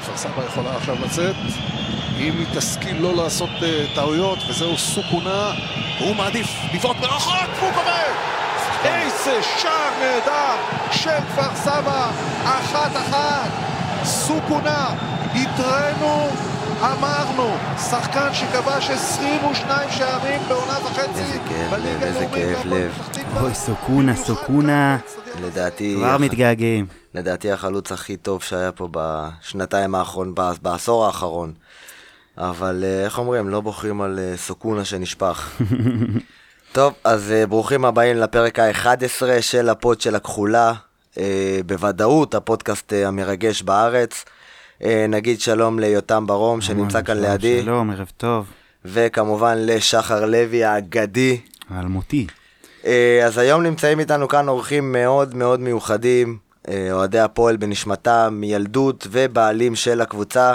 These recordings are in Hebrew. כפר סבא יכולה עכשיו לצאת. אם היא תשכיל לא לעשות אה, טעויות, וזהו סוכונה, הוא מעדיף לבעוט מרחוק, והוא כן. קובע! איזה שער נהדר של כפר סבא, אחת-אחת, סוכונה, התראינו, אמרנו, שחקן שכבש 22 שערים בעונה וחצי, איזה כאב בליגה לב, איזה הלאומית כאב והפועל לב. פתח תקווה. אוי, סוכונה, סוכונה. לדעתי, כבר מתגעגעים. לדעתי החלוץ הכי טוב שהיה פה בשנתיים האחרון, ב- בעשור האחרון. אבל אה, איך אומרים, לא בוחרים על אה, סוכונה שנשפך. טוב, אז אה, ברוכים הבאים לפרק ה-11 של הפוד של הכחולה. אה, בוודאות הפודקאסט אה, המרגש בארץ. אה, נגיד שלום ליותם ברום שנמצא כאן אה, שלום, לידי, שלום, ערב טוב. וכמובן לשחר לוי האגדי. אלמותי. אה, אז היום נמצאים איתנו כאן אורחים מאוד מאוד מיוחדים, אה, אוהדי הפועל בנשמתם, מילדות ובעלים של הקבוצה.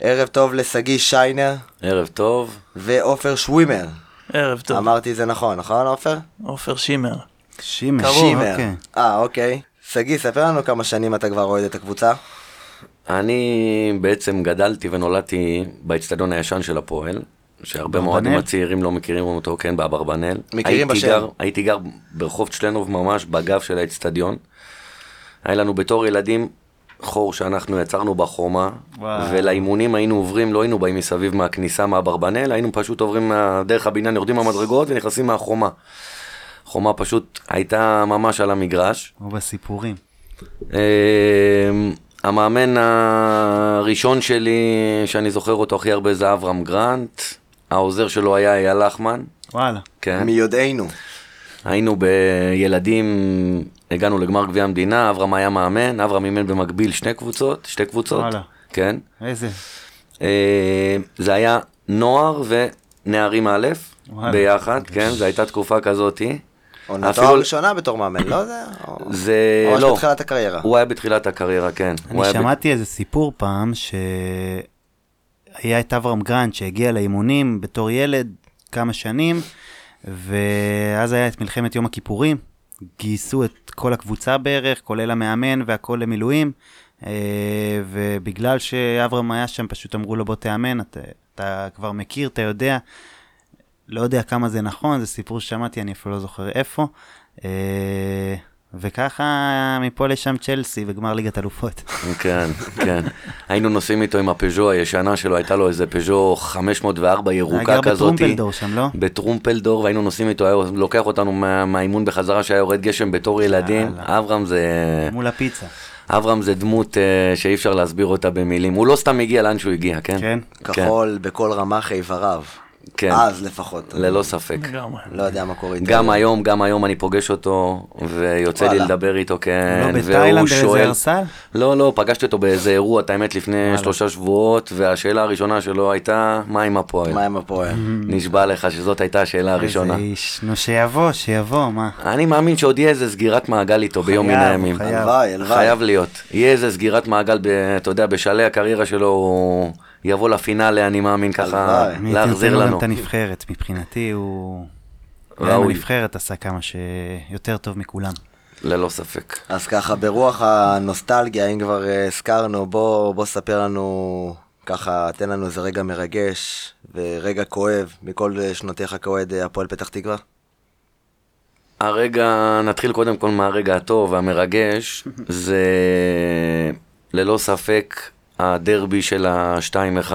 ערב טוב לשגיא שיינר ערב טוב. ועופר שווימר. ערב טוב. אמרתי זה נכון, נכון עופר? עופר שימר. שימר. שימר. אוקיי. אה, אוקיי. שגיא, ספר לנו כמה שנים אתה כבר אוהד את הקבוצה. אני בעצם גדלתי ונולדתי באצטדיון הישן של הפועל, שהרבה אברבנאל? מהאוהדים הצעירים לא מכירים אותו, כן, באברבנל. מכירים הייתי בשם. גר- הייתי גר ברחוב צ'לנוב ממש בגב של האצטדיון. היה לנו בתור ילדים חור שאנחנו יצרנו בחומה, וואו. ולאימונים היינו עוברים, לא היינו באים מסביב מהכניסה מהברבנל, היינו פשוט עוברים מה- דרך הבניין, יורדים במדרגות ונכנסים מהחומה. החומה פשוט הייתה ממש על המגרש. כמו בסיפורים. אמ, המאמן הראשון שלי, שאני זוכר אותו הכי הרבה, זה אברהם גרנט. העוזר שלו היה אייל לחמן. וואלה. כן. מיודענו. היינו בילדים, הגענו לגמר גביע המדינה, אברהם היה מאמן, אברהם אימן במקביל שני קבוצות, שתי קבוצות. וואלה. כן. איזה. אה, זה היה נוער ונערים א', וואלה. ביחד, כן, זו הייתה תקופה כזאתי. עונתו אפילו- הראשונה בתור מאמן, לא זה? או- זה ממש לא. בתחילת הקריירה. הוא היה בתחילת הקריירה, כן. אני הוא היה ב- שמעתי איזה סיפור פעם, שהיה את אברהם גרנט שהגיע לאימונים בתור ילד כמה שנים, ואז היה את מלחמת יום הכיפורים. גייסו את כל הקבוצה בערך, כולל המאמן והכל למילואים, אה, ובגלל שאברהם היה שם, פשוט אמרו לו בוא תאמן, אתה, אתה כבר מכיר, אתה יודע. לא יודע כמה זה נכון, זה סיפור ששמעתי, אני אפילו לא זוכר איפה. אה, וככה מפה לשם צ'לסי וגמר ליגת אלופות. כן, כן. היינו נוסעים איתו עם הפז'ו הישנה שלו, הייתה לו איזה פז'ו 504 ירוקה היה גר כזאת. בטרומפלדור שם, לא? בטרומפלדור, והיינו נוסעים איתו, היה לוקח אותנו מה- מהאימון בחזרה שהיה יורד גשם בתור ילדים. יאללה. אברהם זה... מול הפיצה. אברהם זה דמות אה, שאי אפשר להסביר אותה במילים. הוא לא סתם הגיע לאן שהוא הגיע, כן? כן. כחול בכל רמ"ח איבריו. כן. אז לפחות. ללא ספק. לגמרי. לא יודע מה כן. קורה איתו. גם היום, גם היום אני פוגש אותו, ויוצא לי וואלה. לדבר איתו, כן, לא והוא בתאילנד, באיזה שואל... הרסל? לא, לא, פגשתי אותו באיזה אירוע, את האמת, לפני שלושה שבועות, והשאלה הראשונה שלו הייתה, מה עם הפועל? מה עם הפועל? נשבע לך שזאת הייתה השאלה הראשונה. איזה איש. אה, נו, שיבוא, שיבוא, מה? אני מאמין שעוד יהיה איזה סגירת מעגל איתו ביום מן חייב, הימים. חייב. הלוואי, הלוואי. חייב להיות. יהיה איזה סגירת מעגל, ב- אתה יודע, בשלהי הקריירה שלו, הוא יבוא לפינאלה, אני מאמין, ככה, הלוואי. אני הייתי נותן להחזיר לו גם לנו. את הנבחרת, מבחינתי הוא... ראוי. גם הנבחרת עשה כמה שיותר טוב מכולם. ללא ספק. אז ככה, ברוח הנוסטלגיה, אם כבר אה, הזכרנו, בוא, בוא ספר לנו, ככה, תן לנו איזה רגע מרגש ורגע כואב מכל אה, שנותיך כאוהד אה, הפועל פתח תקווה. הרגע, נתחיל קודם כל מהרגע הטוב והמרגש, זה ללא ספק הדרבי של ה-2-1,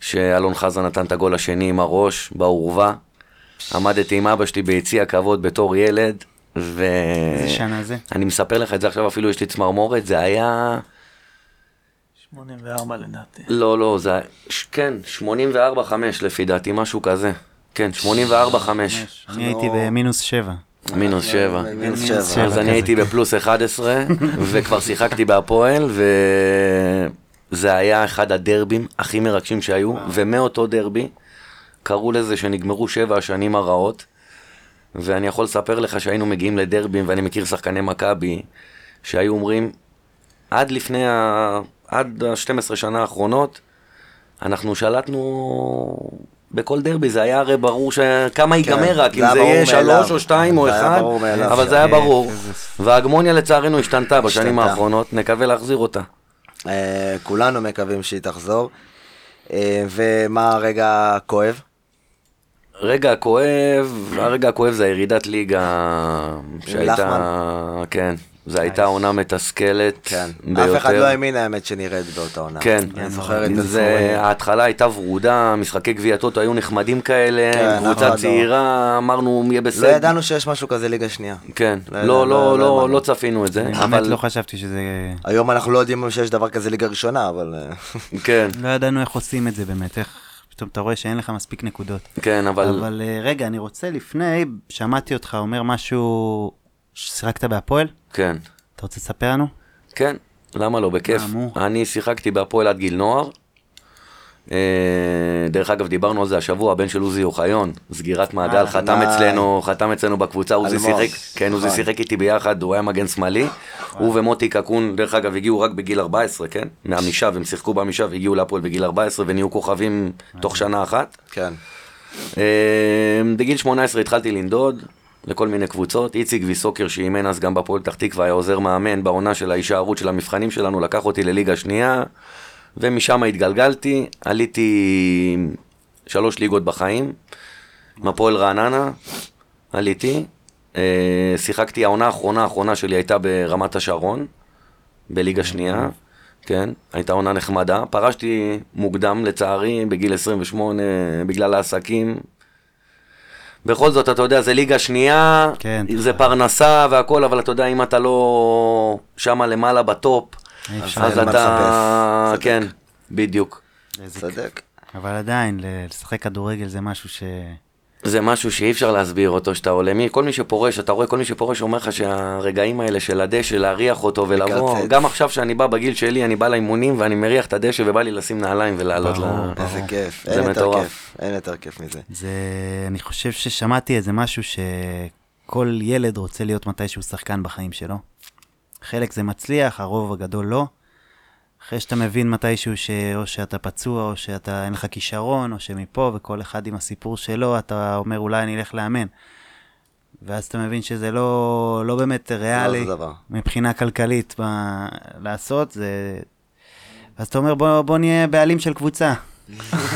שאלון חזן נתן את הגול השני עם הראש באורווה. עמדתי עם אבא שלי ביציע הכבוד בתור ילד, ו... אה, איזה שנה זה? אני מספר לך את זה עכשיו, אפילו יש לי צמרמורת, זה היה... 84 לדעתי. לא, לא, זה היה... ש- כן, 84-5 לפי דעתי, משהו כזה. כן, 84-5. אני הייתי במינוס שבע. מינוס שבע. מינוס שבע. שבע. שבע אז אני כזה, הייתי כן. בפלוס 11, וכבר שיחקתי בהפועל, וזה היה אחד הדרבים הכי מרגשים שהיו, ומאותו דרבי קראו לזה שנגמרו שבע השנים הרעות, ואני יכול לספר לך שהיינו מגיעים לדרבים, ואני מכיר שחקני מכבי, שהיו אומרים, עד לפני ה... עד ה-12 שנה האחרונות, אנחנו שלטנו בכל דרבי, זה היה הרי ברור ש... כמה ייגמר רק, כן, זה אם היה זה ברור יהיה מאליו. שלוש או שתיים או זה היה אחד, ברור מאליו. כן. אבל זה היה יפה, ברור. איזה וההגמוניה לצערנו השתנתה בשנים השתנתה. האחרונות, נקווה להחזיר אותה. אה, כולנו מקווים שהיא תחזור. אה, ומה הרגע הכואב? רגע הכואב, הרגע הכואב זה הירידת ליגה שהייתה, לחמן. אה, כן, זו הייתה עונה מתסכלת כן. ביותר. אף אחד לא האמין האמת שנרד באותה עונה. כן, אני זוכר את זה, זה. ההתחלה הייתה ורודה, משחקי גביע טוטו היו נחמדים כאלה, כן, עם קבוצה נכון. צעירה, אמרנו יהיה לא בסדר. ידענו שיש משהו כזה ליגה שנייה. כן, לא לא, לא, ידענו, לא, לא לא, ידענו. לא צפינו את זה, באמת אבל לא חשבתי שזה... היום אנחנו לא יודעים שיש דבר כזה ליגה ראשונה, אבל... אה, כן, לא ידענו איך עושים את זה באמת, איך פתאום אתה רואה שאין לך מספיק נקודות. כן, אבל, אבל אה, רגע, אני רוצה לפני, שמעתי אותך אומר משהו ששיחקת בהפועל, כן, אתה רוצה לספר לנו? כן, למה לא, בכיף. כאמור. אני שיחקתי בהפועל עד גיל נוער. אה, דרך אגב, דיברנו על זה השבוע, הבן של עוזי אוחיון, סגירת מעגל, חתם אה, די. אצלנו, חתם אצלנו בקבוצה, עוזי אלמוג. שיחק, כן, עוזי נכון. שיחק איתי ביחד, הוא היה מגן שמאלי, הוא ומוטי קקון, דרך אגב, הגיעו רק בגיל 14, כן? מעמישיו, הם שיחקו בעמישיו, הגיעו להפועל בגיל 14 ונהיו כוכבים תוך שנה אחת. כן. אה, בגיל 18 התחלתי לנדוד לכל מיני קבוצות. איציק ויסוקר שאימן אז גם בהפועל פתח תקווה, היה עוזר מאמן בעונה של ההישארות של המבחנים שלנו, לקח אותי לליגה שנייה, ומשם התגלגלתי. עליתי שלוש ליגות בחיים, עם הפועל רעננה, עליתי. אה, שיחקתי, העונה האחרונה האחרונה שלי הייתה ברמת השרון, אוקיי. בליגה שנייה. כן, הייתה עונה נחמדה. פרשתי מוקדם, לצערי, בגיל 28, בגלל העסקים. בכל זאת, אתה יודע, זה ליגה שנייה, כן. זה אה. פרנסה והכל, אבל אתה יודע, אם אתה לא שמה למעלה בטופ, אפשר, אז אין מה אתה... לחפש. כן, בדיוק. צודק. אבל עדיין, ל- לשחק כדורגל זה משהו ש... זה משהו שאי אפשר להסביר אותו, שאתה עולה מי, כל מי שפורש, אתה רואה כל מי שפורש אומר לך שהרגעים האלה של הדשא, להריח אותו ולבוא, לקצץ. גם עכשיו שאני בא בגיל שלי, אני בא לאימונים ואני מריח את הדשא ובא לי לשים נעליים ולעלות ברור, ל... אה, איזה כיף. זה אין יותר מטורף. כיף. אין יותר כיף מזה. זה... אני חושב ששמעתי איזה משהו שכל ילד רוצה להיות מתישהו שחקן בחיים שלו. חלק זה מצליח, הרוב הגדול לא. אחרי שאתה מבין מתישהו שאו שאתה פצוע, או שאתה אין לך כישרון, או שמפה, וכל אחד עם הסיפור שלו, אתה אומר אולי אני אלך לאמן. ואז אתה מבין שזה לא, לא באמת ריאלי, דבר. מבחינה כלכלית, ב- לעשות, זה... אז אתה אומר בוא, בוא נהיה בעלים של קבוצה,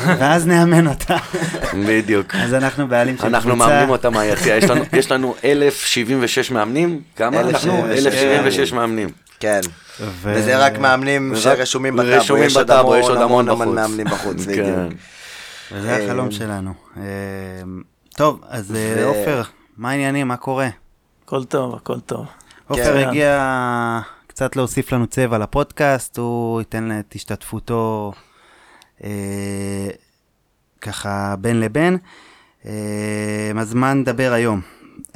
ואז נאמן אותה. בדיוק. אז אנחנו בעלים של קבוצה. אנחנו מאמנים אותם מהיציע, יש לנו- יש לנו 1,076 מאמנים, כמה אלף אנחנו? שבעים ושש. 1,076 מאמנים. כן. ו- וזה רק מאמנים ורק שרשומים בטאבו. רשומים בטאבו, יש עוד המון בחוץ. מאמנים בחוץ, כן. בדיוק. וזה החלום שלנו. אה, טוב, אז אה, עופר, מה העניינים? מה קורה? כן. הכל טוב, הכל טוב. עופר הגיע קצת להוסיף לנו צבע לפודקאסט, הוא ייתן את השתתפותו אה, ככה בין לבין. אה, אז מה נדבר היום?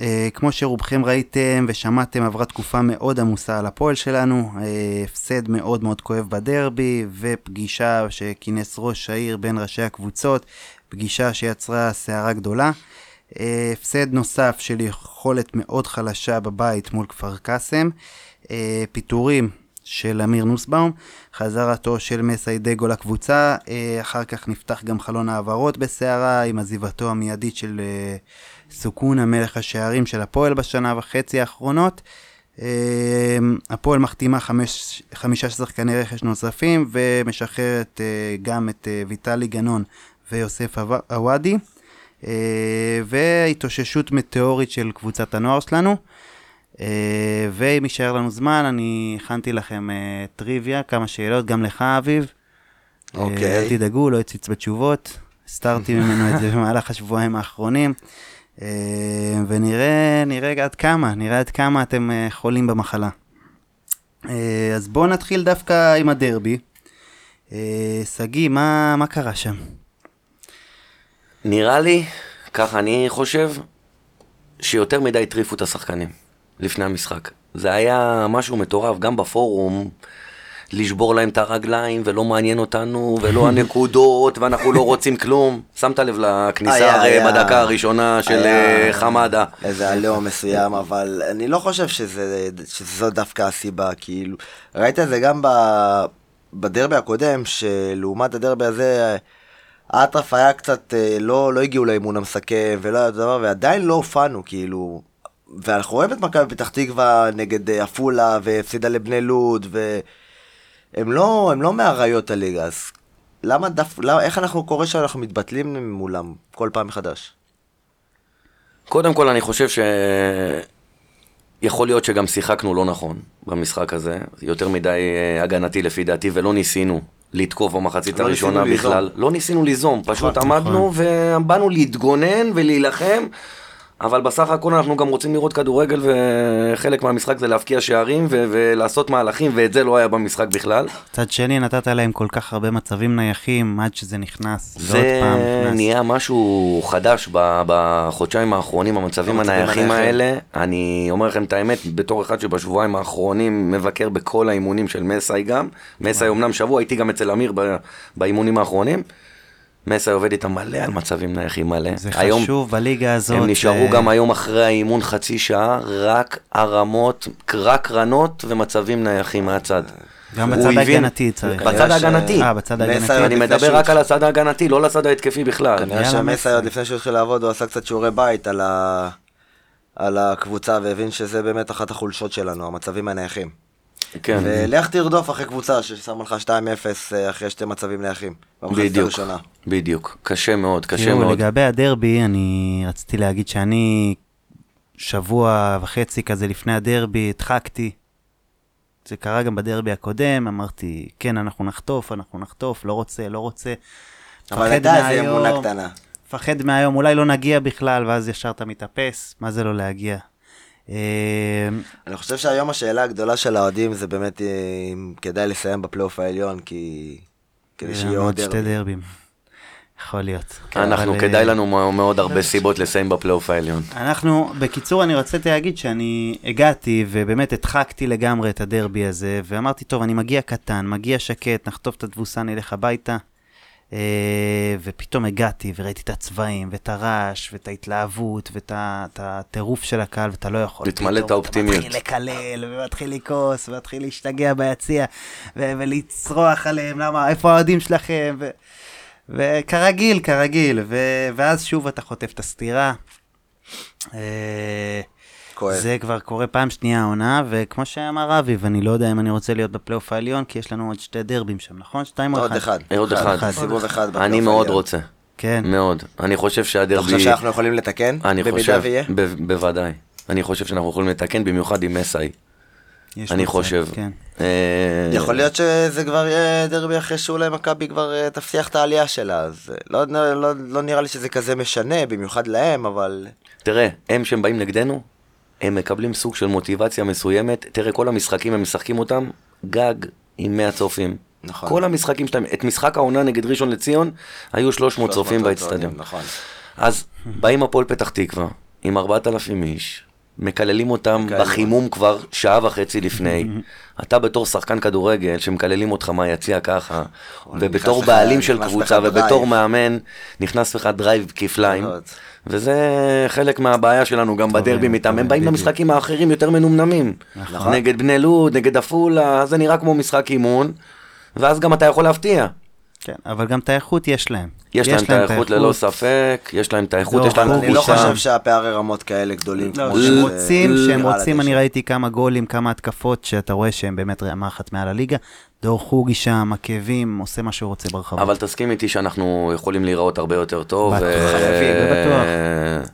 אה, כמו שרובכם ראיתם ושמעתם, עברה תקופה מאוד עמוסה על הפועל שלנו, אה, הפסד מאוד מאוד כואב בדרבי, ופגישה שכינס ראש העיר בין ראשי הקבוצות, פגישה שיצרה סערה גדולה. אה, הפסד נוסף של יכולת מאוד חלשה בבית מול כפר קאסם, אה, פיטורים של אמיר נוסבאום, חזרתו של מסיידגו לקבוצה, אה, אחר כך נפתח גם חלון העברות בסערה עם עזיבתו המיידית של אה, סוכון המלך השערים של הפועל בשנה וחצי האחרונות. אה, הפועל מחתימה חמש, חמישה שחקני רכש נוספים ומשחררת אה, גם את אה, ויטלי גנון ויוסף עו- עוואדי. אה, והתאוששות מטאורית של קבוצת הנוער שלנו. אה, ואם יישאר לנו זמן, אני הכנתי לכם אה, טריוויה, כמה שאלות, גם לך, אביב. אה, אוקיי. אל תדאגו, לא הציץ בתשובות. הסתרתי ממנו את זה במהלך השבועיים האחרונים. אה, ונראה נראה עד כמה, נראה עד כמה אתם אה, חולים במחלה. אה, אז בואו נתחיל דווקא עם הדרבי. אה, שגיא, מה, מה קרה שם? נראה לי, ככה אני חושב, שיותר מדי הטריפו את השחקנים לפני המשחק. זה היה משהו מטורף, גם בפורום, לשבור להם את הרגליים, ולא מעניין אותנו, ולא הנקודות, ואנחנו לא רוצים כלום. שמת לב לכניסה היה, הרי היה. בדקה הראשונה של היה- אה, חמדה. איזה עליהום מסוים, אבל אני לא חושב שזה, שזו דווקא הסיבה, כאילו, ראית את זה גם ב, בדרבי הקודם, שלעומת הדרבי הזה, האטרף היה קצת, אה, לא, לא הגיעו לאימון המסכם, ולא היה דבר, ועדיין לא הופענו, כאילו, ואנחנו רואים את מכבי פתח תקווה נגד אה, עפולה, והפסידה לבני לוד, ו... הם לא, הם לא מאריות הליגה, אז למה דף, למה, איך אנחנו קורה שאנחנו מתבטלים מולם כל פעם מחדש? קודם כל, אני חושב ש... יכול להיות שגם שיחקנו לא נכון במשחק הזה, יותר מדי אה, הגנתי לפי דעתי, ולא ניסינו לתקוף במחצית לא הראשונה ניסינו בכלל. ליזום. לא ניסינו ליזום, פשוט עמדנו ובאנו להתגונן ולהילחם, אבל בסך הכל אנחנו גם רוצים לראות כדורגל, וחלק מהמשחק זה להבקיע שערים ו- ולעשות מהלכים, ואת זה לא היה במשחק בכלל. מצד שני, נתת להם כל כך הרבה מצבים נייחים עד שזה נכנס. ועוד זה פעם נכנס. נהיה משהו חדש ב- בחודשיים האחרונים, המצבים המצבים הנייחים הנייחים. האלה. אני אומר לכם את האמת, בתור אחד שבשבועיים האחרונים מבקר בכל האימונים של מסאי גם. מסאי אומנם שבוע, הייתי גם אצל אמיר ב- באימונים האחרונים. מסאי עובד איתם מלא על מצבים נייחים מלא. זה היום חשוב בליגה הזאת. הם נשארו אה, גם היום אחרי האימון חצי שעה, רק הרמות, רק קרנות ומצבים נייחים מהצד. גם הוא בצד הבין- ההגנתי צריך. בצד כנראה ש- ההגנתי. אה, בצד ההגנתי. מסי עוד אני לפני מדבר שהוא- רק על הצד ההגנתי, לא לצד ההתקפי בכלל. כנראה יאללה, שהמסע מסי. עוד לפני שהוא התחיל לעבוד, הוא עשה קצת שיעורי בית על, ה... על הקבוצה והבין שזה באמת אחת החולשות שלנו, המצבים הנייחים. כן. ולך תרדוף אחרי קבוצה ששמה לך 2-0 אה, אחרי שתי מצבים נייחים. במחצית בדיוק, הראשונה. בדיוק, קשה מאוד, קשה תראו, מאוד. לגבי הדרבי, אני רציתי להגיד שאני שבוע וחצי כזה לפני הדרבי הדחקתי. זה קרה גם בדרבי הקודם, אמרתי, כן, אנחנו נחטוף, אנחנו נחטוף, לא רוצה, לא רוצה. אבל מפחד הייתה איזה מהיום, אמונה קטנה. מפחד מהיום, אולי לא נגיע בכלל, ואז ישר אתה מתאפס, מה זה לא להגיע? אה, אני חושב שהיום השאלה הגדולה של האוהדים זה באמת אה, אם כדאי לסיים בפלייאוף העליון, כי... כדי שיהיה עוד שתי דרבי. דרבים. יכול להיות. אנחנו, אבל, כדאי אה, לנו מ- מאוד הרבה סיבות לסיים בפלייאוף העליון. אנחנו, בקיצור, אני רציתי להגיד שאני הגעתי ובאמת הדחקתי לגמרי את הדרבי הזה, ואמרתי, טוב, אני מגיע קטן, מגיע שקט, נחטוף את התבוסה, נלך הביתה. אה, ופתאום הגעתי וראיתי את הצבעים, ואת הרעש, ואת ההתלהבות, ואת ה- את הטירוף של הקהל, ואתה לא יכול. להתמלא את פתאום האופטימיות. אתה מתחיל לקלל, ומתחיל לכעוס, ומתחיל להשתגע ביציע, ו- ולצרוח עליהם, למה, איפה האוהדים שלכם? ו- וכרגיל, כרגיל, ו- ואז שוב אתה חוטף את הסטירה. אה, כואב. זה כבר קורה פעם שנייה העונה, וכמו שאמר אביב, אני לא יודע אם אני רוצה להיות בפלייאוף העליון, כי יש לנו עוד שתי דרבים שם, נכון? שתיים או אחד? עוד אחד. אה, עוד אחד. סיבוב אחד. אני בפלייאוף מאוד העליון. רוצה, כן. מאוד. אני חושב אתה שהדרבי... חושב שאנחנו יכולים לתקן? אני במידה חושב, ויהיה? ב- בוודאי. אני חושב שאנחנו יכולים לתקן, במיוחד עם מסאי. יש אני מצב, חושב. כן. אה, יכול להיות שזה כבר יהיה דרבי אחרי שאולי מכבי כבר אה, תבטיח את העלייה שלה, אז אה, לא, לא, לא, לא נראה לי שזה כזה משנה, במיוחד להם, אבל... תראה, הם שהם באים נגדנו, הם מקבלים סוג של מוטיבציה מסוימת. תראה, כל המשחקים, הם משחקים אותם גג עם 100 צופים. נכון. כל המשחקים שלהם, את משחק העונה נגד ראשון לציון, היו 300 צופים 300 באצטדיון. נכון. אז באים הפועל פתח תקווה, עם 4,000 איש, מקללים אותם מקללים. בחימום כבר שעה וחצי לפני. אתה בתור שחקן כדורגל, שמקללים אותך מהיציע ככה, ובתור נכון, נכנס לך- בעלים של נכנס לך קבוצה, דרייב. ובתור מאמן, נכנס לך דרייב כפליים. מאוד. וזה חלק מהבעיה שלנו גם בדרבים איתם, הם באים למשחקים האחרים יותר מנומנמים. נגד בני לוד, נגד עפולה, זה נראה כמו משחק אימון, ואז גם אתה יכול להפתיע. כן, אבל גם את האיכות יש להם. יש להם את האיכות ללא ספק, יש להם את האיכות, לא, יש להם אבל אני לא קבוצה. חושב שהפערי רמות כאלה גדולים. לא, כמו שהם שזה רוצים, נראה שהם לדשא. רוצים, אני ראיתי כמה גולים, כמה התקפות, שאתה רואה שהם באמת רמה אחת מעל הליגה. דור חוגי שם, עקבים, עושה מה שהוא רוצה ברחבה. אבל תסכים איתי שאנחנו יכולים להיראות הרבה יותר טוב. בטוח. ו- חייבים, זה בטוח.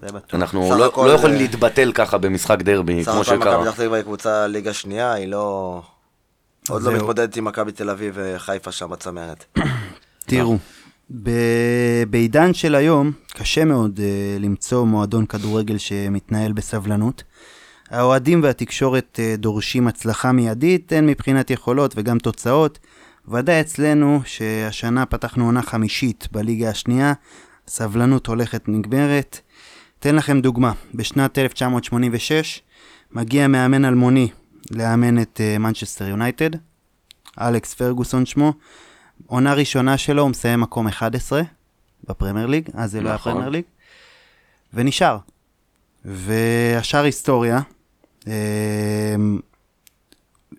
זה בטוח. אנחנו סך לא- הכל, לא יכולים אה, להתבטל ככה במשחק דרבי, סך כמו הכל מכבי שקרה. פתח תקווה היא קבוצה ליגה שנייה, היא לא... עוד לא זהו. מתמודדת עם מכבי תל אביב וחיפה שם בצמרת. תראו, ב- בעידן של היום קשה מאוד uh, למצוא מועדון כדורגל שמתנהל בסבלנות. האוהדים והתקשורת uh, דורשים הצלחה מיידית, הן מבחינת יכולות וגם תוצאות. ודאי אצלנו, שהשנה פתחנו עונה חמישית בליגה השנייה, סבלנות הולכת נגמרת. אתן לכם דוגמה, בשנת 1986 מגיע מאמן אלמוני לאמן את אה, מנצ'סטר יונייטד, אלכס פרגוסון שמו, עונה ראשונה שלו הוא מסיים מקום 11 בפרמייר ליג, אז זה לא היה נכון. פרמייר ליג, ונשאר. והשאר היסטוריה, אה,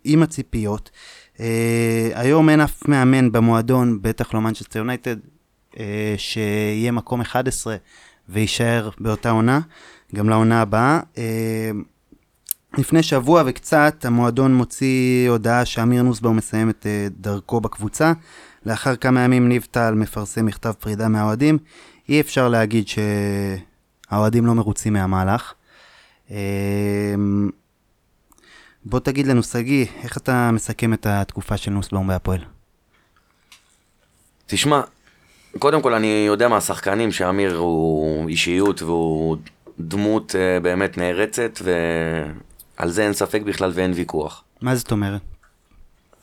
עם הציפיות. אה, היום אין אף מאמן במועדון, בטח לא מנצ'סטר יונייטד, אה, שיהיה מקום 11 ויישאר באותה עונה, גם לעונה הבאה. אה, לפני שבוע וקצת המועדון מוציא הודעה שאמיר נוסבאום מסיים את אה, דרכו בקבוצה. לאחר כמה ימים ניב טל מפרסם מכתב פרידה מהאוהדים. אי אפשר להגיד שהאוהדים לא מרוצים מהמהלך. אה, בוא תגיד לנו, שגיא, איך אתה מסכם את התקופה של נוסבאום בהפועל? תשמע, קודם כל אני יודע מהשחקנים שאמיר הוא אישיות והוא דמות אה, באמת נערצת, ועל זה אין ספק בכלל ואין ויכוח. מה זאת אומרת?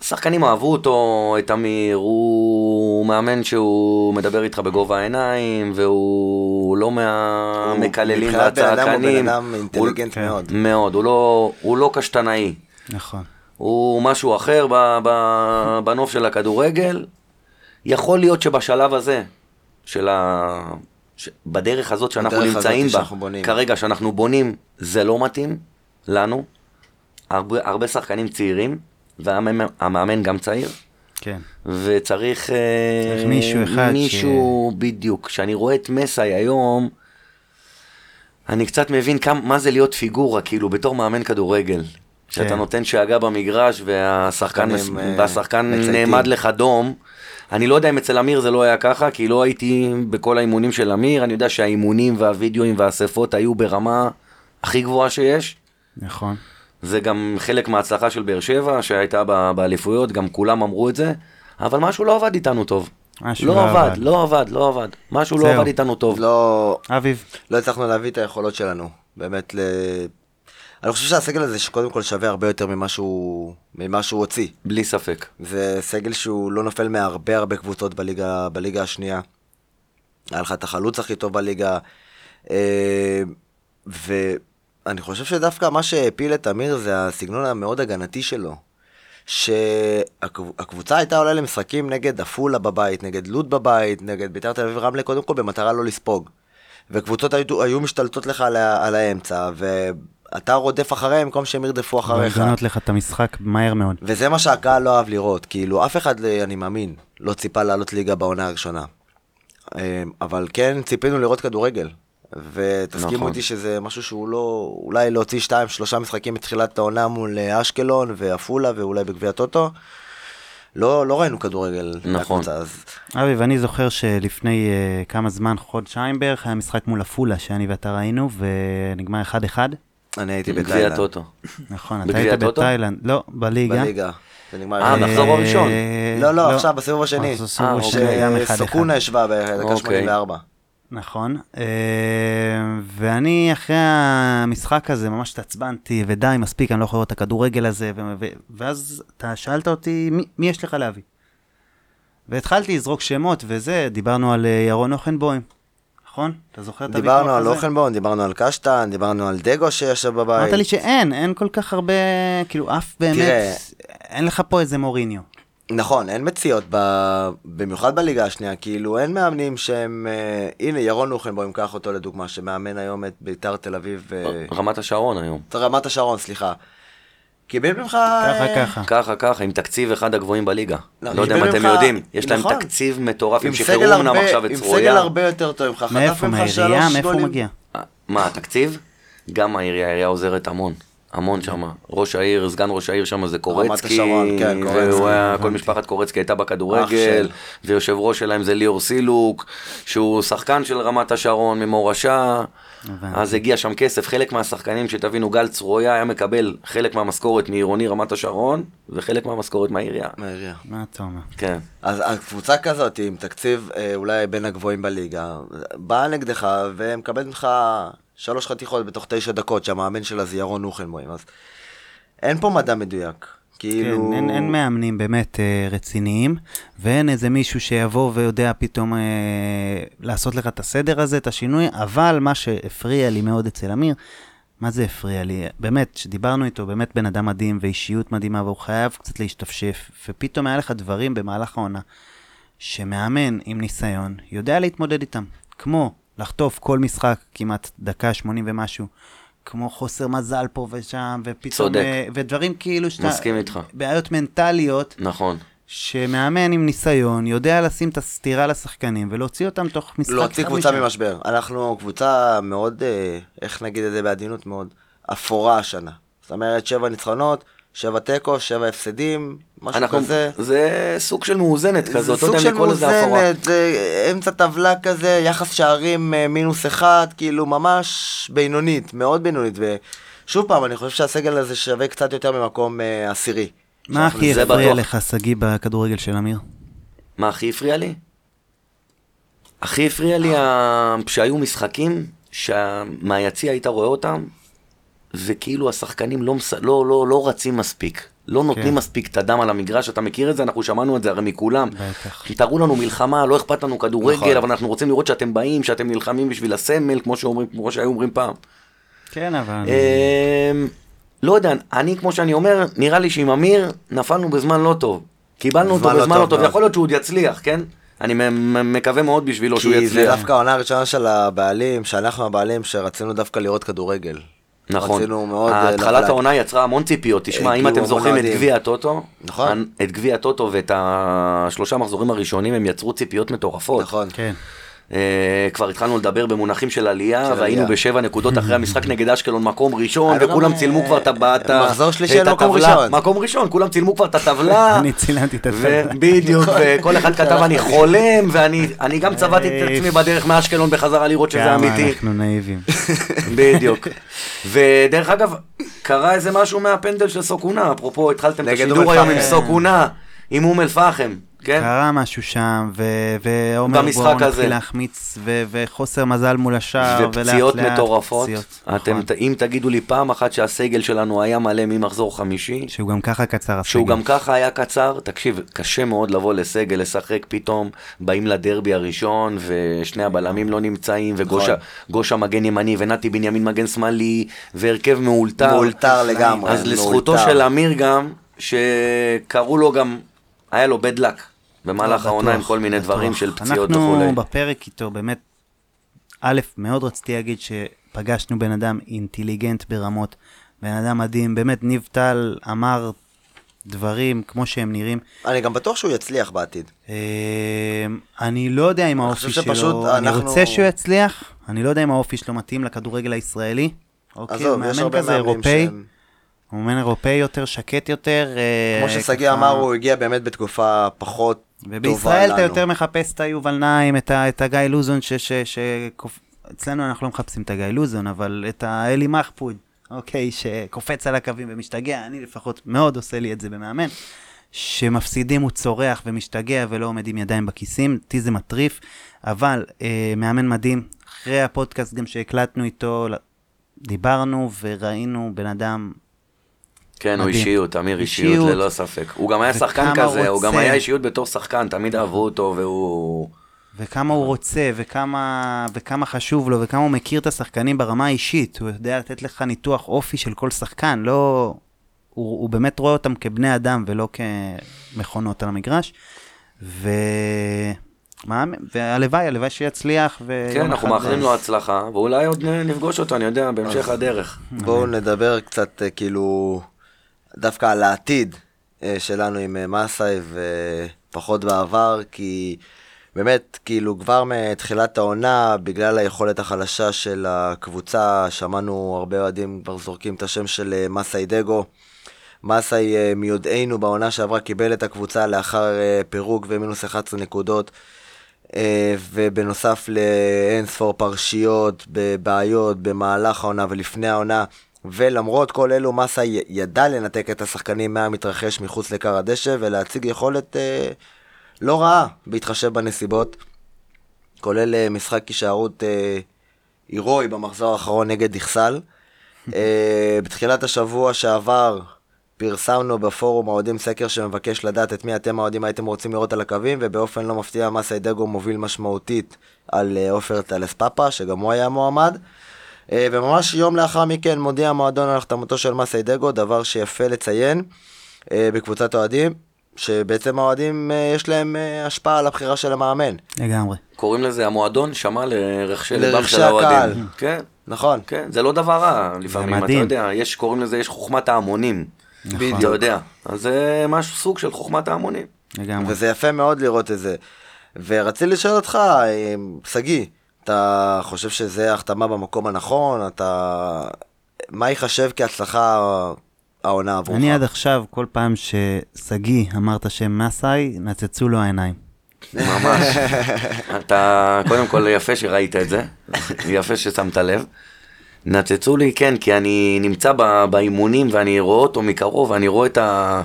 השחקנים אהבו אותו, את אמיר, הוא מאמן שהוא מדבר איתך בגובה העיניים, והוא לא הוא- מהמקללים מבחינת בן אדם הוא בן והצעקנים. כן. אדם אינטליגנט מאוד. מאוד, הוא לא, הוא לא קשטנאי. נכון. הוא משהו אחר ב, ב, בנוף של הכדורגל. יכול להיות שבשלב הזה, של ה... ש... בדרך הזאת שאנחנו בדרך הזאת נמצאים בה, שאנחנו בונים. כרגע שאנחנו בונים, זה לא מתאים לנו. הרבה, הרבה שחקנים צעירים, והמאמן המאמן גם צעיר, כן. וצריך... צריך אה, מישהו אחד ש- מישהו, ש... בדיוק. כשאני רואה את מסאי היום, אני קצת מבין כמה, מה זה להיות פיגורה, כאילו, בתור מאמן כדורגל. שאתה כן. נותן שאגה במגרש והשחקן, מס... שחקנים, אה, והשחקן מצייתים. נעמד לך דום. אני לא יודע אם אצל אמיר זה לא היה ככה, כי לא הייתי בכל האימונים של אמיר. אני יודע שהאימונים והווידאוים והאספות היו ברמה הכי גבוהה שיש. נכון. זה גם חלק מההצלחה של באר שבע שהייתה ב- באליפויות, גם כולם אמרו את זה, אבל משהו לא עבד איתנו טוב. משהו לא, לא עבד, עבד. לא עבד, לא עבד. משהו זהו. לא עבד איתנו טוב. לא, אביב, לא הצלחנו להביא את היכולות שלנו, באמת ל... אני חושב שהסגל הזה שקודם כל שווה הרבה יותר ממה שהוא, ממה שהוא הוציא. בלי ספק. זה סגל שהוא לא נופל מהרבה הרבה קבוצות בליגה, בליגה השנייה. היה לך את החלוץ הכי טוב בליגה. אה, ואני חושב שדווקא מה שהפיל את אמיר זה הסגנון המאוד הגנתי שלו. שהקבוצה הייתה עולה למשחקים נגד עפולה בבית, נגד לוד בבית, נגד ביתר תל אביב רמלה, קודם כל במטרה לא לספוג. וקבוצות היו, היו משתלטות לך על, ה- על האמצע, ואתה רודף אחריהם במקום שהם ירדפו אחריך. לגנות לך את המשחק מהר מאוד. וזה מה שהקהל לא אהב לראות, כאילו אף אחד, אה, אני מאמין, לא ציפה לעלות ליגה בעונה הראשונה. אה, אבל כן ציפינו לראות כדורגל, ותסכימו נכון. איתי שזה משהו שהוא לא, אולי להוציא שתיים, שלושה משחקים מתחילת העונה מול אה, אשקלון ועפולה ואולי בגביע טוטו. לא, לא ראינו כדורגל נכון. מהקבוצה, אז אביב, אני זוכר שלפני uh, כמה זמן, חודשיים בערך, היה משחק מול עפולה שאני ואתה ראינו, ונגמר 1-1. אני הייתי גביע בתאילנד. טוטו. נכון, אתה בגביע היית הטוטו? בתאילנד. לא, בליגה. בליגה. זה נגמר. אה, אה, מחזור הראשון. אה, לא, לא, עכשיו, בסיבוב השני. אז בסיבוב אה, השני אוקיי. גם 1-1. שסוכונה ישבה בדקה אוקיי. 84. נכון, אה, ואני אחרי המשחק הזה ממש התעצבנתי, ודי, מספיק, אני לא יכול לראות את הכדורגל הזה, ו- ו- ואז אתה שאלת אותי, מי, מי יש לך להביא? והתחלתי לזרוק שמות וזה, דיברנו על אה, ירון אוכנבוים, נכון? אתה זוכר את הוויכוח הזה? דיברנו על אוכנבון, דיברנו על קשטן, דיברנו על דגו שישב בבית. אמרת לי שאין, אין כל כך הרבה, כאילו אף באמת, תראה. אין לך פה איזה מוריניו. נכון, אין מציאות, ב... במיוחד בליגה השנייה, כאילו אין מאמנים שהם... אה, הנה, ירון אוכנבוים, קח אותו לדוגמה, שמאמן היום את ביתר תל אביב, אה, רמת השרון היום. את רמת השרון, סליחה. קיבל ממך... ככה אה, ככה. ככה, ככה, עם תקציב אחד הגבוהים בליגה. לא, לא יודע אם קיבל אתם ממך- יודעים, יש להם נכון. תקציב מטורף, הם עם שחררו סגל אמנם הרבה- עכשיו את עם סגל צרויה. הרבה יותר טוב, ממך, חטף מאיפה, ממך שלוש מהעירייה? גולים. מאיפה הוא מגיע? אה, מה, התקציב? גם העירייה, העירייה עוזרת המון. המון שם. ראש העיר, סגן ראש העיר שם זה קורצקי, השרון, כן, קורצקי, והוא היה, כל הבנתי. משפחת קורצקי הייתה אח של. בכדורגל, ויושב ראש שלהם זה ליאור סילוק, שהוא שחקן של רמת השרון ממורשה, הבנתי. אז הגיע שם כסף, חלק מהשחקנים שתבינו, גל צרויה היה מקבל חלק מהמשכורת מעירוני רמת השרון, וחלק מהמשכורת מהעירייה. מהעירייה. מה אתה אומר? כן. אז הקבוצה כזאת, עם תקציב אה, אולי בין הגבוהים בליגה, באה נגדך ומקבלת ממך שלוש חתיכות בתוך תשע דקות, שהמאמן שלה זה ירון אוכלמוים, אז אין פה מדע מדויק. כאילו... כן, אין, אין מאמנים באמת אה, רציניים, ואין איזה מישהו שיבוא ויודע פתאום אה, לעשות לך את הסדר הזה, את השינוי, אבל מה שהפריע לי מאוד אצל אמיר, מה זה הפריע לי? באמת, כשדיברנו איתו, באמת בן אדם מדהים ואישיות מדהימה, והוא חייב קצת להשתפשף, ופתאום היה לך דברים במהלך העונה, שמאמן עם ניסיון יודע להתמודד איתם, כמו לחטוף כל משחק כמעט דקה 80 ומשהו. כמו חוסר מזל פה ושם, ופתאום... צודק. אה, ודברים כאילו שאתה... מסכים איתך. בעיות מנטליות, נכון. שמאמן עם ניסיון יודע לשים את הסתירה לשחקנים ולהוציא אותם תוך משחק. להוציא אחד קבוצה משם. ממשבר. אנחנו קבוצה מאוד, אה, איך נגיד את זה בעדינות מאוד, אפורה השנה. זאת אומרת, שבע ניצחונות, שבע תיקו, שבע הפסדים, משהו אנחנו, כזה. זה סוג של מאוזנת זה כזאת, לא סוג יודע של אם לקרוא לזה הפרה. מאוזנת, זה אמצע טבלה כזה, יחס שערים אה, מינוס אחד, כאילו ממש בינונית, מאוד בינונית. ושוב פעם, אני חושב שהסגל הזה שווה קצת יותר ממקום אה, עשירי. מה הכי זה הפריע בטוח. לך, שגיא, בכדורגל של אמיר? מה הכי הפריע לי? הכי הפריע לי ה- שהיו משחקים שמהיציע היית רואה אותם, וכאילו השחקנים לא, מס... לא, לא, לא רצים מספיק. לא נותנים כן. כן. מספיק את הדם על המגרש, אתה מכיר את זה? אנחנו שמענו את זה הרי מכולם. בטח. כי תראו לנו מלחמה, לא אכפת לנו כדורגל, נכון. נכון. אבל אנחנו רוצים לראות שאתם באים, שאתם נלחמים בשביל הסמל, כמו, שאומרים, כמו שהיו אומרים פעם. כן, אבל... אמ, לא יודע, אני כמו שאני אומר, נראה לי שעם אמיר נפלנו בזמן לא טוב. קיבלנו אותו זמן לא בזמן טוב לא טוב, מאוד. יכול להיות שהוא עוד יצליח, כן? אני מ- מ- מקווה מאוד בשבילו שהוא כי זה יצליח. דווקא העונה הראשונה של הבעלים, שאנחנו הבעלים שרצינו דווקא לראות כדורגל. נכון. רצינו מאוד... אה, התחלת לחלק. העונה יצרה המון ציפיות. תשמע, אם הגיעו אתם המון זוכרים את אוהדים. גביע הטוטו, נכון. הנ- את גביע הטוטו ואת השלושה מחזורים הראשונים, הם יצרו ציפיות מטורפות. נכון. כן. אה, כבר התחלנו לדבר במונחים של עלייה, של והיינו עלייה. בשבע נקודות אחרי המשחק נגד אשקלון, מקום ראשון, אבל וכולם גם, צילמו אה, כבר את ה- את ה- מחזור שלישי את על מקום הטבלה. ראשון. מקום ראשון, כולם צילמו כבר את הטבלה. אני צילמתי את הטבלה. ו- בדיוק, וכל אחד כתב אני חולם, ואני אני גם צבעתי אה, את איי. עצמי בדרך מאשקלון בחזרה לראות שזה כמה אמיתי. אנחנו נאיבים. בדיוק. ודרך אגב, קרה איזה משהו מהפנדל של סוכונה, אפרופו התחלתם את נגד השידור אום היום עם אל-פחם. אה, סוכונה, עם אום אל-פחם, כן? קרה משהו שם, ו- ועומר במשחק בוארון הזה. התחיל להחמיץ, ו- וחוסר מזל מול השער, ולאט לאט... ופציעות מטורפות. פציעות, אתם, נכון. ת- אם תגידו לי פעם אחת שהסגל שלנו היה מלא ממחזור חמישי, שהוא גם ככה קצר הסגל. שהוא גם ככה היה קצר, תקשיב, קשה מאוד לבוא לסגל, לשחק פתאום, באים לדרבי הראשון, ושני הבלמים לא נמצאים, נכון. וגושה מגן ימני, ונתי בנימין מגן שמאלי, והרכב מאולתר. מאולתר לגמרי, אז לזכותו מאולתר. של אמיר גם, שקראו לו גם, היה לו bad luck, במהלך בטוח, העונה עם כל מיני לא בטוח. דברים של פציעות וכולי. אנחנו בפרק איתו, באמת, א', מאוד רציתי להגיד שפגשנו בן אדם אינטליגנט ברמות, בן אדם מדהים, באמת, ניב טל אמר דברים כמו שהם נראים. אני גם בטוח שהוא יצליח בעתד. אמ, אני לא יודע אם האופי חושב שפשוט שלו, אני אנחנו- רוצה שהוא יצליח, אני לא יודע אם האופי שלו מתאים לכדורגל הישראלי. אוקיי, עזוב, יש מאמן הרבה כזה מאמנים אירופאי, שהם... הוא מאמן אירופאי יותר, שקט יותר. אה, כמו ששגיא ככה- אמר, הוא הגיע באמת בתקופה פחות טובה לנו. ובישראל אתה יותר מחפש את היובל נעים, את, ה- את הגיא לוזון, ש... ש, ש קופ... אצלנו אנחנו לא מחפשים את הגיא לוזון, אבל את האלי מחפוד, אוקיי, שקופץ על הקווים ומשתגע, אני לפחות מאוד עושה לי את זה במאמן, שמפסידים הוא צורח ומשתגע ולא עומד עם ידיים בכיסים, אותי זה מטריף, אבל אה, מאמן מדהים, אחרי הפודקאסט גם שהקלטנו איתו, דיברנו וראינו בן אדם כן, הוא מדהים. אישיות, אמיר אישיות אישיות. ללא ספק. הוא גם היה וכמה שחקן כזה, הוא רוצה. גם היה אישיות בתור שחקן, תמיד אהבו אותו, והוא... וכמה אה. הוא רוצה, וכמה, וכמה חשוב לו, וכמה הוא מכיר את השחקנים ברמה האישית. הוא יודע לתת לך ניתוח אופי של כל שחקן, לא... הוא, הוא באמת רואה אותם כבני אדם ולא כמכונות על המגרש. ו... מה, והלוואי, הלוואי שיצליח. ויום כן, אנחנו אחד אה, מאחלים זה- לו הצלחה, ואולי עוד נ- נפגוש אותו, אני יודע, אה. בהמשך הדרך. בואו נדבר קצת אה, כאילו דווקא על העתיד אה, שלנו עם אה, מסאי ופחות בעבר, כי באמת כאילו כבר מתחילת העונה, בגלל היכולת החלשה של הקבוצה, שמענו הרבה אוהדים כבר זורקים את השם של אה, מסאי דגו. מסאי אה, מיודענו בעונה שעברה קיבל את הקבוצה לאחר אה, פירוק ומינוס 11 נקודות. אה, ובנוסף לאין ספור פרשיות, בבעיות, במהלך העונה ולפני העונה, ולמרות כל אלו, מסה י- ידע לנתק את השחקנים מהמתרחש מחוץ לכר הדשא ולהציג יכולת אה, לא רעה בהתחשב בנסיבות, כולל אה, משחק הישארות אה, הירואי במחזור האחרון נגד איכסל. אה, בתחילת השבוע שעבר פרסמנו בפורום האוהדים סקר שמבקש לדעת את מי אתם האוהדים הייתם רוצים לראות על הקווים, ובאופן לא מפתיע מסי דגו מוביל משמעותית על אה, עופר טלס פאפה, שגם הוא היה מועמד. אה, וממש יום לאחר מכן מודיע המועדון על החתמתו של מסי דגו, דבר שיפה לציין אה, בקבוצת אוהדים, שבעצם האוהדים אה, יש להם אה, השפעה על הבחירה של המאמן. לגמרי. קוראים לזה המועדון שמע לרחשי לבם לרחשי של הקהל. האוהדים. כן, נכון. כן, זה לא דבר רע לפעמים, אתה מדהים. יודע, יש, קוראים לזה, יש חוכמת ההמונים. נכון. אתה יודע, אז זה משהו סוג של חוכמת ההמונים. לגמרי. וזה יפה מאוד לראות את זה. ורציתי לשאול אותך, אה, שגיא, אתה חושב שזה החתמה במקום הנכון? אתה... מה ייחשב כהצלחה העונה עבורך? אני עד עכשיו, כל פעם ששגיא אמר את השם מסאי, נצצו לו העיניים. ממש. אתה, קודם כל, יפה שראית את זה, יפה ששמת לב. נצצו לי, כן, כי אני נמצא ב- באימונים ואני רואה אותו מקרוב, אני רואה את, ה,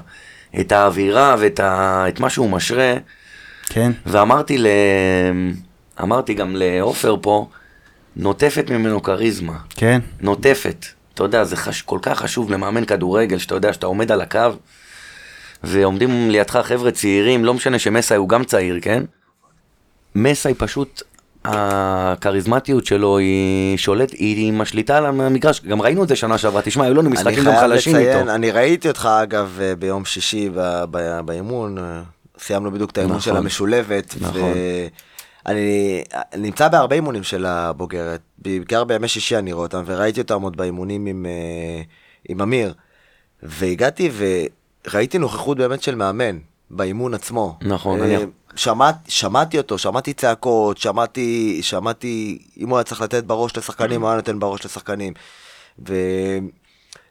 את האווירה ואת ה, את מה שהוא משרה, כן? ואמרתי ל... אמרתי גם לעופר פה, נוטפת ממנו כריזמה. כן? נוטפת. אתה יודע, זה חש... כל כך חשוב למאמן כדורגל, שאתה יודע שאתה עומד על הקו, ועומדים לידך חבר'ה צעירים, לא משנה שמסאי הוא גם צעיר, כן? מסאי פשוט, הכריזמטיות שלו היא שולט, היא משליטה על המגרש, גם ראינו את זה שנה שעברה, תשמע, היו לנו אני משחקים גם חייב חלשים לציין, איתו. אני ראיתי אותך אגב אה, ביום שישי ב- ב- באימון, אה, סיימנו בדיוק את האימון נכון. של המשולבת. נכון. ואני אני נמצא בהרבה אימונים של הבוגרת, בעיקר בימי שישי אני רואה אותם, וראיתי אותם עוד באימונים עם, אה, עם אמיר. והגעתי וראיתי נוכחות באמת של מאמן באימון עצמו. נכון, אה, אני- שמעת, שמעתי אותו, שמעתי צעקות, שמעתי, שמעתי, אם הוא היה צריך לתת בראש לשחקנים, הוא היה נותן בראש לשחקנים.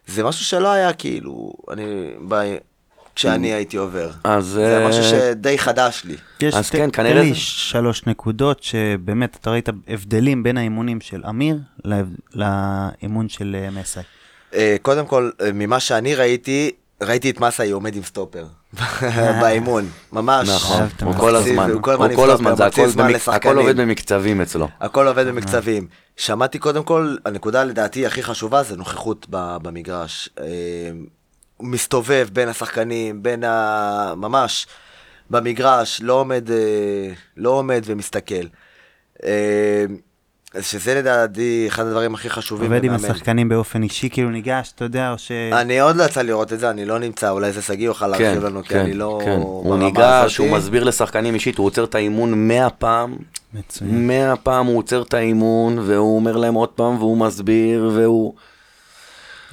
וזה משהו שלא היה כאילו, אני, ב... כשאני הייתי עובר. אז, זה אה, משהו שדי חדש לי. יש אז ת- כן, כנראה תן לי זה- שלוש נקודות שבאמת, אתה ראית הבדלים בין האימונים של אמיר להב- לאימון של אה, מסאי. אה, קודם כל, אה, ממה שאני ראיתי, ראיתי את מסאי עומד עם סטופר. באימון, ממש. נכון, עכשיו אתה הוא כל מקציב, הזמן, הוא כל הוא הזמן כל עם הזמן, סטופר, זה הכל מקציב זמן במק- לשחקנים. הכל עובד במקצבים אצלו. הכל עובד במקצבים. שמעתי קודם כל, הנקודה לדעתי הכי חשובה זה נוכחות ב- במגרש. אה, הוא מסתובב בין השחקנים, בין ה... ממש במגרש, לא עומד, אה, לא עומד ומסתכל. אה, אז שזה לדעתי אחד הדברים הכי חשובים. עובד עם במאמן. השחקנים באופן אישי, כאילו ניגש, אתה יודע, או ש... אני עוד לא יצא לראות את זה, אני לא נמצא, אולי זה שגיא יוכל כן, להרחיב לנו, כי כן, אני לא... כן. הוא ברמה ניגש, הזאתי. הוא מסביר לשחקנים אישית, הוא עוצר את האימון 100 פעם. מצוין. מאה פעם הוא עוצר את האימון, והוא אומר להם עוד פעם, והוא מסביר, והוא...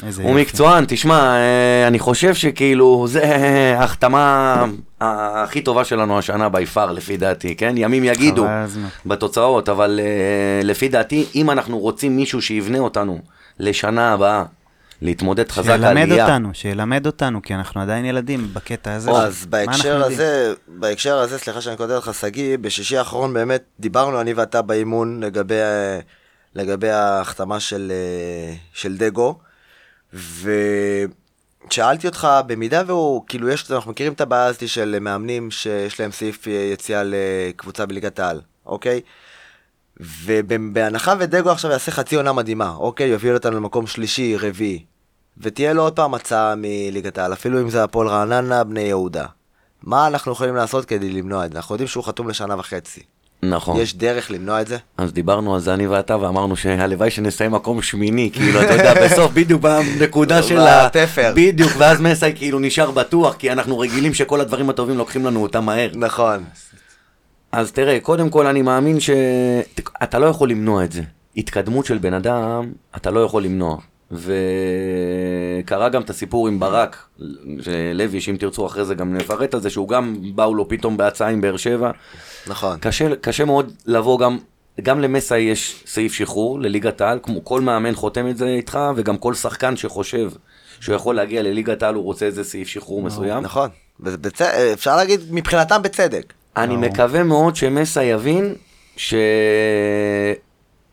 איזה הוא מקצוען, תשמע, אה, אני חושב שכאילו, זה אה, ההחתמה הכי טובה שלנו השנה בי פאר, לפי דעתי, כן? ימים יגידו חבל על הזמן. בתוצאות, אבל אה, לפי דעתי, אם אנחנו רוצים מישהו שיבנה אותנו לשנה הבאה, להתמודד חזק עלייה... שילמד אותנו, שילמד אותנו, כי אנחנו עדיין ילדים בקטע הזה. אז מה אנחנו בהקשר יודעים? הזה, בהקשר הזה, סליחה שאני קוטע אותך, שגיא, בשישי האחרון באמת דיברנו אני ואתה באימון לגבי, ה- לגבי ההחתמה של, אה, של דגו, ושאלתי אותך, במידה והוא, כאילו, יש, אנחנו מכירים את הבעיה הזאת של מאמנים שיש להם סעיף אה, יציאה לקבוצה בליגת העל, אוקיי? ובהנחה ודגו עכשיו יעשה חצי עונה מדהימה, אוקיי? יוביל אותנו למקום שלישי, רביעי. ותהיה לו עוד פעם הצעה מליגת העל, אפילו אם זה הפועל רעננה, בני יהודה. מה אנחנו יכולים לעשות כדי למנוע את זה? אנחנו יודעים שהוא חתום לשנה וחצי. נכון. יש דרך למנוע את זה? אז דיברנו על זה אני ואתה, ואמרנו שהלוואי שנסיים מקום שמיני, כאילו, אתה יודע, בסוף בדיוק בנקודה של ה... בתפר. בדיוק, ואז מסי כאילו נשאר בטוח, כי אנחנו רגילים שכל הדברים הטובים לוקחים לנו אותם מהר. נכון. אז תראה, קודם כל אני מאמין ש... אתה לא יכול למנוע את זה. התקדמות של בן אדם, אתה לא יכול למנוע. וקרה גם את הסיפור עם ברק, לוי, שאם תרצו אחרי זה גם נפרט על זה, שהוא גם באו לו פתאום בהצעה עם באר שבע. נכון. קשה, קשה מאוד לבוא גם, גם למסאי יש סעיף שחרור לליגת העל, כמו כל מאמן חותם את זה איתך, וגם כל שחקן שחושב שהוא יכול להגיע לליגת העל, הוא רוצה איזה סעיף שחרור מסוים. נכון. וזה בצ- אפשר להגיד מבחינתם בצדק. אני מקווה מאוד שמסאי יבין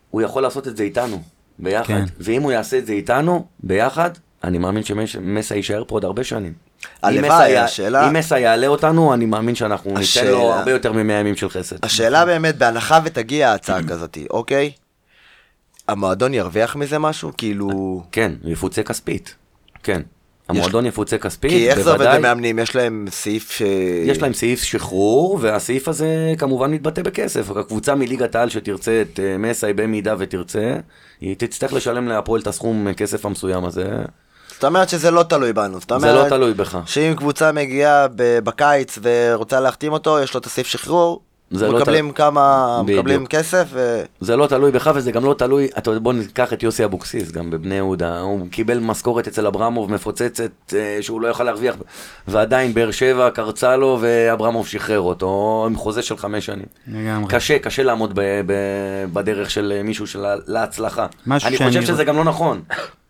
שהוא יכול לעשות את זה איתנו, ביחד. כן. ואם הוא יעשה את זה איתנו, ביחד, אני מאמין שמסאי יישאר פה עוד הרבה שנים. הלוואי, אם מסאי- השאלה- אם מסאי יעלה אותנו, אני מאמין שאנחנו ניתן לו השאלה- הרבה יותר מ-100 ימים של חסד. השאלה באמת, בהנחה ותגיע ההצעה כזאת, אוקיי? המועדון ירוויח מזה משהו? כאילו... כן, הוא יפוצה כספית. כן. המועדון יפוצה כספית, כי איך זה עובד בוודאי. במאמנים? יש להם סעיף אה, ש... יש להם סעיף שחרור, והסעיף הזה כמובן מתבטא בכסף. הקבוצה מליגת העל שתרצה את אה, מסאי במידה ותרצה, היא תצטרך לשלם להפועל את הסכום אה, כסף המסוים הזה. זאת אומרת שזה לא תלוי בנו. זאת זה אומרת... לא תלוי בך. שאם קבוצה מגיעה ב- בקיץ ורוצה להחתים אותו, יש לו את הסעיף שחרור, זה לא מקבלים ת- כמה, בדיוק. מקבלים כסף, ו... זה לא תלוי בך וזה גם לא תלוי, אתה יודע, בוא ניקח את יוסי אבוקסיס, גם בבני יהודה, הוא קיבל משכורת אצל אברמוב מפוצצת אה, שהוא לא יכל להרוויח, ועדיין באר שבע קרצה לו ואברמוב שחרר אותו עם חוזה של חמש שנים. לגמרי. קשה, קשה לעמוד ב, ב, בדרך של אה, מישהו של ה- להצלחה. משהו אני שאני חושב שזה רוצ- גם לא נכון.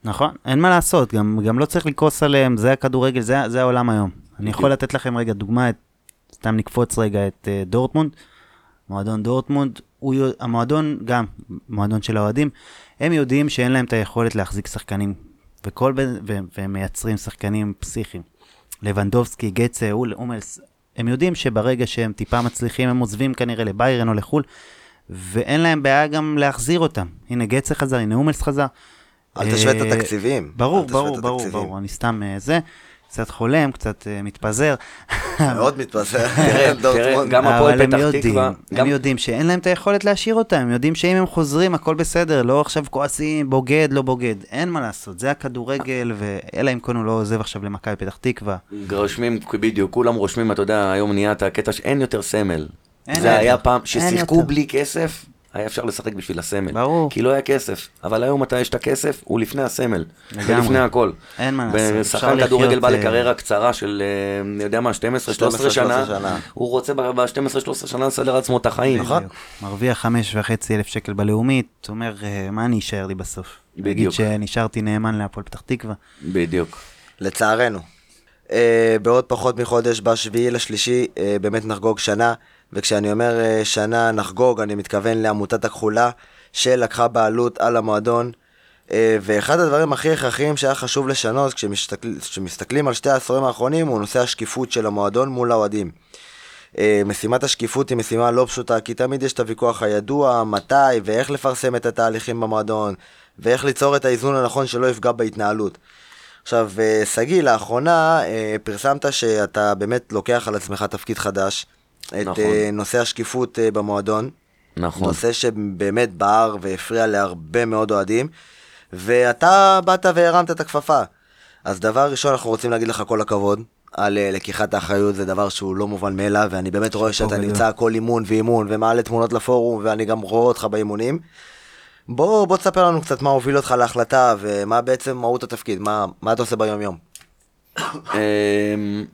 נכון, אין מה לעשות, גם, גם לא צריך לכעוס עליהם, זה הכדורגל, זה, זה העולם היום. אני יכול לתת לכם רגע דוגמה, את, סתם נקפוץ רגע את uh, דורטמונד, מועדון דורטמונד, הוא, יודע- המועדון גם, מועדון של האוהדים, הם יודעים שאין להם את היכולת להחזיק שחקנים, וכל בן, והם, והם מייצרים שחקנים פסיכיים. לבנדובסקי, גצה, אול, אומלס, הם יודעים שברגע שהם טיפה מצליחים, הם עוזבים כנראה לביירן או לחו"ל, ואין להם בעיה גם להחזיר אותם. הנה גצה חזר, הנה אומלס חזר. אל תשווה את אה, התקציבים. אל ברור, תשווה את ברור, ברור, התקציבים. ברור, אני סתם אה, זה, קצת חולם, קצת אה, מתפזר. מאוד מתפזר. תראה, דורטמונד. גם הפועל אבל הם פתח יודעים, תקווה, הם גם- יודעים שאין להם את היכולת להשאיר אותם, הם יודעים שאם הם חוזרים הכל בסדר, לא עכשיו כועסים, בוגד, לא בוגד, אין מה לעשות, זה הכדורגל, ואלא אם כן הוא לא עוזב עכשיו למכבי פתח תקווה. רושמים, בדיוק, כולם רושמים, אתה יודע, היום נהיה את הקטע שאין יותר סמל. אין זה יותר. היה פעם, אין ששיחקו יותר. בלי כסף, היה אפשר לשחק בשביל הסמל. ברור. כי לא היה כסף. אבל היום אתה, יש את הכסף, הוא לפני הסמל. לגמרי. לגמרי. לפני הכל. אין מה לעשות, אפשר ושחקן כדורגל לחיות, בא אה, לקריירה קצרה של, אה, אני יודע מה, שנה. 12-13 שנה. הוא רוצה ב-12-13 שנה לסדר לעצמו את החיים. בדיוק. אה, מרוויח חמש וחצי אלף שקל בלאומית, אומר, "אה, מה אני אשאר לי בסוף? נגיד בדיוק. שנשארתי נאמן להפועל פתח תקווה. בדיוק. לצערנו. Uh, בעוד פחות מחודש, בשביעי לשלישי, uh, באמת נחגוג שנה, וכשאני אומר uh, שנה נחגוג, אני מתכוון לעמותת הכחולה, שלקחה בעלות על המועדון. Uh, ואחד הדברים הכי הכרחיים שהיה חשוב לשנות כשמסתכל- כשמסתכלים על שתי העשורים האחרונים הוא נושא השקיפות של המועדון מול האוהדים. אה, משימת השקיפות היא משימה לא פשוטה, כי תמיד יש את הוויכוח הידוע, מתי ואיך לפרסם את התהליכים במועדון, ואיך ליצור את האיזון הנכון שלא יפגע בהתנהלות. עכשיו, אה, שגיא, לאחרונה אה, פרסמת שאתה באמת לוקח על עצמך תפקיד חדש, את נכון. אה, נושא השקיפות אה, במועדון. נכון. נושא שבאמת בער והפריע להרבה מאוד אוהדים, ואתה באת והרמת את הכפפה. אז דבר ראשון, אנחנו רוצים להגיד לך כל הכבוד על אה, לקיחת האחריות, זה דבר שהוא לא מובן מאליו, ואני באמת רואה שאתה גדול. נמצא כל אימון ואימון, ומעלה תמונות לפורום, ואני גם רואה אותך באימונים. בוא, בוא תספר לנו קצת מה הוביל אותך להחלטה, ומה בעצם מהות התפקיד, מה, מה אתה עושה ביום-יום. אמ,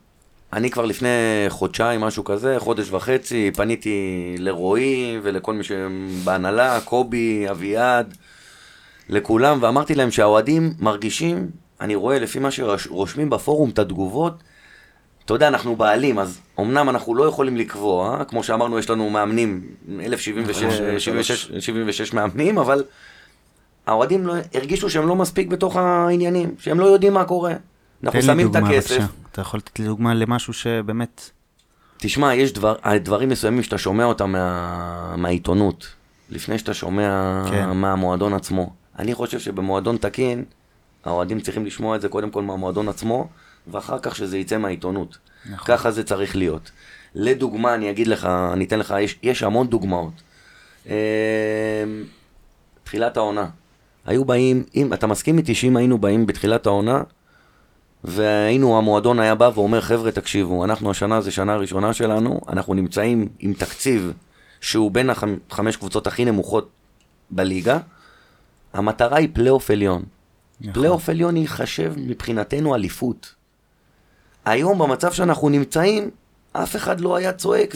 אני כבר לפני חודשיים, משהו כזה, חודש וחצי, פניתי לרועי ולכל מי שבהנהלה, קובי, אביעד, לכולם, ואמרתי להם שהאוהדים מרגישים, אני רואה לפי מה שרושמים בפורום את התגובות, אתה יודע, אנחנו בעלים, אז אמנם אנחנו לא יכולים לקבוע, כמו שאמרנו, יש לנו מאמנים, נכון, 1,076 76 76 מאמנים, אבל האוהדים לא, הרגישו שהם לא מספיק בתוך העניינים, שהם לא יודעים מה קורה. תן אנחנו לי שמים את דוגמה, הכסף. בבקשה. אתה יכול לתת לי דוגמה למשהו שבאמת... תשמע, יש דבר, אה, דברים מסוימים שאתה שומע אותם מה, מהעיתונות, לפני שאתה שומע כן. כן. מהמועדון עצמו. אני חושב שבמועדון תקין, האוהדים צריכים לשמוע את זה קודם כל מהמועדון עצמו, ואחר כך שזה יצא מהעיתונות. נכון. נכון. ככה זה צריך להיות. לדוגמה, אני אגיד לך, אני אתן לך, יש, יש המון דוגמאות. אמ, תחילת העונה. היו באים, אם, אתה מסכים איתי שאם היינו באים בתחילת העונה, והיינו, המועדון היה בא ואומר, חבר'ה, תקשיבו, אנחנו השנה, זו שנה ראשונה שלנו, אנחנו נמצאים עם תקציב שהוא בין החמש קבוצות הכי נמוכות בליגה, המטרה היא פלייאוף עליון. נכון. פלייאוף עליון ייחשב מבחינתנו אליפות. היום, במצב שאנחנו נמצאים, אף אחד לא היה צועק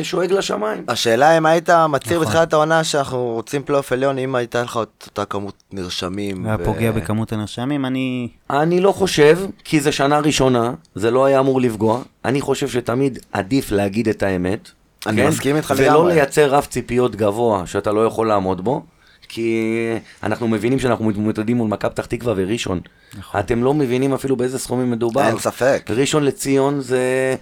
ושואג לשמיים. השאלה אם היית מצהיר נכון. בתחילת העונה שאנחנו רוצים פלייאוף עליון, אם הייתה לך את אותה כמות נרשמים. והיה ו- פוגע בכמות הנרשמים, אני... אני לא חושב, כי זה שנה ראשונה, זה לא היה אמור לפגוע. אני חושב שתמיד עדיף להגיד את האמת. כן? אני מסכים איתך ולא לגמרי. לייצר רף ציפיות גבוה שאתה לא יכול לעמוד בו, כי אנחנו מבינים שאנחנו מתמודדים מול מכבי פתח תקווה וראשון. נכון. נכון. אתם לא מבינים אפילו באיזה סכומים מדובר. אין ספק. ראשון לציון זה...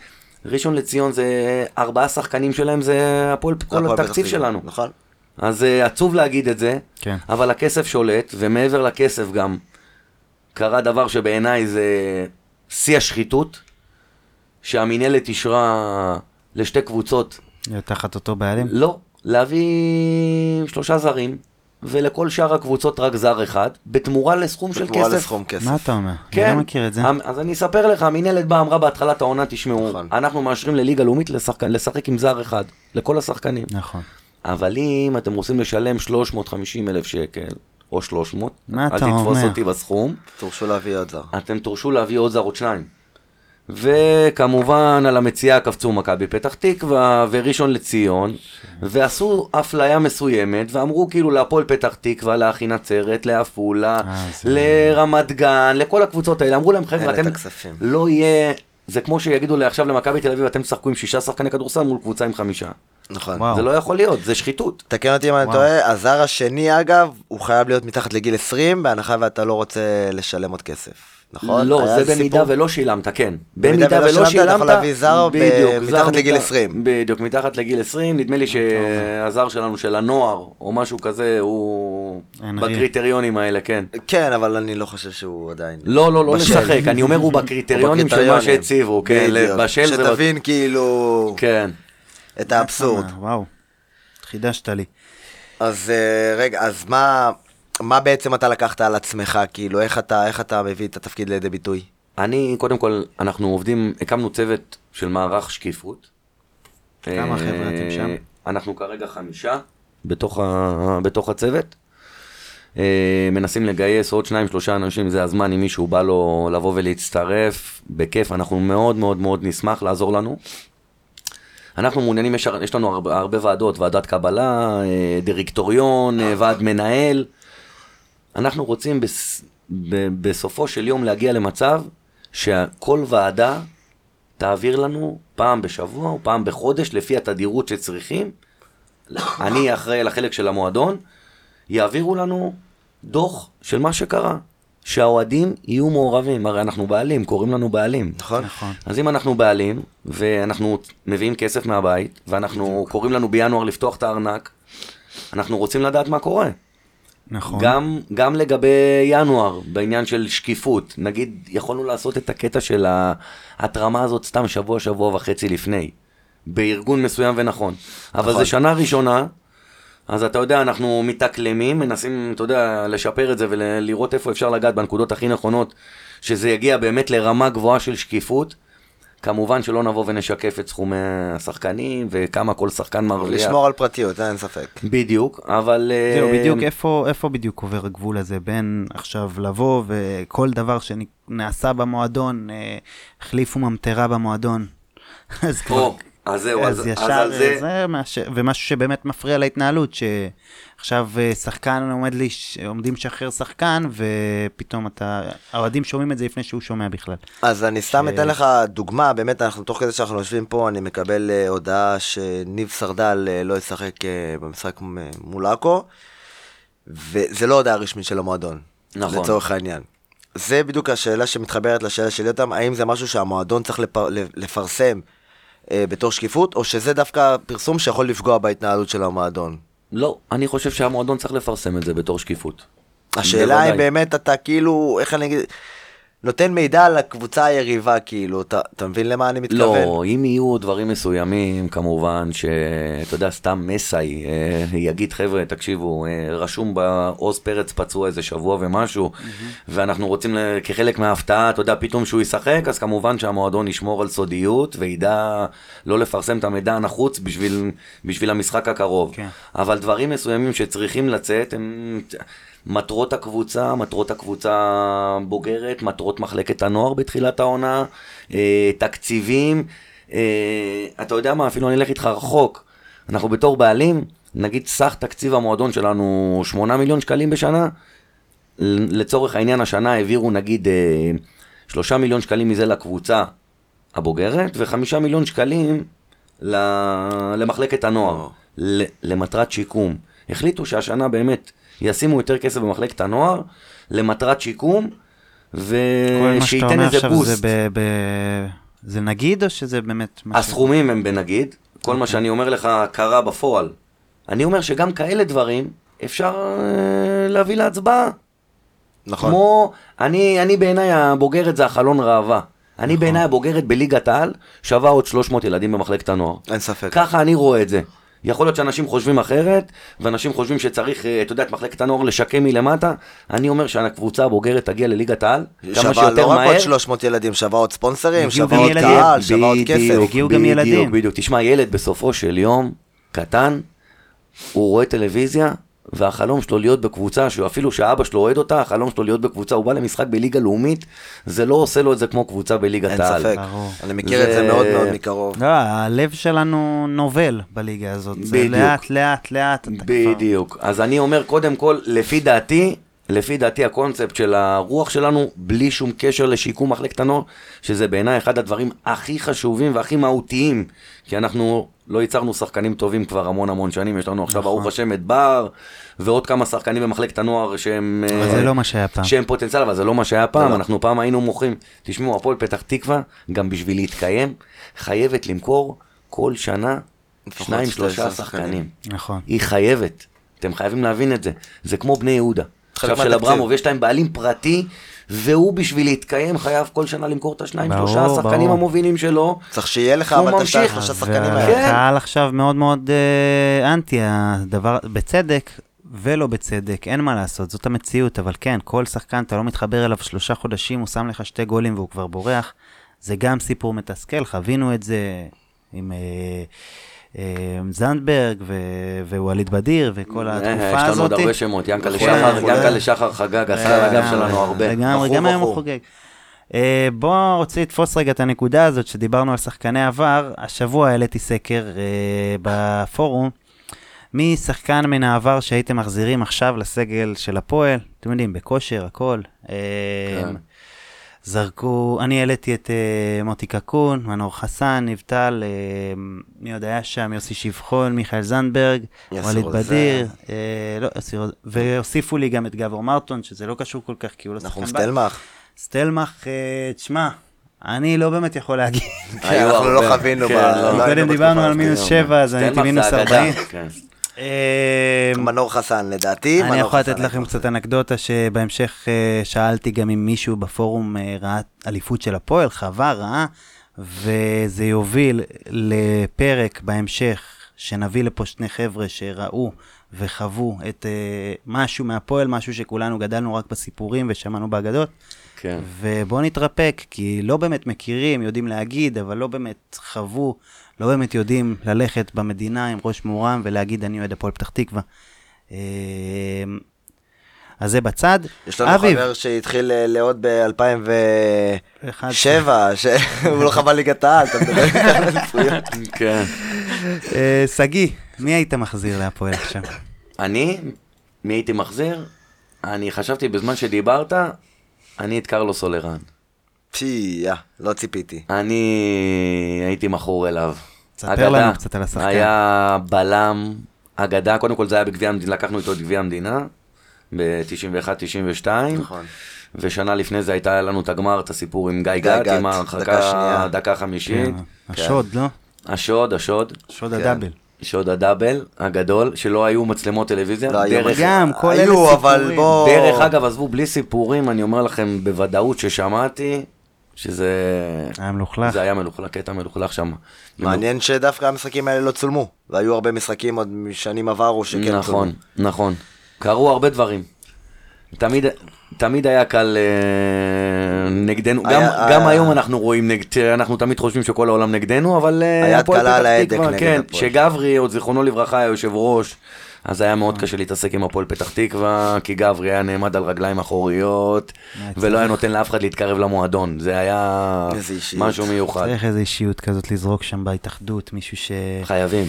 ראשון לציון זה ארבעה שחקנים שלהם, זה הפועל, כל הפועל פתח התקציב תקווה. שלנו. נכון. אז אה, עצוב להגיד את זה, כן. אבל הכסף שולט, ומעבר לכסף גם קרה דבר שבעיניי זה שיא השחיתות, שהמינהלת אישרה לשתי קבוצות, להיות תחת אותו בעלים. לא, להביא שלושה זרים, ולכל שאר הקבוצות רק זר אחד, בתמורה לסכום של בתמורה כסף. לסכום כסף. מה אתה אומר? אני כן, לא מכיר את זה. המ- אז אני אספר לך, המינהלת באה, אמרה בהתחלת העונה, תשמעו, נכון. אנחנו מאשרים לליגה לאומית לשחק- לשחק עם זר אחד, לכל השחקנים. נכון. אבל אם אתם רוצים לשלם 350 אלף שקל, או 300, מה אל אתה תתפוס אומר? אותי בסכום, תורשו להביא עוד זר. אתם תורשו להביא עוד זר עוד שניים. וכמובן על המציאה קפצו מכבי פתח תקווה וראשון לציון, ועשו אפליה מסוימת, ואמרו כאילו להפועל פתח תקווה, לאחי נצרת, לעפולה, אה, זה- לרמת גן, לכל הקבוצות האלה, אמרו להם אין חבר'ה, את אתם הכספים." לא יהיה, זה כמו שיגידו לי עכשיו למכבי תל אביב, אתם תשחקו עם שישה שחקני כדורסל מול קבוצה עם חמישה. נכון. וואו. זה לא יכול להיות, זה שחיתות. תקן אותי אם אני וואו. טועה, הזר השני אגב, הוא חייב להיות מתחת לגיל 20, בהנחה ואתה לא רוצה לשלם עוד כסף. נכון? לא, היה זה במידה סיפור? ולא שילמת, כן. במידה במידה ולא שילמת, ולא אתה שילמת, יכול להביא זר אה, ב- בדיוק, זר מתחת לגיל מת- 20. בדיוק, מתחת לגיל 20, נדמה לי שהזר שלנו, של הנוער, או משהו כזה, הוא אנרי. בקריטריונים האלה, כן. כן, אבל אני לא חושב שהוא עדיין... לא, לא, לא בשל. לשחק, אני אומר הוא בקריטריונים של מה שהציבו, כן, בדיוק. בשל זה... שתבין כאילו כן. את האבסורד. אה, וואו, חידשת לי. אז אה, רגע, אז מה... מה בעצם אתה לקחת על עצמך, כאילו, איך אתה, איך אתה מביא את התפקיד לידי ביטוי? אני, קודם כל, אנחנו עובדים, הקמנו צוות של מערך שקיפות. כמה אה, חבר'ה אתם שם? אנחנו כרגע חמישה בתוך, ה, בתוך הצוות. אה, מנסים לגייס עוד שניים, שלושה אנשים, זה הזמן, אם מישהו בא לו לבוא ולהצטרף, בכיף, אנחנו מאוד מאוד מאוד נשמח לעזור לנו. אנחנו מעוניינים, יש, הר- יש לנו הרבה, הרבה ועדות, ועדת קבלה, אה, דירקטוריון, אה, ועד מנהל. אנחנו רוצים בס... ב... בסופו של יום להגיע למצב שכל ועדה תעביר לנו פעם בשבוע או פעם בחודש, לפי התדירות שצריכים. אני אחראי על החלק של המועדון, יעבירו לנו דוח של מה שקרה. שהאוהדים יהיו מעורבים, הרי אנחנו בעלים, קוראים לנו בעלים. נכון? נכון. אז אם אנחנו בעלים, ואנחנו מביאים כסף מהבית, ואנחנו קוראים לנו בינואר לפתוח את הארנק, אנחנו רוצים לדעת מה קורה. נכון. גם, גם לגבי ינואר, בעניין של שקיפות, נגיד, יכולנו לעשות את הקטע של ההתרמה הזאת סתם שבוע, שבוע וחצי לפני, בארגון מסוים ונכון. אבל נכון. זו שנה ראשונה, אז אתה יודע, אנחנו מתאקלמים, מנסים, אתה יודע, לשפר את זה ולראות איפה אפשר לגעת בנקודות הכי נכונות, שזה יגיע באמת לרמה גבוהה של שקיפות. כמובן שלא נבוא ונשקף את סכומי השחקנים וכמה כל שחקן מרוויח. לשמור על פרטיות, אה, אין ספק. בדיוק, אבל... אה, זהו, בדיוק איפה, איפה בדיוק עובר הגבול הזה בין עכשיו לבוא וכל דבר שנעשה במועדון, אה, החליפו ממטרה במועדון. אז כבר, או, אז זהו, אז אז, ישר, אה, אז על זה... זה מש... ומשהו שבאמת מפריע להתנהלות, שעכשיו אה, שחקן עומד לי, עומדים לשחרר שחקן, ופתאום אתה, האוהדים שומעים את זה לפני שהוא שומע בכלל. אז אני סתם ש- אתן לך דוגמה, באמת, אנחנו תוך כדי שאנחנו יושבים פה, אני מקבל אה, הודעה שניב סרדל אה, לא ישחק אה, במשחק מ- מול עכו, וזה לא הודעה רשמית של המועדון. נכון. לצורך העניין. זה בדיוק השאלה שמתחברת לשאלה שלי אותם, האם זה משהו שהמועדון צריך לפר, לפרסם אה, בתור שקיפות, או שזה דווקא פרסום שיכול לפגוע בהתנהלות של המועדון. לא, אני חושב שהמועדון צריך לפרסם את זה בתור שקיפות. השאלה בוודאי. אם באמת אתה כאילו, איך אני אגיד, נותן מידע על הקבוצה היריבה, כאילו, אתה, אתה מבין למה אני מתכוון? לא, אם יהיו דברים מסוימים, כמובן, שאתה יודע, סתם מסאי אה, יגיד, חבר'ה, תקשיבו, אה, רשום בעוז פרץ פצוע איזה שבוע ומשהו, ואנחנו רוצים ל- כחלק מההפתעה, אתה יודע, פתאום שהוא ישחק, אז כמובן שהמועדון ישמור על סודיות וידע לא לפרסם את המידע הנחוץ בשביל, בשביל המשחק הקרוב. כן. אבל דברים מסוימים שצריכים לצאת הם מטרות הקבוצה, מטרות הקבוצה הבוגרת, מטרות מחלקת הנוער בתחילת העונה, אה, תקציבים, אה, אתה יודע מה, אפילו אני אלך איתך רחוק, אנחנו בתור בעלים, נגיד סך תקציב המועדון שלנו 8 מיליון שקלים בשנה, ל- לצורך העניין השנה העבירו נגיד אה, 3 מיליון שקלים מזה לקבוצה הבוגרת, ו-5 מיליון שקלים ל- למחלקת הנוער, ל- למטרת שיקום. החליטו שהשנה באמת ישימו יותר כסף במחלקת הנוער למטרת שיקום, כל מה שאתה ושייתן אומר אה, איזה עכשיו בוסט. זה, ב, ב... זה נגיד, או שזה באמת... מה ש- הסכומים הם בנגיד, כל אוקיי. מה שאני אומר לך קרה בפועל. אני אומר שגם כאלה דברים אפשר אה, להביא להצבעה. נכון. כמו, אני, אני בעיניי הבוגרת זה החלון ראווה. נכון. אני בעיניי הבוגרת בליגת העל שווה עוד 300 ילדים במחלקת הנוער. אין ספק. ככה אני רואה את זה. יכול להיות שאנשים חושבים אחרת, ואנשים חושבים שצריך, אה, אתה יודע, את מחלקת הנוער לשקם מלמטה. אני אומר שהקבוצה הבוגרת תגיע לליגת העל, כמה שווה שיותר לא רק עוד מהר. 300 ילדים, שווה עוד ספונסרים, הגיעו שווה גם עוד ילדים. קהל, שווה עוד בדיוק, כסף. הגיעו גם ילדים. בדיוק, בדיוק. תשמע, ילד בסופו של יום, קטן, הוא רואה טלוויזיה, והחלום שלו להיות בקבוצה, שהוא אפילו שאבא שלו אוהד אותה, החלום שלו להיות בקבוצה, הוא בא למשחק בליגה לאומית, זה לא עושה לו את זה כמו קבוצה בליגת אין העל. ספק. ברור. אני מכיר את זה מאוד מאוד מקרוב. לא, הלב שלנו נובל בליגה הזאת. זה בדיוק. לאט, לאט, לאט. אתה כבר- בדיוק. אז אני אומר, קודם כל, לפי דעתי, לפי דעתי הקונספט של הרוח שלנו, בלי שום קשר לשיקום מחלקת הנוער, שזה בעיניי אחד הדברים הכי חשובים והכי מהותיים, כי אנחנו לא ייצרנו שחקנים טובים כבר המון המון שנים, יש לנו נכון. עכשיו, ברוך השם, את בר, ועוד כמה שחקנים במחלקת הנוער שהם... אבל אה, זה לא מה שהיה פעם. שהם פוטנציאל, אבל זה לא מה שהיה פעם, אנחנו פעם היינו מוכרים. תשמעו, הפועל פתח תקווה, גם בשביל להתקיים, חייבת למכור כל שנה לפחות שניים, שתי שלושה עשר שחקנים. שחקנים. נכון. היא חייבת. אתם חייבים להבין את זה. זה כמו בני יהודה. עכשיו של מהתקציב. אברמוב, יש להם בעלים פרטי, והוא בשביל להתקיים חייב כל שנה למכור את השניים, ברור, שלושה השחקנים ברור. המובילים שלו. צריך שיהיה לך הוא אבל את ממשיך. כן. השניים שלושה שחקנים האלה. והקהל עכשיו מאוד מאוד אה, אנטי הדבר, בצדק ולא בצדק, אין מה לעשות, זאת המציאות, אבל כן, כל שחקן, אתה לא מתחבר אליו שלושה חודשים, הוא שם לך שתי גולים והוא כבר בורח, זה גם סיפור מתסכל, חווינו את זה עם... אה, אה, עם זנדברג ו- ווליד בדיר וכל אה, התקופה יש הזאת. אה, לנו עוד הרבה שמות, ינקלה נכון, שחר, נכון. ינקלה שחר חגג, עשה על הגב שלנו הרבה. לגמרי, בחור, גם היום הוא בחור. חוגג. אה, בוא רוצה לתפוס רגע את הנקודה הזאת שדיברנו על שחקני עבר. השבוע העליתי סקר אה, בפורום. מי שחקן מן העבר שהייתם מחזירים עכשיו לסגל של הפועל? אתם יודעים, בכושר, הכל. אה, כן. זרקו, אני העליתי את אה, מוטי קקון, מנור חסן, נבטל, אה, מי עוד היה שם? יוסי שבחון, מיכאל זנדברג, יאסר ווליד עוזר. בדיר, אה, לא, יוסי עוז- והוסיפו לי גם את גבור מרטון, שזה לא קשור כל כך, כי הוא לא שחקן נחום בת. נכון, סטלמך. סטלמך, אה, תשמע, אני לא באמת יכול להגיד. היו אנחנו הרבה. לא חווינו כן, ב- לא. לא היינו קודם בתקופה דיברנו על הזאת. מינוס שבע, אז אני הייתי סטלמך מינוס זה אגדה. 40. כן. אה, מנור חסן לדעתי. אני מנור יכול לתת חסן. לכם קצת אנקדוטה שבהמשך אה, שאלתי גם אם מישהו בפורום אה, ראה אליפות של הפועל, חווה, ראה, וזה יוביל לפרק בהמשך, שנביא לפה שני חבר'ה שראו וחוו את אה, משהו מהפועל, משהו שכולנו גדלנו רק בסיפורים ושמענו באגדות. כן. ובואו נתרפק, כי לא באמת מכירים, יודעים להגיד, אבל לא באמת חוו, לא באמת יודעים ללכת במדינה עם ראש מורם ולהגיד, אני אוהד הפועל פתח תקווה. אה, אז זה בצד. יש לנו חבר שהתחיל אה, לעוד אחד. ב-2007, שהוא לא חווה ליגת העל, אתה מדבר איתנו על אליפויות. כן. אה, שגיא, מי היית מחזיר להפועל עכשיו? כן, אני, מי הייתי מחזיר? אני חשבתי בזמן שדיברת, אני את קרלו סולרן. פי, יא, לא ציפיתי. אני הייתי מכור אליו. תספר לנו קצת על השחקן. היה בלם, אגדה, קודם כל זה היה בגביע המדינה, לקחנו איתו את גביע המדינה, ב-91-92. נכון. ושנה לפני זה הייתה לנו את הגמר, את הסיפור עם גיא גיא גת, גת, עם דקה ההרחקה, שנייה. דקה חמישית. השוד, לא? השוד, השוד. השוד כן. הדאבל. שוד הדאבל הגדול, שלא היו מצלמות טלוויזיה, לא היו דרך מצלמות. גם, כל אלה היו, אבל סיפורים. בוא... דרך אגב, עזבו, בלי סיפורים, אני אומר לכם בוודאות ששמעתי, שזה... היה מלוכלך. זה היה מלוכלך, קטע מלוכלך שם. מעניין שדווקא המשחקים האלה לא צולמו, והיו הרבה משחקים עוד משנים עברו שכן צולמו. נכון, נכון. קרו הרבה דברים. תמיד, תמיד היה קל אה, נגדנו, היה- גם, היה- גם היום אנחנו רואים, נגד, אנחנו תמיד חושבים שכל העולם נגדנו, אבל... אה, היד הפועל קלה פתח על ההדק תקווה, נגד כן, הפועל. שגברי, עוד זיכרונו לברכה, היה יושב ראש, אז היה מאוד קשה להתעסק עם הפועל פתח תקווה, כי גברי היה נעמד על רגליים אחוריות, ולא היה נותן לאף אחד להתקרב למועדון, זה היה איזה אישיות. משהו מיוחד. צריך איזו אישיות כזאת לזרוק שם בהתאחדות, מישהו ש... חייבים,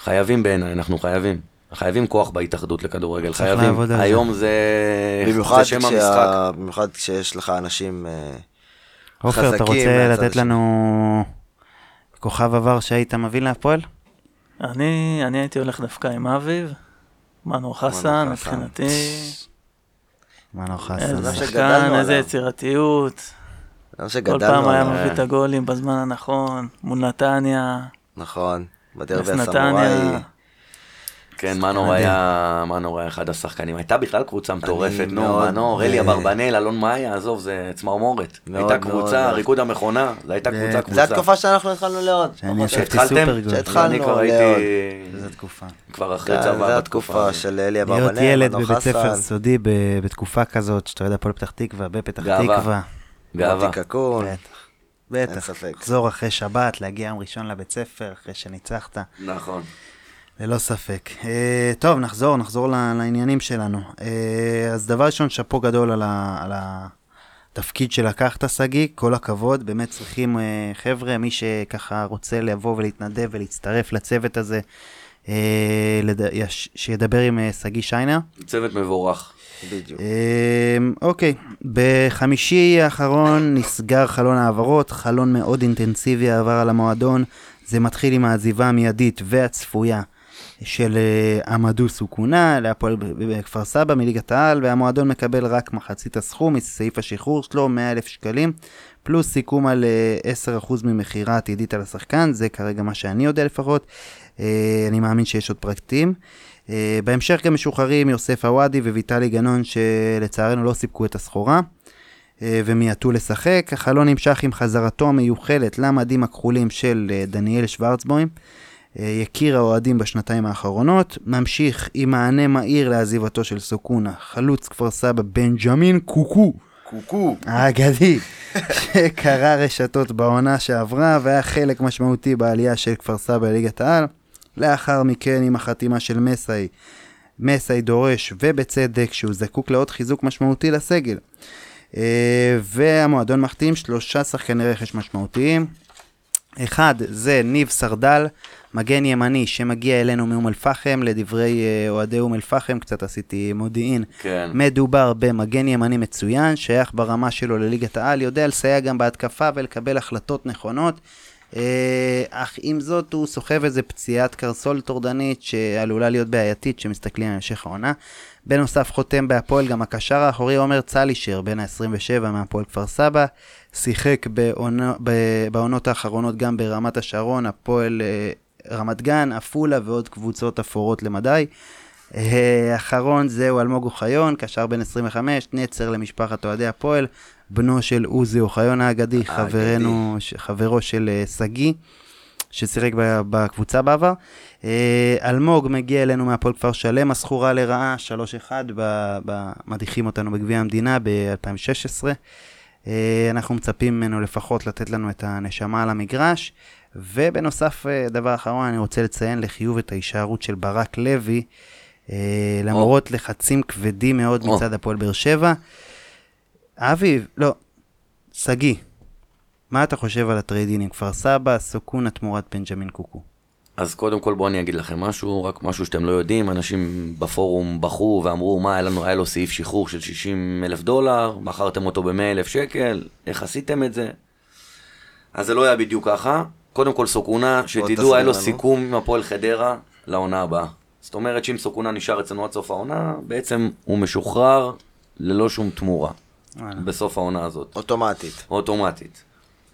חייבים בעיניי, אנחנו חייבים. חייבים כוח בהתאחדות לכדורגל, צריך חייבים. לעבוד על זה. היום זה, במיוחד זה שם כשה- המשחק. במיוחד כשיש לך אנשים... אה, עופר, אתה חזקים רוצה מהצד לתת השני. לנו כוכב עבר שהיית מביא להפועל? אני, אני הייתי הולך דווקא עם אביב, מנור חסן, חסן. מבחינתי, מנור חסן. איזה אה, זה שחקן, שגדלנו איזה עליו. יצירתיות, לא כל שגדלנו פעם היה עליו. מביא את הגולים בזמן הנכון, מול נתניה, נכון, נס בדרבי הסמוראי. נתניה, כן, מנור היה, מנור היה אחד השחקנים. הייתה בכלל קבוצה מטורפת, נו, מאוד, מנור, אה, אלי אברבנאל, אלון מאיה, עזוב, זה צמרמורת. מאוד, הייתה מאוד, קבוצה, מאוד. ריקוד המכונה, זו הייתה קבוצה זה אה, קבוצה. התקופה שאנחנו התחלנו לעוד. שאני ישבתי שהתחלתם? סופרגול. שהתחלנו, אני כבר לעוד. הייתי איזה תקופה. כבר אחרי צבא. זו בתקופה התקופה הזאת. של אלי אברבנאל, להיות ילד מנור בבית ספר חסן, סודי ב- בתקופה כזאת, שאתה אוהד הפועל פתח תקווה, בפתח גאווה. תקווה. גאווה. מוטי קקון. בטח. בטח. ספק. לחזור אחרי שבת, להגיע יום ראשון לבית ספר, אחרי שניצחת. נכון. ללא ספק. אה, טוב, נחזור, נחזור ל- לעניינים שלנו. אה, אז דבר ראשון, שאפו גדול על, ה, על התפקיד שלקחת, שגיא, כל הכבוד. באמת צריכים, אה, חבר'ה, מי שככה רוצה לבוא ולהתנדב ולהצטרף לצוות הזה, אה, לד... יש- שידבר עם אה, שגיא שיינר. צוות מבורך. בדיוק. אמ, אוקיי, בחמישי האחרון נסגר חלון העברות, חלון מאוד אינטנסיבי עבר על המועדון. זה מתחיל עם העזיבה המיידית והצפויה של אה, עמדו סוכונה להפועל ב- ב- בכפר סבא מליגת העל, והמועדון מקבל רק מחצית הסכום מסעיף השחרור שלו, 100,000 שקלים, פלוס סיכום על אה, 10% ממכירה עתידית על השחקן, זה כרגע מה שאני יודע לפחות. אה, אני מאמין שיש עוד פרקטים. אה, בהמשך גם משוחררים יוסף עוואדי וויטלי גנון שלצערנו לא סיפקו את הסחורה אה, ומיעטו לשחק. החלון נמשך עם חזרתו המיוחלת למדים הכחולים של אה, דניאל שוורצבוים, אה, יקיר האוהדים בשנתיים האחרונות. ממשיך עם מענה מהיר לעזיבתו של סוכונה, חלוץ כפר סבא בנג'מין קוקו. קוקו. האגדי, שקרע רשתות בעונה שעברה והיה חלק משמעותי בעלייה של כפר סבא לליגת העל. לאחר מכן עם החתימה של מסאי, מסאי דורש, ובצדק, שהוא זקוק לעוד חיזוק משמעותי לסגל. אה, והמועדון מחתים שלושה שחקני רכש משמעותיים. אחד זה ניב סרדל, מגן ימני שמגיע אלינו מאום אל-פחם, לדברי אה, אוהדי אום אל-פחם, קצת עשיתי מודיעין. כן. מדובר במגן ימני מצוין, שייך ברמה שלו לליגת העל, יודע לסייע גם בהתקפה ולקבל החלטות נכונות. אה, אך עם זאת הוא סוחב איזה פציעת קרסול טורדנית שעלולה להיות בעייתית כשמסתכלים על המשך העונה. בנוסף חותם בהפועל גם הקשר האחורי עומר צלישר, בן ה-27 מהפועל כפר סבא. שיחק בעונה, ב- בעונות האחרונות גם ברמת השרון, הפועל אה, רמת גן, עפולה ועוד קבוצות אפורות למדי. אה, אחרון זהו אלמוג אוחיון, קשר בן 25, נצר למשפחת אוהדי הפועל, בנו של עוזי אוחיון האגדי, חברנו, ש- חברו של אה, שגיא, ששיחק ב- בקבוצה בעבר. אה, אלמוג מגיע אלינו מהפועל כפר שלם, הסחורה לרעה, 3-1, ב- ב- מדיחים אותנו בגביע המדינה ב-2016. אה, אנחנו מצפים ממנו לפחות לתת לנו את הנשמה על המגרש. ובנוסף, אה, דבר אחרון, אני רוצה לציין לחיוב את ההישארות של ברק לוי, אה, למרות לחצים כבדים מאוד או. מצד הפועל באר שבע. אביב, לא, שגיא, מה אתה חושב על הטריידין עם כפר סבא, סוכונה תמורת בנג'מין קוקו? אז קודם כל בואו אני אגיד לכם משהו, רק משהו שאתם לא יודעים, אנשים בפורום בכו ואמרו מה היה לנו, היה לו סעיף שחרור של 60 אלף דולר, מכרתם אותו ב-100 אלף שקל, איך עשיתם את זה? אז זה לא היה בדיוק ככה, קודם כל סוכונה, תסביר שתדעו היה לו לנו. סיכום עם הפועל חדרה לעונה הבאה. זאת אומרת שאם סוכונה נשאר אצלנו עד סוף העונה, בעצם הוא משוחרר ללא שום תמורה בסוף העונה הזאת. אוטומטית. אוטומטית.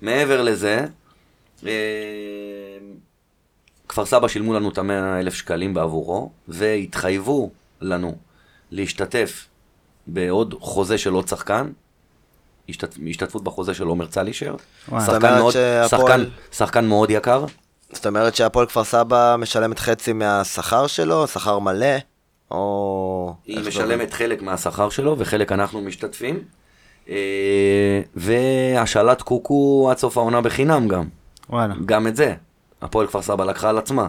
מעבר לזה, אה, כפר סבא שילמו לנו את המאה אלף שקלים בעבורו, והתחייבו לנו להשתתף בעוד חוזה של עוד שחקן, השתת, השתתפות בחוזה של עומר צלישר, וואי. זאת אומרת שחקן מאוד, שהפועל- שחקן, שחקן מאוד יקר, זאת אומרת שהפועל כפר סבא משלמת חצי מהשכר שלו, שכר מלא, או... היא איך זה משלמת חלק מהשכר שלו וחלק אנחנו משתתפים, אה, והשאלת קוקו עד סוף העונה בחינם גם. וואלה. גם את זה, הפועל כפר סבא לקחה על עצמה.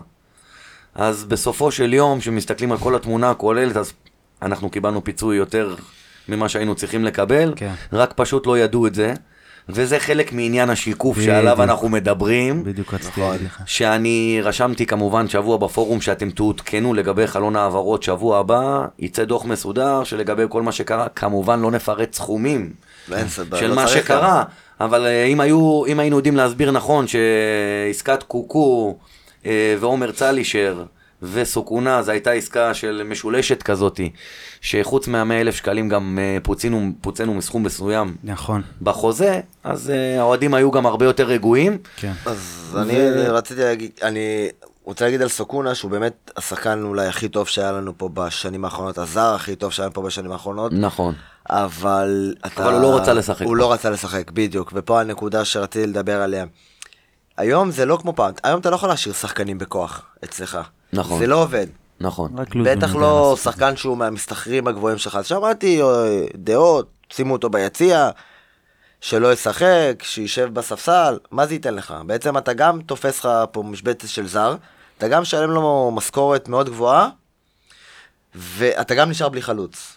אז בסופו של יום, כשמסתכלים על כל התמונה הכוללת, אז אנחנו קיבלנו פיצוי יותר ממה שהיינו צריכים לקבל, כן. רק פשוט לא ידעו את זה, וזה חלק מעניין השיקוף בדיוק. שעליו אנחנו מדברים. בדיוק רציתי נכון. להגיד לך. שאני רשמתי כמובן שבוע בפורום שאתם תעודכנו לגבי חלון העברות שבוע הבא, יצא דוח מסודר שלגבי כל מה שקרה, כמובן לא נפרט סכומים ואין סבבה, של לא מה צריך שקרה, אבל אה, אם היו- אם היינו יודעים להסביר נכון שעסקת קוקו אה, ועומר צלישר וסוכונה, זו הייתה עסקה של משולשת כזאתי, שחוץ מהמאה אלף שקלים גם אה, פוצינו- פוצינו מסכום מסוים נכון, בחוזה, אז אה, האוהדים היו גם הרבה יותר רגועים. כן. אז אני רציתי להגיד, אני רוצה להגיד על סוכונה, שהוא באמת השחקן אולי הכי טוב שהיה לנו פה בשנים האחרונות, הזר הכי טוב שהיה לנו פה בשנים האחרונות, נכון. אבל אתה... אבל הוא לא רצה לשחק הוא פה. לא רצה לשחק, בדיוק, ופה הנקודה שרציתי לדבר עליה. היום זה לא כמו פעם, היום אתה לא יכול להשאיר שחקנים בכוח אצלך. נכון. זה לא עובד. נכון. רק לוזון בטח יודע לא לעשות את זה. שחקן שהוא מהמשתכרים הגבוהים שלך. אז שמעתי אה, דעות, שימו אותו ביציע, שלא ישחק, שישב בספסל, מה זה ייתן לך? בעצם אתה גם תופס לך פה משבצת של זר, אתה גם משלם לו משכורת מאוד גבוהה, ואתה גם נשאר בלי חלוץ.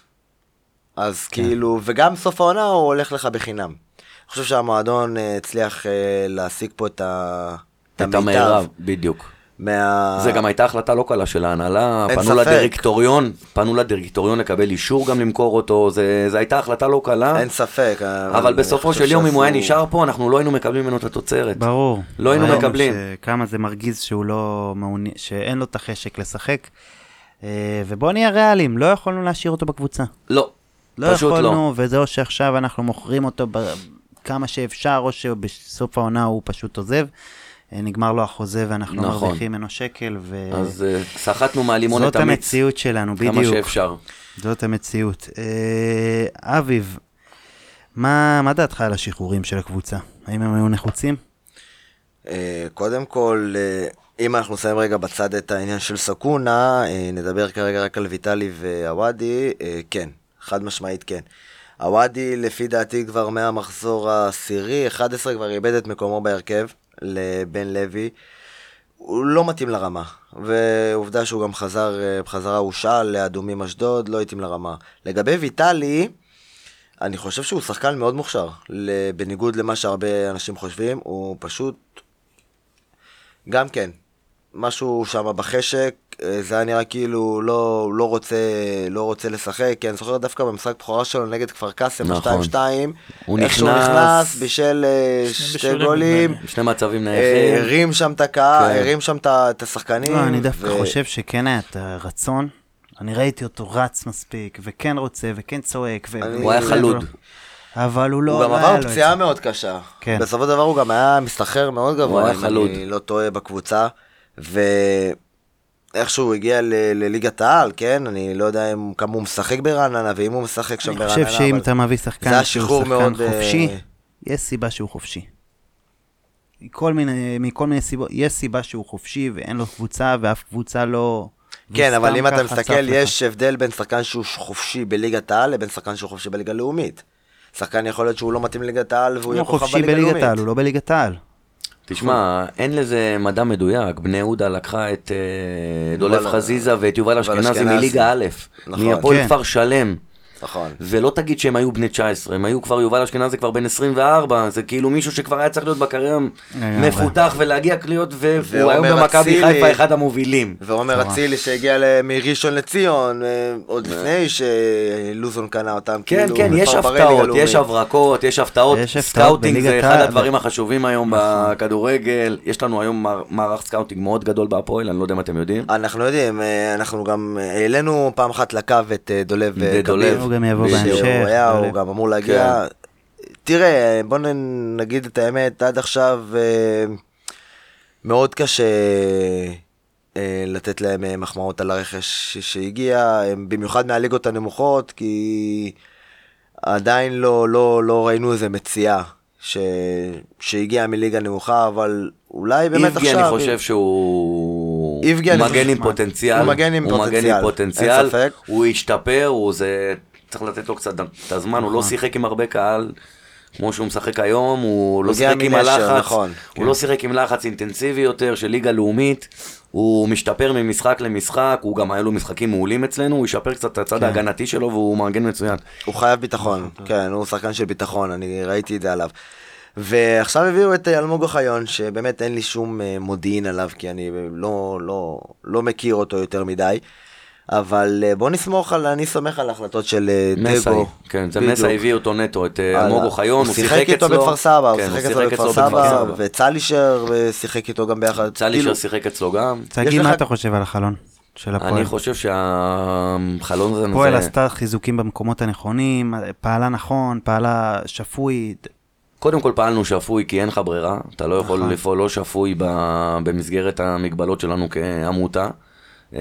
אז כן. כאילו, וגם סוף העונה הוא הולך לך בחינם. אני חושב שהמועדון אה, הצליח אה, להשיג פה את ה... את המערב, בדיוק. מה... זה גם הייתה החלטה לא קלה של ההנהלה, אה. אין פנו ספק. לדירקטוריון, פנו לדירקטוריון לקבל אישור גם למכור אותו, זה- זו הייתה החלטה לא קלה, אין ספק. אה, אבל אני בסופו חושב של יום אם הוא היה שעשו- נשאר פה, אנחנו לא היינו מקבלים ממנו את התוצרת. ברור. לא היינו ראינו מקבלים. כמה זה מרגיז שהוא לא מעוניין, שאין לו את החשק לשחק. אה, ובוא נהיה ריאליים, לא יכולנו להשאיר אותו בקבוצה. לא, לא פשוט לא. יכולנו, וזה או שעכשיו אנחנו מוכרים אותו ב- כמה שאפשר, או שבסוף העונה הוא פשוט עוזב. אה, נגמר לו החוזה ואנחנו נכון. מרוויחים ממנו שקל, ו... אז אה, סחטנו מהלימון זאת את המיץ המציאות שלנו, בדיוק. כמה שאפשר. זאת המציאות. אה, אביב, מה, מה דעתך על השחרורים של הקבוצה? האם הם היו נחוצים? אה, קודם כל, אה, אם אנחנו נסיים רגע בצד את העניין של סכונה, אה, נדבר כרגע רק על ויטלי ועוואדי, אה, כן, חד משמעית כן. עוואדי, לפי דעתי, כבר מהמחזור העשירי, 11 כבר איבד את מקומו בהרכב לבן לוי. הוא לא מתאים לרמה, ועובדה שהוא גם חזר, אה, בחזרה הושאל לאדומים אשדוד, לא התאים לרמה. לגבי ויטלי, אני חושב שהוא שחקן מאוד מוכשר, ל- בניגוד למה שהרבה אנשים חושבים, הוא פשוט גם כן, משהו שם בחשק, אה, זה היה נראה כאילו לא, לא, רוצה, לא רוצה לשחק, כי אני זוכר דווקא במשחק בכורה שלו נגד כפר קאסם, נכון. נכון. 2-2, הוא איך שהוא נכנס- נכנס, בישל אה, שני שתי בישולים, גולים, נדמה עם שני מצבים אה, נייחים, הרים שם את הקהל, כן. הרים שם את ה- את השחקנים. לא, אני דווקא ו- חושב שכן היה את הרצון. אני ראיתי אותו רץ מספיק, וכן רוצה, וכן צועק. ו... אני- הוא היה חלוד. אבל הוא לא... הוא גם לא היה עבר לו את פציעה זה. מאוד קשה. כן. בסופו של דבר הוא גם היה מסתחרר מאוד הוא גבוה, היה אם חלוד. אני לא טועה, בקבוצה. ואיכשהו הוא הגיע ל- לליגת העל, כן? אני לא יודע אם- כמה הוא משחק ברעננה, ואם הוא משחק שם אני ברעננה. חושב שאם אבל- אתה מביא זה שחקן היה שהוא שחרור שחקן מאוד, אה, חופשי, יש סיבה שהוא חופשי. כל מיני, מכל מיני סיבות, יש סיבה שהוא חופשי ואין לו קבוצה ואף קבוצה לא... כן, והוא אבל סתם אם אתה ככה צף מסתכל, לך. יש הבדל בין שחקן שהוא חופשי בליגת העל לבין שחקן שהוא חופשי בליגה לאומית. שחקן יכול להיות שהוא לא מתאים לליגת העל והוא יהיה הוא כוכב חופשי בליגה בליגת העל, הוא לאומית. לא בליגת העל. תשמע, אין לזה מדע מדויק. בני יהודה לקחה את אה, דולף אבל- חזיזה ואת יובל אשכנזי אשכנזי. מליגה א', נכון. מהפועל כן. כפר שלם. נכון. ולא תגיד שהם היו בני 19, הם היו כבר, יובל אשכנזי כבר בן 24, זה כאילו מישהו שכבר היה צריך להיות בקריירה לגמרי. מפותח ולהגיע קליעות, והוא ועומר היום במכבי אצילי. חיפה אחד המובילים. ועומר אצילי שהגיע ל- מראשון לציון, אה, עוד לפני שלוזון קנה אותם. כן, כאילו, כן, יש כבר בליגה הפתעות, לאומית. יש הברקות, יש הפתעות, יש הפתעות סקאוטינג זה בליגת אחד העל. נכון. הדברים החשובים היום בכדורגל, יש לנו היום מע- מערך סקאוטינג מאוד גדול בהפועל, אני לא יודע אם אתם יודעים. אנחנו יודעים, אה, אנחנו גם אה, העלינו פעם אחת לקו את אה, דולב אה, את דולב. קביב. הוא גם יבוא שהוא בדיוק. בהמשך. היה, דולב. הוא גם אמור להגיע. תראה, בוא נ- נגיד את האמת, עד עכשיו אה, מאוד קשה אה, לתת להם אה, מחמאות על הרכש ש- שהגיע, אה, במיוחד מהליגות הנמוכות, כי עדיין לא, לא, לא ראינו איזה מציאה ש... שהגיעה מליגה נמוכה, אבל אולי באמת איבגי, עכשיו... אני חושב שהוא איבגי, הוא אני מגן חושב- עם מה? פוטנציאל. הוא מגן עם הוא מגן פוטנציאל, עם פוטנציאל. אין ספק. הוא השתפר, הוא זה... צריך לתת לו קצת את הזמן, הוא נכון. לא שיחק עם הרבה קהל. כמו שהוא משחק היום, הוא לא מגיע שיחק עם מנשר, הלחץ, נכון, הוא לא שיחק עם לחץ אינטנסיבי יותר של ליגה לאומית, הוא משתפר ממשחק למשחק, הוא גם היה לו משחקים מעולים אצלנו, הוא ישפר קצת את כן. הצד ההגנתי שלו והוא מארגן מצוין. הוא חייב אה, ביטחון, אוקיי. כן, הוא שחקן של ביטחון, אני ראיתי את זה עליו. ועכשיו הביאו את אה, אלמוג אוחיון, שבאמת אין לי שום אה, מודיעין עליו, כי אני אה, לא, לא, לא מכיר אותו יותר מדי. אבל אה, בוא נסמוך על, אני סומך על ההחלטות של אה, מסי, דגו. כן, זה בדיוק. מסי הביא אותו נטו, את אה, הלאה. אלמוג אוחיון, הוא שיחק אצלו. איתו בכפר סבא, הוא כן, שיחק אצלו בכפר סבא, וצלישר אה, שיחק איתו גם ביחד. צלישר כאילו, שיחק אצלו גם. תגיד, יש מה לך- אתה חושב על החלון של הפועל? אני חושב שהחלון הזה... הפועל זה- עשתה חיזוקים במקומות הנכונים, פעלה נכון, פעלה שפוי. קודם כל פעלנו שפוי כי אין לך ברירה, אתה לא יכול נכון. לפעול לא שפוי ב- במסגרת המגבלות שלנו כעמותה. אה,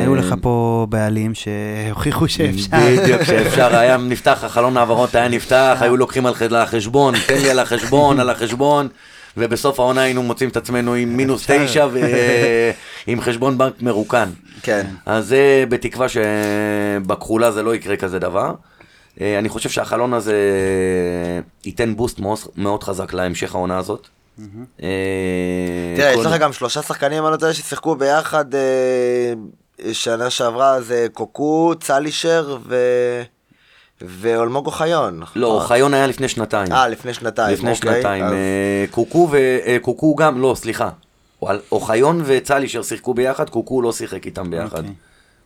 היו לך פה בעלים שהוכיחו שאפשר. בדיוק, שאפשר, היה נפתח, החלון ההעברות היה נפתח, היו לוקחים על חד- על החשבון, תן לי על החשבון, על החשבון, ובסוף העונה היינו מוצאים את עצמנו עם מינוס תשע ועם חשבון בנק מרוקן. כן. אז זה בתקווה שבכחולה זה לא יקרה כזה דבר. אה, אני חושב שהחלון הזה ייתן בוסט מאוד- מאוד חזק להמשך העונה הזאת. אה, תראה, יש כל- לך גם שלושה שחקנים, אני לא יודע, ששיחקו ביחד אה, שנה שעברה, זה קוקו, צלישר ו... ואולמוג אוחיון. נכון? לא, אוחיון היה לפני שנתיים. אה, לפני שנתיים. לפני אוקיי, שנתיים. אז- אה, קוקו ו... אה, קוקו גם, לא, סליחה. אוהל- אוחיון וצלישר שיחקו ביחד, קוקו לא שיחק איתם ביחד. אוקיי.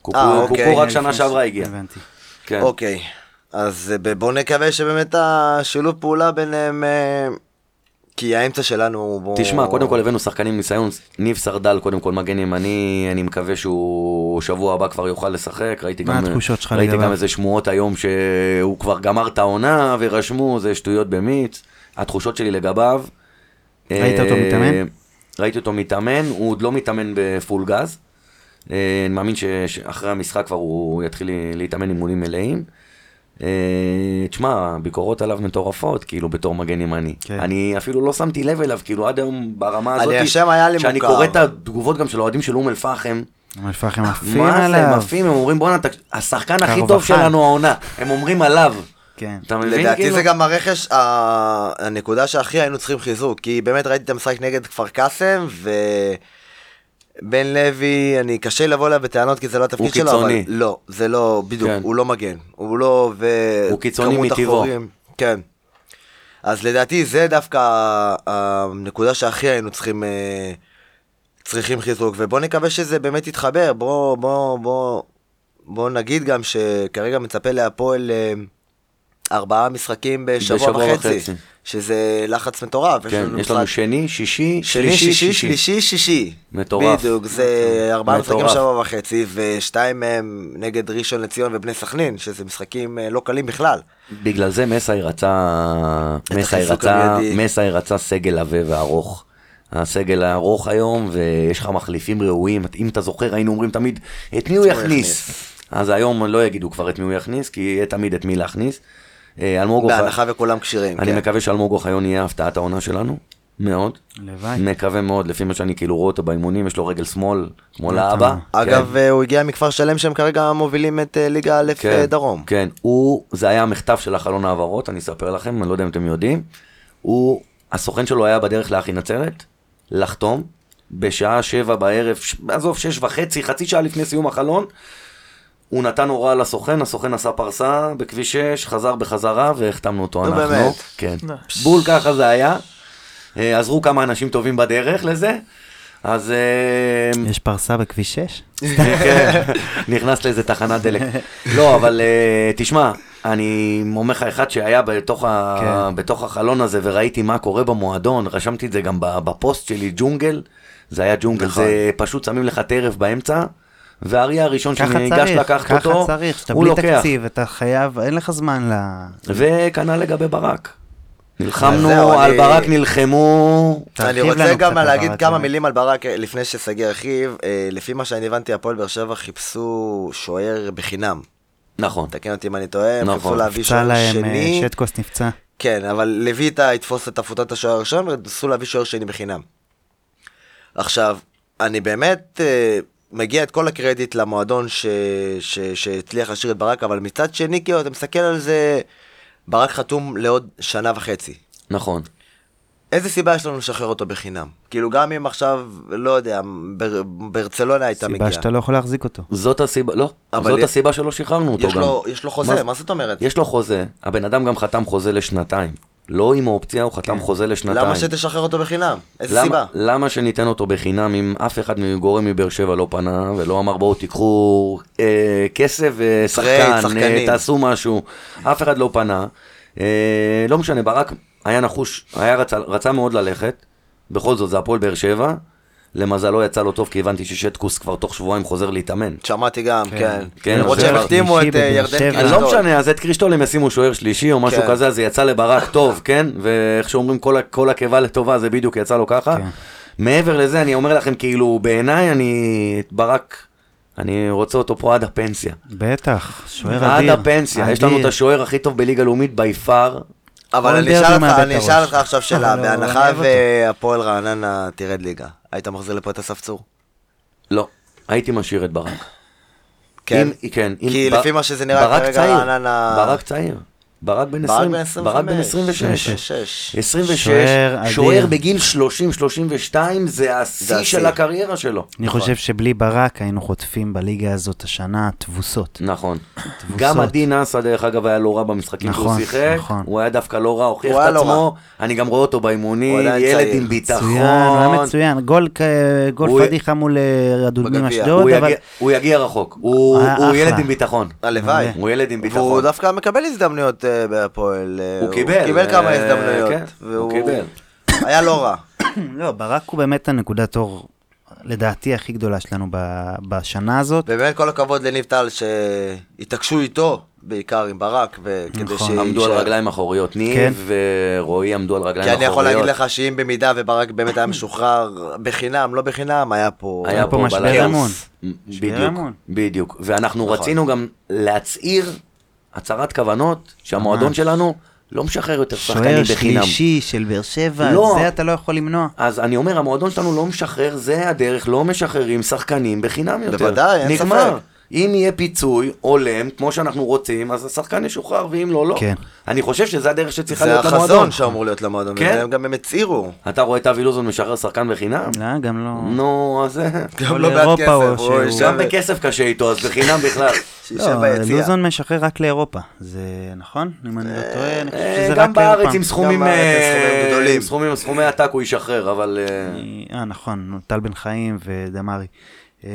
קוקו אה, קוקו אוקיי. רק שנה שעברה הגיע. הבנתי. כן. אוקיי, אז אה, ב- בואו נקווה שבאמת השילוב פעולה ביניהם, אה, כי האמצע שלנו הוא... תשמע, קודם כל הבאנו שחקנים עם ניסיון, ניב סרדל קודם כל מגן ימני, אני מקווה שהוא שבוע הבא כבר יוכל לשחק, ראיתי מה גם, התחושות שלך ראיתי לגביו? גם איזה שמועות היום שהוא כבר גמר את העונה ורשמו, זה שטויות במיץ, התחושות שלי לגביו. ראית אותו אה, מתאמן? ראיתי אותו מתאמן, הוא עוד לא מתאמן בפול גז. אה, אני מאמין ש- שאחרי המשחק כבר הוא יתחיל לה- להתאמן אימונים מלאים. אה, תשמע, ביקורות עליו מטורפות, כאילו בתור מגן ימני. כן. אני אפילו לא שמתי לב אליו, כאילו עד היום ברמה אני הזאת, השם היה לי שאני מוכר. קורא את התגובות גם של אוהדים של אום אל-פחם, אום אל-פחם עפים מה זה, הם עליו. עפים, הם אומרים בואנה, תק- השחקן הכי קרבחן." טוב שלנו העונה, הם אומרים עליו. כן. אתה מבין? לדעתי כאילו? זה גם הרכש, ה- הנקודה שהכי היינו צריכים חיזוק, כי באמת ראיתי את המשחק נגד כפר קאסם, ו... בן לוי, אני קשה לבוא אליו בטענות כי זה לא התפקיד הוא שלו, אבל קיצוני. לא, זה לא, בדיוק, כן. הוא לא מגן, הוא לא, ו... הוא קיצוני כמות מטבעו. החורים, כן. אז לדעתי זה דווקא ה- הנקודה שהכי היינו צריכים, אה, צריכים חיזוק, ובוא נקווה שזה באמת יתחבר, בוא, בוא, בוא, בוא נגיד גם שכרגע מצפה להפועל אה, ארבעה משחקים בשבוע, בשבוע וחצי, וחצי. שזה לחץ מטורף, כן, יש לנו משחק- שני, שישי, שני, שישי, שלישי, שישי. מטורף. בדיוק, זה ארבעה משחקים מטורף. שבוע וחצי, ושתיים מהם נגד ראשון לציון ובני סכנין, שזה משחקים אה, לא קלים בכלל. בגלל זה מסאי רצה, את מסאי החיזוק רצה, המיידי. מסאי רצה סגל עבה וארוך. הסגל הארוך היום, ויש לך מחליפים ראויים. אם אתה זוכר, היינו אומרים תמיד, את מי הוא יכניס? אז היום לא יגידו כבר את מי הוא יכניס, כי יהיה תמיד את מי להכניס. אה, אלמוג אוחיון- בהנחה וכולם כשירים. אני כן. מקווה שאלמוג אוחיון יהיה הפתעת העונה שלנו, מאוד. הלוואי. מקווה מאוד, לפי מה שאני כאילו רואה אותו באימונים, יש לו רגל שמאל, כמו אתה לאבא. כן. אגב, אה, הוא הגיע מכפר שלם שהם כרגע מובילים את אה, ליגה א' כן, אה, דרום. כן, הוא, זה היה המחטף של החלון העברות, אני אספר לכם, אני לא יודע אם אתם יודעים. הוא, הסוכן שלו היה בדרך לאחי נצרת, לחתום, בשעה שבע בערב, ש- עזוב, שש וחצי, חצי שעה לפני סיום החלון, הוא נתן הוראה לסוכן, הסוכן עשה פרסה בכביש 6, חזר בחזרה והחתמנו אותו נו, אנחנו. באמת? כן. נו. בול ככה זה היה. אה, עזרו כמה אנשים טובים בדרך לזה, אז... אה, יש פרסה בכביש 6? כן, נכנס לאיזה תחנת דלק. לא, אבל אה, תשמע, אני אומר לך אחד שהיה בתוך, ה... כן. בתוך החלון הזה וראיתי מה קורה במועדון, רשמתי את זה גם ב- בפוסט שלי, ג'ונגל, זה היה ג'ונגל, נכון. זה פשוט שמים לך טרף באמצע. והאריה הראשון ככה שניגש צריך, לקחת ככה אותו, צריך, שאתה הוא בלי לוקח. תקציב, אתה חייב, אין לך זמן ל... וכנ"ל לגבי ברק. אז זהו, נלחמנו, על אני- ברק נלחמו, אני תרחיב רוצה לנו גם קצת, להגיד אבל, כמה באמת. מילים על ברק אה, לפני ששגיא ירחיב. אה, לפי מה שאני הבנתי, הפועל באר שבע חיפשו שוער בחינם. נכון, תקן אותי אם אני טועה, הם נכון. חיפשו להביא נפצע שוער להם, אה, שני. שטקוס נפצע. כן, אבל לויטה יתפוס את עפותת השוער הראשון, וניסו להביא שוער שני בחינם. עכשיו, אני באמת אה, מגיע את כל הקרדיט למועדון ש, ש, שהצליח להשאיר את ברק, אבל מצד שני, כאילו, אתה מסתכל על זה, ברק חתום לעוד שנה וחצי. נכון. איזה סיבה יש לנו לשחרר אותו בחינם? כאילו, גם אם עכשיו, לא יודע, בר, ברצלונה הייתה מגיעה. סיבה שאתה לא יכול להחזיק אותו. זאת הסיבה, לא, אבל זאת יש- הסיבה שלא שחררנו אותו יש גם. לו, יש לו חוזה, מה, מה- מה זאת אומרת? יש לו חוזה, הבן אדם גם חתם חוזה לשנתיים. לא עם האופציה, הוא חתם חוזה לשנתיים. כן. למה שתשחרר אותו בחינם? איזה למה- סיבה? למה שניתן אותו בחינם אם אף אחד מגורם מבאר שבע לא פנה ולא אמר בואו תיקחו אה, כסף טרייד, ושחקן, שחקנים." אה, תעשו משהו, אף אחד לא פנה. אה, לא משנה, ברק היה נחוש, היה רצה, רצה מאוד ללכת, בכל זאת זה הפועל באר שבע, למזלו יצא לו טוב כי הבנתי ששטקוס כבר תוך שבועיים חוזר להתאמן. שמעתי גם, כן. כן, למרות עוזר שהם החתימו שלישי את אה, בבאר ירדן שבע. אז לא קריסטול. משנה, אז את קרישטול הם ישימו שוער שלישי או משהו כן. כזה, אז זה יצא לברק טוב, כן? ואיך שאומרים, כל ה- כל הקיבה לטובה, זה בדיוק יצא לו ככה. כן. מעבר לזה, אני אומר לכם, כאילו, בעיניי, אני... את ברק, אני רוצה אותו פה עד הפנסיה. בטח, שוער עד אדיר. הפנסיה, יש לנו את אדיר. השוער הכי טוב בליגה לאומית בי פאר. אבל כל אני אשאל דרבי אותך, מאבד אני את אשאל הראש. אותך עכשיו שאלה, אבל הוא- בהנחה אני אוהב אותו. והפועל רעננה תרד ליגה, היית מחזיר לפה את אסף צור? לא, הייתי משאיר את ברק. כן. אם, כן. אם כי בר- לפי מה שזה נראה ברק כרגע, צעיר, רעננה- ברק צעיר. ברק בן ברק 20, בן 25. ברק בן 26. 26. 26, שוער אדיר. שוער בגיל 30-32 זה השיא השיא. של הקריירה שלו. אני חושב שבלי ברק היינו חוטפים בליגה הזאת השנה תבוסות. נכון. גם עדין אסה, דרך אגב, היה לא רע במשחקים שהוא נכון, שיחק. נכון. הוא היה דווקא לא רע, הוכיח הוא את היה לא עצמו. אני גם רואה אותו הוא באימונים, עדיין ילד צעיר. עם ביטחון. מצוין, הוא היה מצוין. גול כ- גול נכון. הוא- פדיחה מול אה, אדומים בגביע. אשדוד, הוא אבל יגיע- הוא יגיע רחוק. הוא היה הוא ילד אחלה. עם ביטחון. הלוואי. הוא ילד עם ביטחון. והוא דווקא מקבל הזדמנויות אה, בהפועל. אה, הוא קיבל, הוא קיבל כמה אה, הזדמנויות. כן, הוא והוא קיבל. היה לא רע. לא, ברק הוא באמת הנקודת אור, לדעתי, הכי גדולה שלנו ב- בשנה הזאת. ובאמת כל הכבוד לניב טל שהתעקשו איתו, בעיקר עם ברק, וכדי נכון. ש... עמדו על רגליים אחוריות. כן. ניב ורועי עמדו על רגליים כי אחוריות. אני יכול להגיד לך שאם במידה וברק באמת היה משוחרר בחינם, לא בחינם, היה פה... היה פה משבר בלגן. אמון. אמ, משבר בדיוק, אמון. בדיוק. ואנחנו רצינו גם להצהיר הצהרת כוונות שהמועדון שלנו לא משחרר יותר שחקנים שוער בחינם. שלישי של באר שבע, לא. זה אתה לא יכול למנוע. אז אני אומר, המועדון שלנו לא משחרר, זה הדרך, לא משחררים שחקנים בחינם יותר. בוודאי, אין נגמר. ספק. אם יהיה פיצוי הולם, כמו שאנחנו רוצים, אז השחקן ישוחרר, ואם לא, לא. כן. אני חושב שזה הדרך שצריכה זה להיות למועדון. החזון שאמור להיות למועדון, כן? והם גם הם הצהירו. אתה רואה את אבי לוזון משחרר שחקן בחינם? לא, גם לא. נו, אז זה... גם או לא בעד לאירופה, כסף, או הוא שהוא- ישב גם בכסף קשה איתו, אז בחינם בכלל. שישב לא, ביציע. לוזון משחרר רק לאירופה, זה נכון? אם אני לא טועה, אני חושב אה, שזה רק לאירופה. גם בארץ עם סכומים כן גם בארץ עם סכומים אה, גדולים. עם סכומים, סכומי עתק הוא ישחרר, אבל... אה, אני- אה, נכון, טל בן חיים ודמארי. אמ,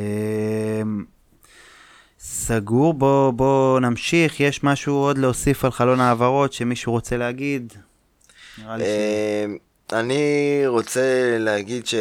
סגור, בוא, בוא נמשיך, יש משהו עוד להוסיף על חלון ההעברות שמישהו רוצה להגיד? נראה לי ש... אה, אני רוצה להגיד ש...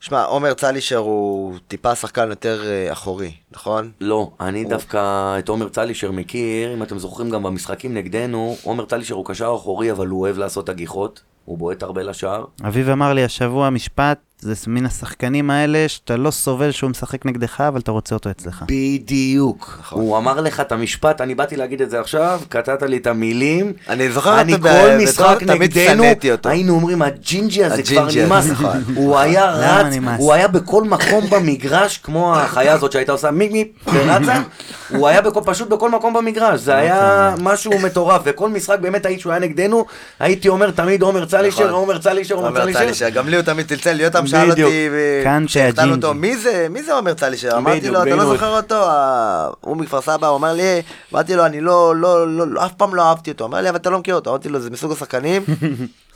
שמע, עומר צלישר הוא טיפה שחקן יותר אה, אחורי, נכון? לא, אני דווקא את עומר צלישר מכיר, אם אתם זוכרים גם במשחקים נגדנו, עומר צלישר הוא קשר אחורי, אבל הוא אוהב לעשות הגיחות, הוא בועט הרבה לשער. אביב אמר לי השבוע משפט, זה מן השחקנים האלה שאתה לא סובל שהוא משחק נגדך, אבל אתה רוצה אותו אצלך. בדיוק. נכון. הוא אמר לך את המשפט, אני באתי להגיד את זה עכשיו, קטעת לי את המילים. אני זוכר אני אותו כל ב- משחק בתור- תמיד נגדנו, שנאתי אותו. היינו אומרים, הג'ינג'י הזה כבר הג'ינג'י הזה, נמאס. נכון. הוא היה למה רץ, נמאס? הוא היה בכל מקום במגרש, כמו החיה הזאת שהייתה עושה מיק מיק ורצה, הוא היה בכל- פשוט בכל מקום במגרש. לא זה היה משהו מטורף, וכל משחק באמת הייתי שהוא היה נגדנו, הייתי אומר תמיד עומר צלישר, נכון. עומר צלישר, עומר עומר צלישר. צלישר, גם לי הוא תמיד צלצל, יותם שאל בדיוק. אותי, ו- כאן כשהקטנו שהג'ינג'י. אותו, מי זה, מי זה עומר צלישר? אמרתי בדיוק, לו, אתה לא בדיוק. זוכר אותו, ה- הוא מכפר סבא, הוא אמר לי, "אה", אמרתי לו, אני לא, לא, לא, לא, אף פעם לא אהבתי אותו, אמר לי, אבל אתה לא מכיר אותו, אמרתי לו, זה מסוג השחקנים,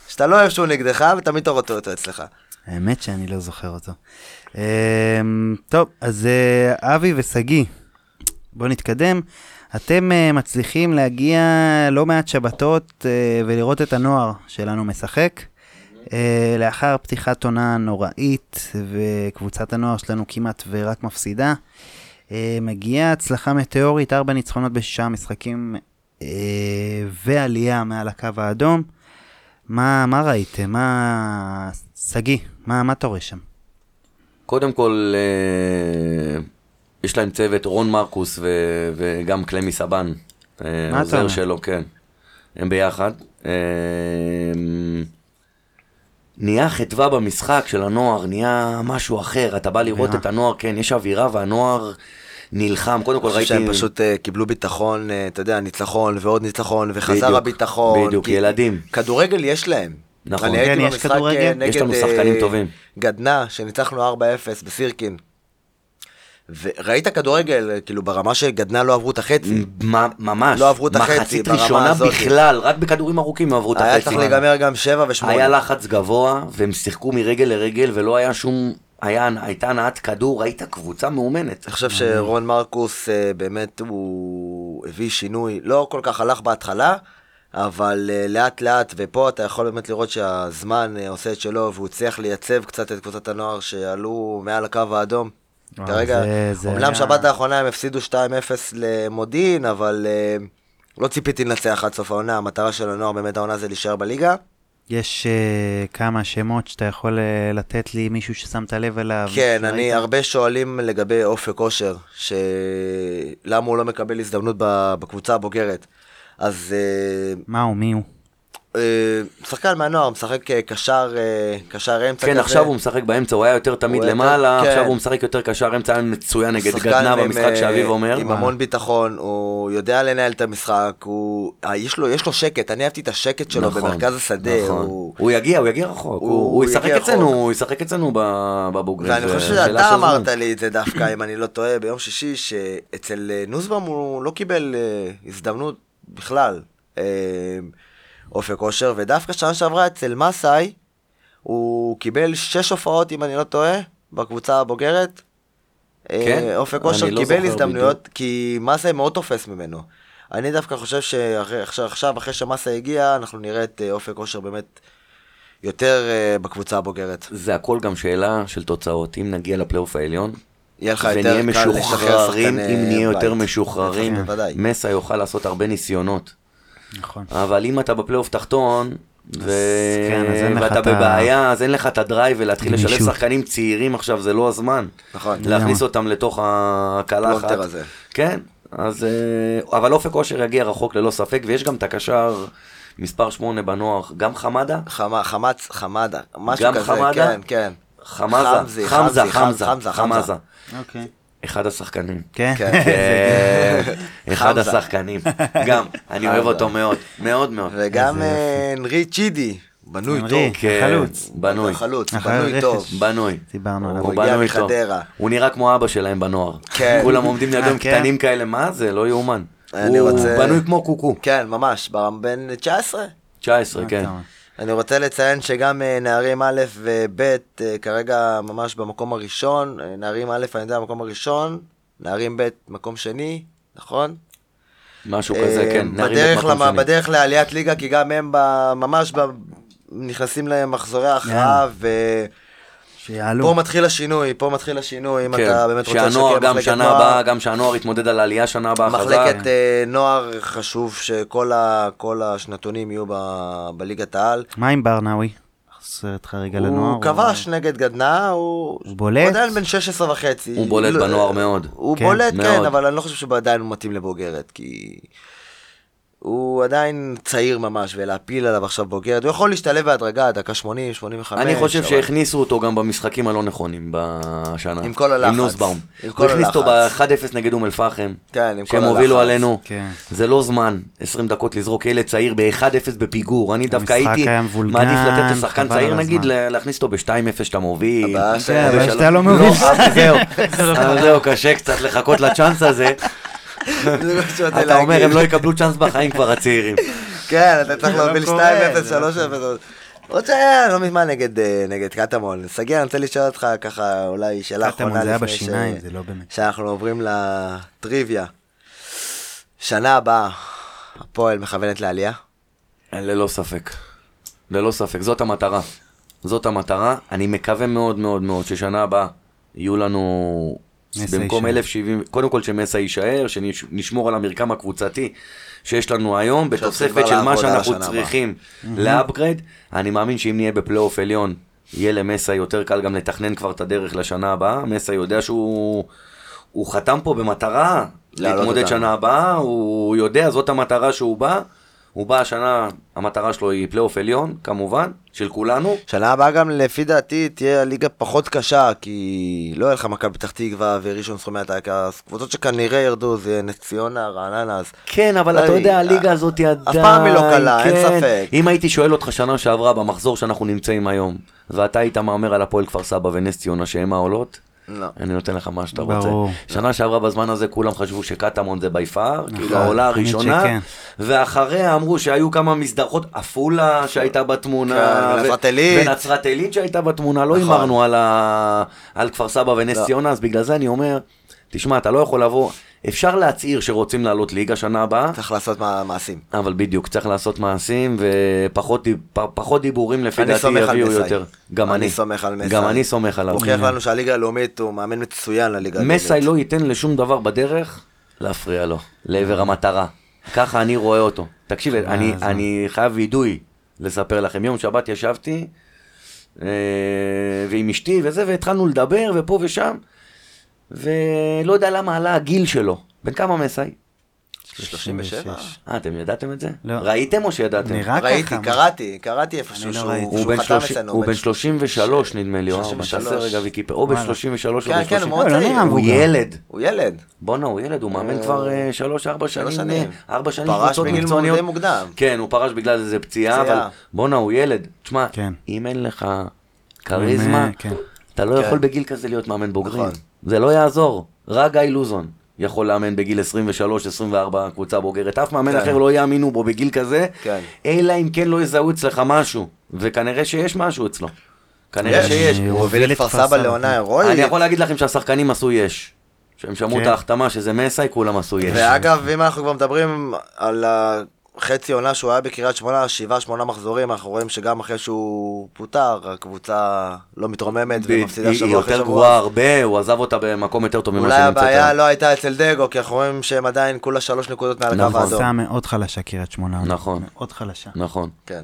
שאתה לא אוהב שהוא נגדך, ותמיד אתה רוצה אותו אצלך. האמת שאני לא זוכר אותו. אמ, טוב, אז אה, אבי ושגיא, בואו נתקדם. אתם אה, מצליחים להגיע לא מעט שבתות אה, ולראות את הנוער שלנו משחק. אה, לאחר פתיחת עונה נוראית וקבוצת הנוער שלנו כמעט ורק מפסידה, אה, מגיעה הצלחה מטאורית, ארבע ניצחונות בשישה משחקים אה, ועלייה מעל הקו האדום. מה, מה ראיתם? מה... שגיא, מה, מה אתה רואה שם? קודם כל, אה, יש להם צוות, רון מרקוס ו- וגם קלמי סבן, אה, אתה עוזר אומר? שלו, כן. הם ביחד. אה, נהיה חדווה במשחק של הנוער, נהיה משהו אחר, אתה בא לראות אווירה. את הנוער, כן, יש אווירה והנוער נלחם, קודם כל אני חושב ראיתי... שהם פשוט אה, קיבלו ביטחון, אה, אתה יודע, ניצחון ועוד ניצחון, וחזר בדיוק, הביטחון. בדיוק, כי ילדים. כדורגל יש להם. נכון. אני הייתי כן, יש במשחק אה, כדורגל. יש נגד לנו אה, שחקנים טובים. גדנ"ע, שניצחנו 4-0 בסירקין. וראית כדורגל, אה, כאילו, ברמה שגדנ"ע לא עברו את החצי. מה- ממש, לא עברו את החצי מחצית ברמה ראשונה הזאת. בכלל, רק בכדורים ארוכים עברו את החצי. היה צריך להיגמר גם 7 ו-8. היה לחץ גבוה, והם שיחקו מרגל לרגל, ולא היה שום... היה, הייתה הנעת כדור, הייתה קבוצה מאומנת. אני חושב שרון מרקוס אה, באמת הוא הביא שינוי, לא כל כך הלך בהתחלה, אבל אה, לאט לאט, ופה אתה יכול באמת לראות שהזמן אה, עושה את שלו, והוא הצליח לייצב קצת את קבוצת הנוער שעלו מעל הקו האדום. וואו, כרגע, אה, זה- זה אומנם היה- שבת האחרונה הם הפסידו 2-0 למודיעין, אבל אה, לא ציפיתי לנצח עד סוף העונה, המטרה של הנוער באמת העונה זה להישאר בליגה. יש uh, כמה שמות שאתה יכול uh, לתת לי, מישהו ששמת לב אליו? לא כן, שראית? אני, הרבה שואלים לגבי אופק אושר, ש- למה הוא לא מקבל הזדמנות ב- בקבוצה הבוגרת. אז אה, מה הוא, מי הוא? אה, שחקן מהנוער, משחק אה, קשר, אה, קשר אמצע כן, כזה. עכשיו הוא משחק באמצע, הוא היה יותר תמיד הוא היה למעלה, יותר- עכשיו כן. הוא משחק יותר קשר אמצע, היה מצוין נגד שחקן גדנה עם, במשחק אה, שאביב אומר. נכון. עם המון ביטחון, הוא יודע לנהל את המשחק, הוא... אה, יש לו, יש לו שקט, אני אהבתי את השקט שלו נכון, במרכז השדה. נכון. הוא... הוא יגיע, הוא יגיע רחוק. הוא- הוא הוא הוא ישחק יגיע אצלנו, רחוק. הוא ישחק אצלנו ב- בבוגרים. ואני זה חושב שאלה של שאתה זמן. אמרת לי את זה דווקא, אם אני לא טועה, ביום שישי, שאצל אה, נוסבאום הוא לא קיבל אה, הזדמנות בכלל, אה, אופק אושר, ודווקא שנה שעברה אצל מסאי, הוא קיבל שש הופעות, אם אני לא טועה, בקבוצה הבוגרת. אה, כן? אופק אני אושר לא קיבל זוכר הזדמנויות, כי מסאי מאוד תופס ממנו. אני דווקא חושב שעכשיו, אחרי שמסאי הגיע, אנחנו נראה את אה, אופק אושר באמת יותר אה, בקבוצה הבוגרת. זה הכל גם שאלה של תוצאות. אם נגיע לפלייאוף העליון, יהיה לך ונהיה יותר קל לשחרר משוחררים, שחקני אם נהיה יותר בית. משוחררים, בטח, בוודאי. מסע יוכל לעשות הרבה ניסיונות. נכון. אבל אם אתה בפלייאוף תחתון, ו... כן, אז אין לך ואתה את ה- בבעיה, אז אין לך את הדרייב ולהתחיל לשלב גמישות. שחקנים צעירים עכשיו, זה לא הזמן. נכון. להכניס אותם לתוך הקלחת. הפלונטר הזה. כן, אז... אה, אבל אופק אושר יגיע רחוק ללא ספק, ויש גם את הקשר מספר 8 בנוער, גם חמדה, חמה- חמץ, חמדה, משהו גם כזה, חמדה? כן, כן. חמזה, חמזי, חמזה, חמזי, חמזה, חמזה, חמזה. אה, אוקיי. אחד השחקנים. כן. כן. כן, אחד חמזה. השחקנים, גם, אני אוהב חמזה. אותו מאוד, מאוד מאוד. וגם אה, אנרי צ'ידי, בנוי אנרי, טוב. כן, החלוץ. בנוי, חלוץ, אחרי בנוי רכש. טוב. בנוי. דיברנו עליו. הוא הגיע בנוי טוב. מחדרה. הוא נראה כמו אבא שלהם בנוער. כן. כולם עומדים לידו עם אה, כן? קטנים כאלה, מה זה? לא יאומן. אני הוא רוצה- בנוי כמו קוקו. כן, ממש, ברם- בן 19. 19, כן. אתה אומר. אני רוצה לציין שגם אה, נערים א' וב' אה, כרגע ממש במקום הראשון, אה, נערים א' אני יודע במקום הראשון, נערים ב' מקום שני, נכון? משהו כזה, אה, כן. נערים בדרך, במקום למה, שני. בדרך לעליית ליגה, כי גם הם ב, ממש ב, נכנסים למחזורי כן. ההכרעה, שיעלו. ופה מתחיל השינוי, פה מתחיל השינוי, אם לא. כן. אתה באמת רוצה שהנוער גם מחלקת שנה נוער, הבאה, גם שהנוער יתמודד על העלייה שנה הבאה חזק. מחלקת אה, נוער חשוב שכל ה, כל השנתונים יהיו ב, בליגת העל. מה עם ברנאווי? נחזיר אותך רגע לנוער. הוא כבש נגד גדנה, הוא הוא בולט? הוא עדיין בן 16 וחצי. הוא בולט לא- בנוער מאוד. הוא כן, בולט, כן, מאוד. אבל אני לא חושב שעדיין הוא מתאים לבוגרת, כי... הוא עדיין צעיר ממש, ולהפיל עליו עכשיו בוגרת, הוא יכול להשתלב בהדרגה, דקה 80, 85. אני חושב אבל- שהכניסו אותו גם במשחקים הלא נכונים בשנה. עם כל הלחץ. עם נוסבאום. עם כל הוא הכניס אותו הלחץ. ב-1-0 נגד אום אל-פחם. כן, עם כל שהם הובילו הלחץ. עלינו. כן. זה לא זמן, 20 דקות לזרוק ילד צעיר ב-1-0 בפיגור. אני דווקא המשחק הייתי היה מבולגן, מעדיף לתת לשחקן חבל צעיר, על נגיד, הזמן. ל- להכניס אותו ב-2-0 שאתה מוביל. הבעיה ש- כן, אבל ושלוש- שאתה לא מוביל. אבל זהו, לא אבל זהו, קשה קצת לחכות לצ'אנס הזה. זה מה שבאתי אתה להגיד. אומר, הם לא יקבלו צ'אנס בחיים כבר הצעירים. כן, אתה צריך זה לא להוביל 2-0, קורה, זה לא 3-0. עוד שהיה לא מזמן נגד, אה, נגד קטמון. שגיא, אני רוצה לשאול אותך ככה, אולי שאלה קטמון, אחרונה זה היה לפני ש- בשיניים, זה לא באמת. שאנחנו עוברים לטריוויה. שנה הבאה, הפועל מכוונת לעלייה. ללא ספק. ללא ספק, זאת המטרה. זאת המטרה. אני מקווה מאוד מאוד מאוד ששנה הבאה יהיו לנו מסי במקום יישאר. 1,070, קודם כל שמסע יישאר, שנשמור על המרקם הקבוצתי שיש לנו היום, שעושים בתוספת כבר של מה לעבודה שאנחנו לשנה צריכים לאפגרד. אני מאמין שאם נהיה בפלייאוף עליון, יהיה למסע יותר קל גם לתכנן כבר את הדרך לשנה הבאה. מסע יודע שהוא הוא חתם פה במטרה לעלות להתמודד אותנו. שנה הבאה, הוא יודע, זאת המטרה שהוא בא. הוא בא השנה, המטרה שלו היא פלייאוף עליון, כמובן, של כולנו. שנה הבאה גם לפי דעתי תהיה הליגה פחות קשה, כי לא יהיה לך מכבי פתח תקווה וראשון סכומי העתקה, אז קבוצות שכנראה ירדו זה נס ציונה, רעננה, אז... כן, אבל אתה אוי, יודע, הליגה אה, הזאת היא עדיין... אף פעם היא לא קלה, אין כן. ספק. אם הייתי שואל אותך שנה שעברה, במחזור שאנחנו נמצאים היום, ואתה היית מהמר על הפועל כפר סבא ונס ציונה, שהם העולות, לא. אני נותן לך מה שאתה רוצה. ברור. שנה שעברה בזמן הזה כולם חשבו שקטמון זה בי פאר, כאילו נכון, העולה תמיד הראשונה, שכן. ואחריה אמרו שהיו כמה מסדרכות, עפולה שהייתה בתמונה, כן, ו- נצרת עילית. ונצרת עילית שהייתה בתמונה, לא נכון. הימרנו על ה- על כפר סבא ונס לא. ציונה, אז בגלל זה אני אומר, תשמע, אתה לא יכול לבוא, אפשר להצהיר שרוצים לעלות ליגה שנה הבאה, צריך לעשות מה- מעשים. אבל בדיוק, צריך לעשות מעשים ופחות דיב- פ- פחות דיבורים לפי אני דעתי סומך על יביאו מסאי. יותר. גם אני אני. סומך על מסאי. גם אני סומך עליו. הוכיח לנו שהליגה הלאומית הוא מאמן מצוין לליגה הלאומית. מסאי לא ייתן לשום דבר בדרך להפריע לו, לעבר המטרה. ככה אני רואה אותו. תקשיב, אני, אז אני חייב וידוי לספר לכם. יום שבת ישבתי אה, ועם אשתי וזה, והתחלנו לדבר ופה ושם, ולא יודע למה עלה הגיל שלו. בן כמה מסאי? 37? 36. אה, אתם ידעתם את זה? לא. ראיתם או שידעתם? נראה ראיתי, ככה. קראתי, קראתי איפשהו אני לא שהוא ראיתי. הוא שהוא בן חתם 30 אצלנו. הוא בן 33 נדמה לי, או 4, 33. תעשה רגע ויקיפיה, או בן וואלה. 33 או כן, בן כן, הוא 30. מאוד לא, לא צעיר. נראה הוא מבוגר. ילד. הוא ילד. בואנה, הוא ילד, הוא מאמן כבר 3-4 שלוש שנים, שנים. 4 שנים אה, פרש קבוצות בגיל מקצועניות. מאוד מוקדם. כן, הוא פרש בגלל איזה פציעה, אבל פציעה. בואנה, הוא ילד. תשמע, כן. אם אין לך כריזמה, אה, כן. אתה לא כן. יכול בגיל כזה להיות מאמן בוגרים. נכון. זה לא יעזור. רק גיא לוזון יכול לאמן בגיל 23-24 קבוצה בוגרת. אף מאמן כן. אחר לא יאמינו בו בגיל כזה, כן. אלא אם כן לא יזהו אצלך משהו. וכנראה שיש משהו אצלו. כנראה יש, שיש. הוא הוביל את כפר סבא לעונה הירואית. אני יכול להגיד לכם שהשחקנים עשו יש. שהם שמעו כן. את ההחתמה שזה מסי, כולם עשו יש. ואגב, אם אנחנו כבר מדברים על החצי עונה שהוא היה בקריית שמונה, שבעה, שמונה מחזורים, אנחנו רואים שגם אחרי שהוא פוטר, הקבוצה לא מתרוממת היא ומפסידה היא שבוע אחרי יותר שבוע. גרועה הרבה, הוא עזב אותה במקום יותר טוב ממה אולי שנמצאת. הבעיה היום. לא הייתה אצל דגו, כי אנחנו רואים שהם עדיין כולה שלוש נקודות מעל נכון. הקו האדום. קבוצה מאוד חלשה, קריית שמונה. נכון. מאוד חלשה. נכון. כן.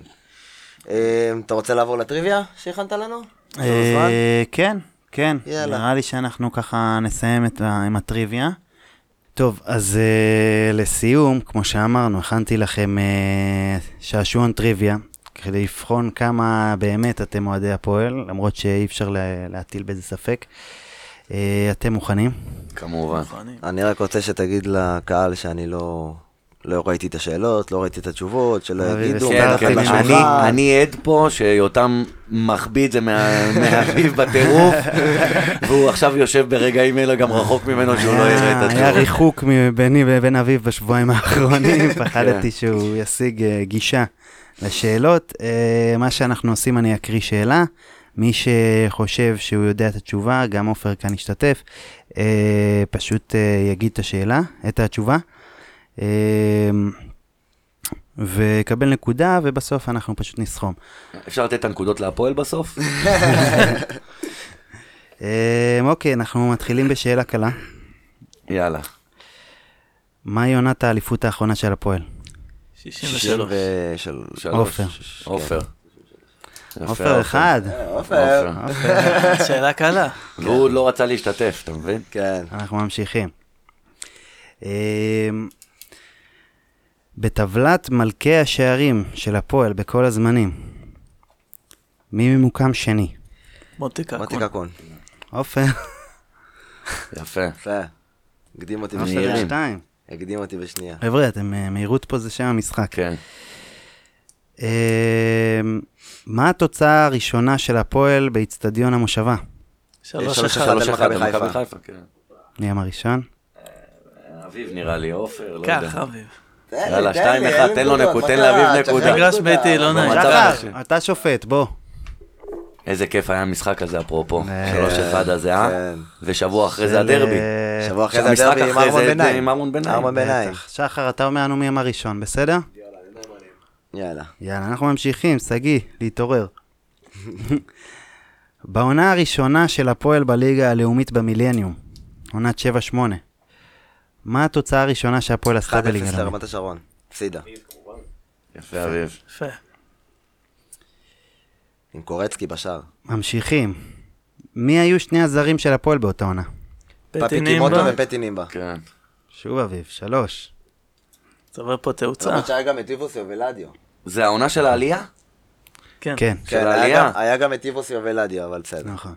אה, אתה רוצה לעבור לטריוויה שהכנת לנו? יש לנו אה, זמן? כן, כן. יאללה. נראה לי שאנחנו ככה נסיים את ה- עם הטריוויה. טוב, אז אה, לסיום, כמו שאמרנו, הכנתי לכם אה, שעשועון טריוויה, כדי לבחון כמה באמת אתם אוהדי הפועל, למרות שאי אפשר לה- להטיל בזה ספק. אה, אתם מוכנים? כמובן. נכון. מוכנים. אני רק רוצה שתגיד לקהל שאני לא... לא ראיתי את השאלות, לא ראיתי את התשובות, שלא אוי, יגידו, כן, כן, מתחת כן, כן, לשולחן. אני, אני עד פה שיותם מחביא את זה מה- מהאביב בטירוף, והוא עכשיו יושב ברגעים אלה גם רחוק ממנו שהוא לא יראה אה, את היה- היה התשובה. ריחוק מביני ובין אביו בשבועיים האחרונים, כן. פחדתי שהוא ישיג אה, גישה לשאלות. אה, מה שאנחנו עושים, אני אקריא שאלה. מי שחושב שהוא יודע את התשובה, גם עופר כאן ישתתף, אה, פשוט אה, יגיד את השאלה, את התשובה, אה, ויקבל נקודה, ובסוף אנחנו פשוט נסכום. אפשר לתת את הנקודות להפועל בסוף? אה, אוקיי, אנחנו מתחילים בשאלה קלה. יאללה. אוקיי. מהי עונת האליפות האחרונה של הפועל? 63. שלוש. עופר. כן. עופר. יפה, אוקיי. עופר אחד. עופר. שאלה קלה. והוא לא רצה להשתתף, אתה מבין? כן. אנחנו ממשיכים. אמ, בטבלת מלכי השערים של הפועל בכל הזמנים, מי ממוקם שני? מוטי מוטי קקון. קקון. עופר, יפה. יפה. הקדים אותי עופר בשנייה. מהירים. שתיים. הקדים אותי בשנייה. חבר'ה, אתם אה, מהירות פה זה שם המשחק. כן. אמ, מה התוצאה הראשונה של הפועל באיצטדיון המושבה? שלוש שלוש אחד. אחד. שלוש אחד, מכבי מכבי חיפה. חיפה. כן. מי אמר ראשון? אביב נראה לי, עופר, לא יודע. קח, אביב. יאללה, שתיים, אחד, תן לו נקודה, תן לאביב נקודה. מגרש ביתי, לא נעים. מצב שחר, אנשים. אתה שופט, בוא. איזה כיף היה המשחק הזה, אפרופו. אה, 3-1 הזה, אה? כן. ושבוע אחרי זה של, הדרבי. אה, שבוע אחרי זה המשחק הדרבי עם אחרי ארמון זה ביניים. עם ארמון ביניים. ארמון ביניים. בטח. שחר, אתה אומר לנו מי אמר ראשון, בסדר? יאללה. יאללה, אנחנו ממשיכים, שגיא, להתעורר. בעונה הראשונה של הפועל בליגה הלאומית במילניום, עונת 7-8, מה התוצאה הראשונה שהפועל 1-0 עשתה בליגה הלאומית? לרמת השרון. הפסידה. יפה, אביב. יפה. עם קורצקי בשער. ממשיכים. מי היו שני הזרים של הפועל באותה עונה? פטי פפי נימבה. קימוטו ופטי נימבה. כן. שוב אביב, שלוש. צובר פה תאוצה. למרות שהיה גם את טיפוס יובלדיו. זה העונה של העלייה? כן. כן, כן, היה העלייה. גם- היה גם את טיפוס יובלדיו, אבל בסדר. נכון.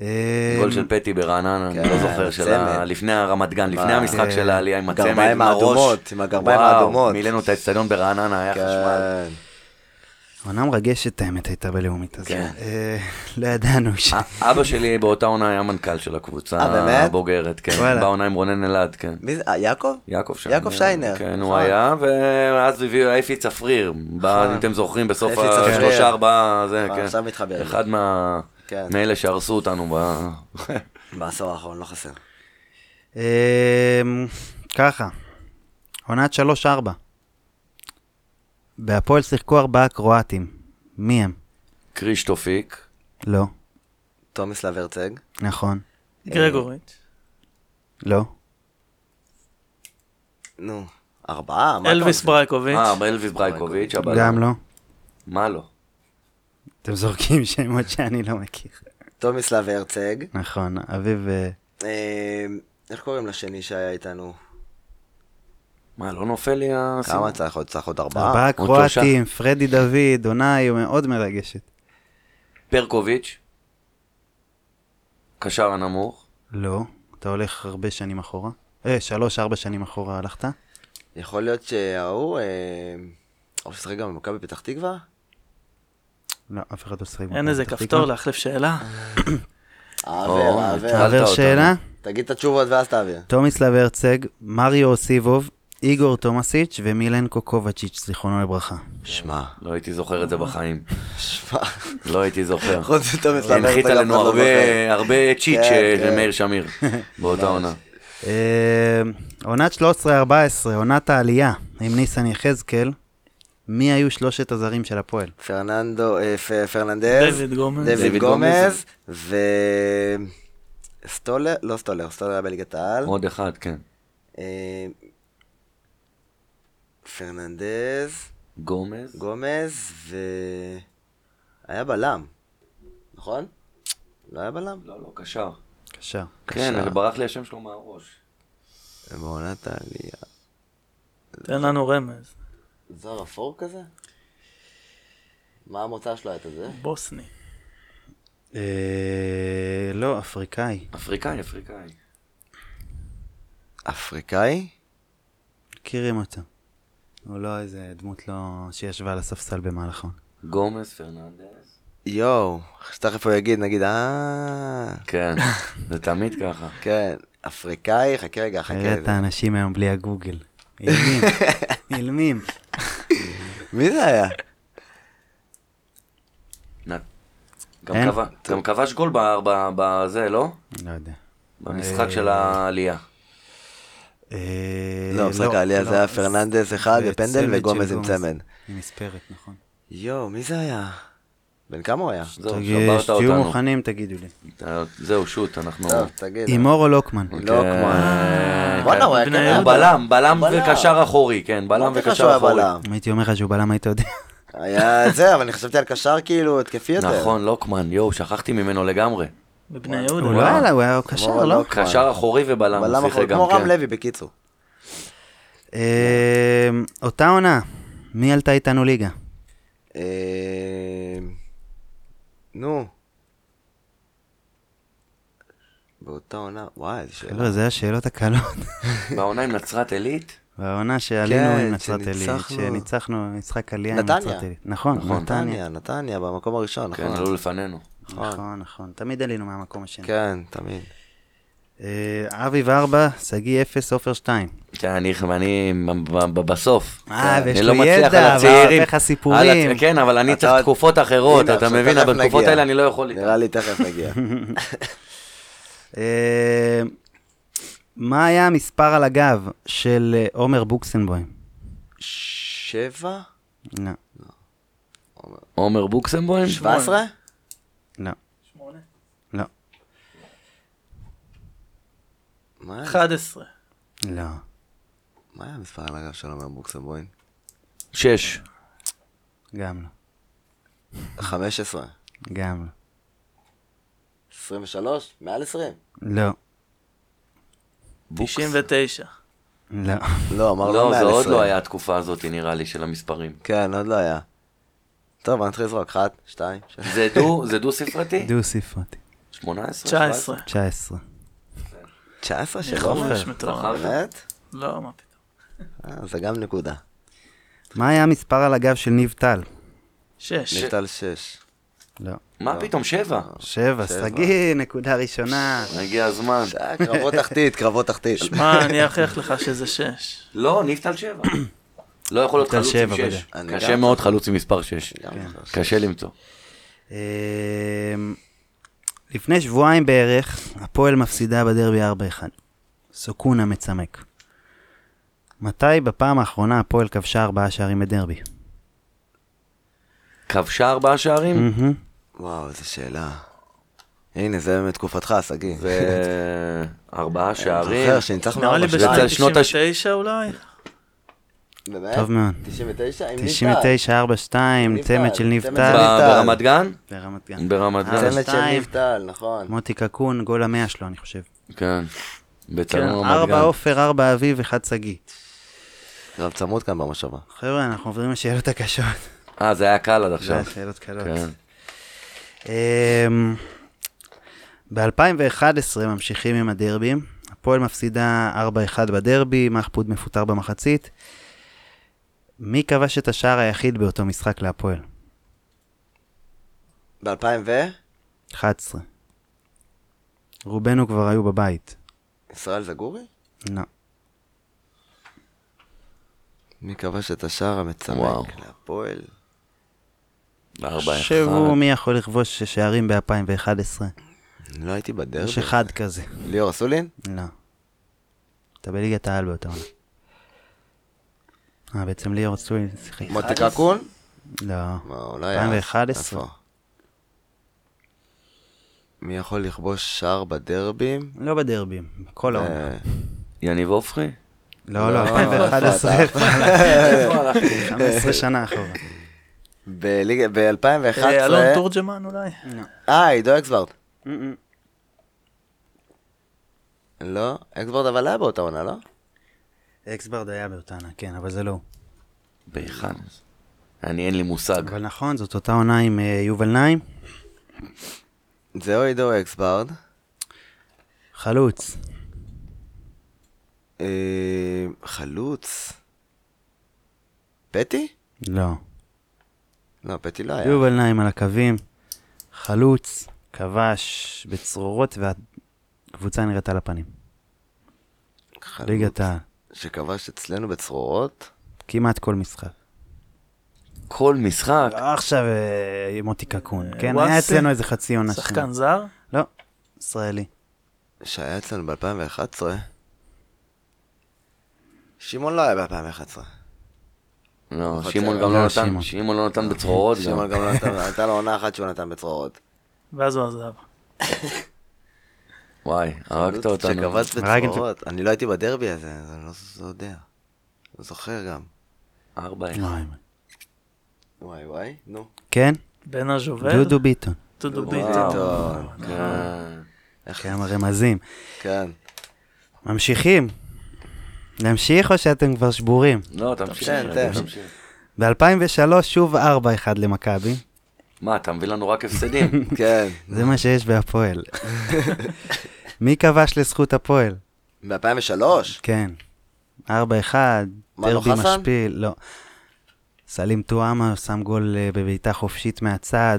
אה, גול של פטי ברעננה, אני כן, לא זוכר, של ה- צמד. לפני הרמת גן, לפני מה, המשחק כן. של העלייה עם הצמד, הגרביים עם הראש. האדומות, עם הגרביים וואו, האדומות. מילאנו את האצטדיון ברעננה, היה חשמל. כן. עונה מרגשת האמת הייתה בלאומית הזאת. כן. אה, אה, לא ידענו ש... א- אבא שלי באותה עונה היה מנכ"ל של הקבוצה אה, באמת? הבוגרת, כן, וואלה. בעונה עם רונן אלעד, כן. מי זה? אה, יעקב? יעקב שיינר. יעקב שיינר. כן, הוא נכון. היה, ואז הביאו אפי צפריר, ב- אם אתם זוכרים, בסוף אפי צפריר. השלושה ארבעה, זה, אה, כן. עכשיו מתחבר לי. אחד מה- כן. מאלה שהרסו אותנו ב... בעשור האחרון, לא חסר. אמ, ככה, עונת 3-4. בהפועל שיחקו ארבעה קרואטים. מי הם? קרישטופיק, לא. תומיסלב הרצג. נכון. גרגוריץ'. לא. נו, ארבעה? מה אתה אלוויס רוצה? ברייקוביץ'. אה, אלוויס ברייקוביץ', אבל... גם לא. מה לא? אתם זורקים שמות שאני לא מכיר. תומיסלב הרצג. אמ, נכון, אביב... אה, אה, איך קוראים לשני שהיה איתנו? מה, לא נופל לי הסיום? כמה צריך עוד? צריך עוד ארבעה? ארבעה עוד שלושה. קרואטים, פרדי דוד, עונה היא מאוד מרגשת. פרקוביץ', קשר הנמוך, לא, אתה הולך הרבה שנים אחורה. אה, שלוש, ארבע שנים אחורה הלכת? יכול להיות שההוא, אה, הוא ששיחק גם במכבי פתח תקווה? לא, אף אחד לא שחק. אין במכבי איזה פתח כפתור תקווה. להחליף שאלה? העבר, אה, העבר. התחלת עבר אותנו. שאלה? תגיד את התשובות ואז תעביר. תומיסלב הרצג, מריו סיבוב, איגור תומסיץ' ומילן קוקובצ'יץ', זיכרונו לברכה. שמע, לא הייתי זוכר את זה בחיים. שמע, לא הייתי זופר. חוץ מתום אצלנו. הנחית לנו לא הרבה, הרבה צ'יט כן, של כן. מאיר שמיר באותה עונה. אה, עונת 13-14, עונת העלייה, עם ניסן יחזקאל, מי היו שלושת הזרים של הפועל? פרננדו, אה, פ- פרננדז, דויד גומז. דויד דויד גומז, גומז. ו... סטולר, לא סטולר, סטולר היה בליגת העל. עוד אחד, כן. אה, פרננדז, גומז. גומז, ו... היה בלם, נכון? לא היה בלם? לא, לא, קשר. קשר. כן, אבל ברח לי השם שלו מהראש. בעונת העלייה. תן לנו רמז. זר אפור כזה? מה המוצא שלו היה את זה? בוסני. אה, לא, אפריקאי. אפריקאי, אפריקאי. אפריקאי? מכירים אותו. הוא לא איזה דמות לא... שישבה על הספסל במהלכו. גומז, פרננדז. יואו, שתכף הוא יגיד, נגיד, אה... כן, זה תמיד ככה. כן, אפריקאי, חכה רגע, חכה. תראה את האנשים היום בלי הגוגל. אילמים, אילמים. מי זה אה, היה? נ- גם אין? כבש- גם כבש גול ב- ב- בזה, לא? לא יודע. במשחק של העלייה. אה, לא, משחק העלייה לא, זה היה זה- פרננדס אחד זה בפנדל צמד וגומז של עם גומז. צמד. עם מספרת, נכון. יואו, מי זה היה? בן כמה הוא היה? זהו, תגיד, שברת שתהיו אותנו. מוכנים, תגידו לי. כן, אתה- זהו, שוט, אנחנו... אה, טוב, תגיד. הימור או לוקמן? כן. לא כן. כמו... וואלה, הוא היה בני כזה. הוא בלם, בלם וקשר אחורי, כן, אה, בלם אמרתי לך שהוא וקשר היה אחורי. בלם. אם הייתי אומר לך שהוא בלם, היית יודע. היה זה, אבל אני חשבתי על קשר כאילו התקפי יותר. נכון, לוקמן, יואו, שכחתי ממנו לגמרי. בבני יהודה. הוא לא היה, לה, הוא היה קשר, כמו לא? לוקמן. קשר אחורי ובלם, בלם הוא אחורי, שיחק גם, כמו רם כן. לוי בקיצור. אה, אותה עונה, מי עלתה איתנו ליגה? אה, נו. באותה עונה, וואי, איזה שאלה. חבר'ה, זה השאלות הקלות. בעונה עם נצרת עילית, והעונה שעלינו כן, עם נצרת עילית, שניצחנו. שניצחנו משחק עלייה עם נתניה. נצרת עילית. נכון, נכון, נתניה. נתניה, נתניה, במקום הראשון, כן, נכון. עלו לפנינו. נכון, נכון. תמיד עלינו מהמקום השני. כן, תמיד. אה, אביב 4, שגיא 0, עופר 2. כן, אני, ואני ב- ב- ב- בסוף. אה, אני ויש לו לא מצליח ידע, על אבל הצעירים. הרבה לך על הצ- סיפורים. כן, אבל אני אתה צריך עוד- תקופות אחרות, הנה, אתה עכשיו מבין? תכף אבל תקופות נגיע. האלה אני לא יכול. איתם. נראה לי תכף נגיע. אה, מה היה המספר על הגב של אה, עומר בוקסנבוים? שבע? לא, עומר בוקסמבוים? שבע עשרה? לא, שמונה. לא, מה 11. לא. מה היה המספר על הגב של עומר בוקסמבוים? שש. גם לא, חמש עשרה. גם לא. עשרים ושלוש? מעל עשרים? לא, 99. לא. לא, אמרנו מעל לא, זה עשרים. עוד לא היה התקופה הזאת, נראה לי, של המספרים. כן, עוד לא היה. טוב, אני אתחיל לזרוק. אחת, שתיים, שלוש. זה דו, זה דו ספרתי? דו ספרתי. 18? 19. 19. 19 של ממש עופר. מטורף. באמת? לא, מה פתאום. אה, זה גם נקודה. מה היה המספר על הגב של ניב טל? 6. נפתל 6. לא. מה פתאום, שבע? שבע, שגיא, נקודה ראשונה. הגיע הזמן. קרבות תחתית, קרבות תחתית. מה, אני אכריח לך שזה 6. לא, ניפטל שבע. לא יכול להיות ניפטל חלוץ שבע, עם שש. בדיוק. אני קשה גם- מאוד חלוץ עם מספר שש. גם כן. חושב. קשה למצוא. אמ, לפני שבועיים בערך, הפועל מפסידה בדרבי 4-1. סוכונה מצמק. מתי בפעם האחרונה הפועל כבשה ארבעה שערים בדרבי? כבשה ארבעה שערים? מהמם. וואו, איזה שאלה. הנה, זה מתקופתך, שגיא. זה ארבעה שערים. זוכר שניצחנו נראה לי ארבע שתיים. זה שנות הש- ב-99 אולי? באמת? טוב מאוד. 99? עם ניסה. 99-42, ניב צמד טל, של ניב צמד של ב- טל. ניב טל. ברמת גן? ברמת גן. ברמת גן. אה, צמד של שתיים. נפתל, נכון. מוטי קקון, גול המאה שלו, אני חושב. כן. בצלמו כן, רמת גן. ארבע עופר, ארבע אביב, אחד שגיא. קרב צמוד כאן במושבה. חבר'ה, אנחנו עוברים לשאלות הקשות. אה, זה היה קל עד זה עכשיו. היה שאלות קלות. אמ, כן. ב-2011 ממשיכים עם הדרבים. הפועל מפסידה 4-1 בדרבי, מחפוד מפוטר במחצית. מי כבש את השער היחיד באותו משחק להפועל? ב-2000 ו... 11. רובנו כבר היו בבית. ישראל זגורי? לא. מי כבש את השער וואו. המצמק להפועל? בארבע אחד. שבו מי יכול לכבוש שערים ב-2011. אני לא הייתי בדרבי. יש אחד כזה. ליאור אסולין? לא. אתה בליגת העל באותה עונה. אה, בעצם ליאור צוי שיחק. מוטי קקון? לא. מה, אולי... אז. 2011. איפה? מי יכול לכבוש שער בדרבים? לא בדרבים, כל העונה. אה, יניב עופרי? לא, לא, 2011, איפה הלכתי? 15 שנה אחורה. בליגה, ב-2011... אה, אלון תורג'מן אולי? אה, עידו אקסברד. לא? אקסברד אבל היה באותה עונה, לא? אקסברד היה באותה עונה, כן, אבל זה לא הוא. בהיכן? אני אין לי מושג. אבל נכון, זאת אותה עונה עם אה, יובל נעים. זה או עידו אקסברד. חלוץ. אה, חלוץ. פטי? לא. לא, פטי לא היה. יובל נעים על הקווים. חלוץ, כבש בצרורות, והקבוצה נראית על הפנים. חלוץ ליגת העל. שכבש אצלנו בצרורות. כמעט כל משחק. כל משחק, לא עכשיו אה, מוטי קקון, כן? וואסה? היה אצלנו איזה חצי עונה שחקן שנייה. זר? לא, ישראלי. שהיה אצלנו ב-2011. שמעון לא היה ב-2011. לא, חצי שמעון עליו. גם לא, לא נתן, שמעון. שמעון לא נתן בצרורות שמעון גם. גם לא נתן, הייתה לו עונה אחת שהוא נתן בצרורות. ואז הוא עזב. וואי, חלוץ הרגת אותנו. שכבש הרגת. בצרורות. אני לא הייתי בדרבי הזה, אז אני לא ז- לא יודע. לא זוכר גם. ארבע אחד. וואי. וואי וואי, נו. כן? בן הז'ובר? דודו ביטון. דודו ביטון. ביטון. כן. כמה רמזים. כן. ממשיכים. להמשיך או שאתם כבר שבורים? לא, תמשיך. תן, רגע, תן. תמשיך. ב-2003 שוב 4-1 למכבי. מה, אתה מביא לנו רק הפסדים? כן. זה מה שיש בהפועל. מי כבש לזכות הפועל? ב-2003? כן. 4-1, מנו דרבי חסן? משפיל, לא. סלים טועמה שם גול אה, בבעיטה חופשית מהצד,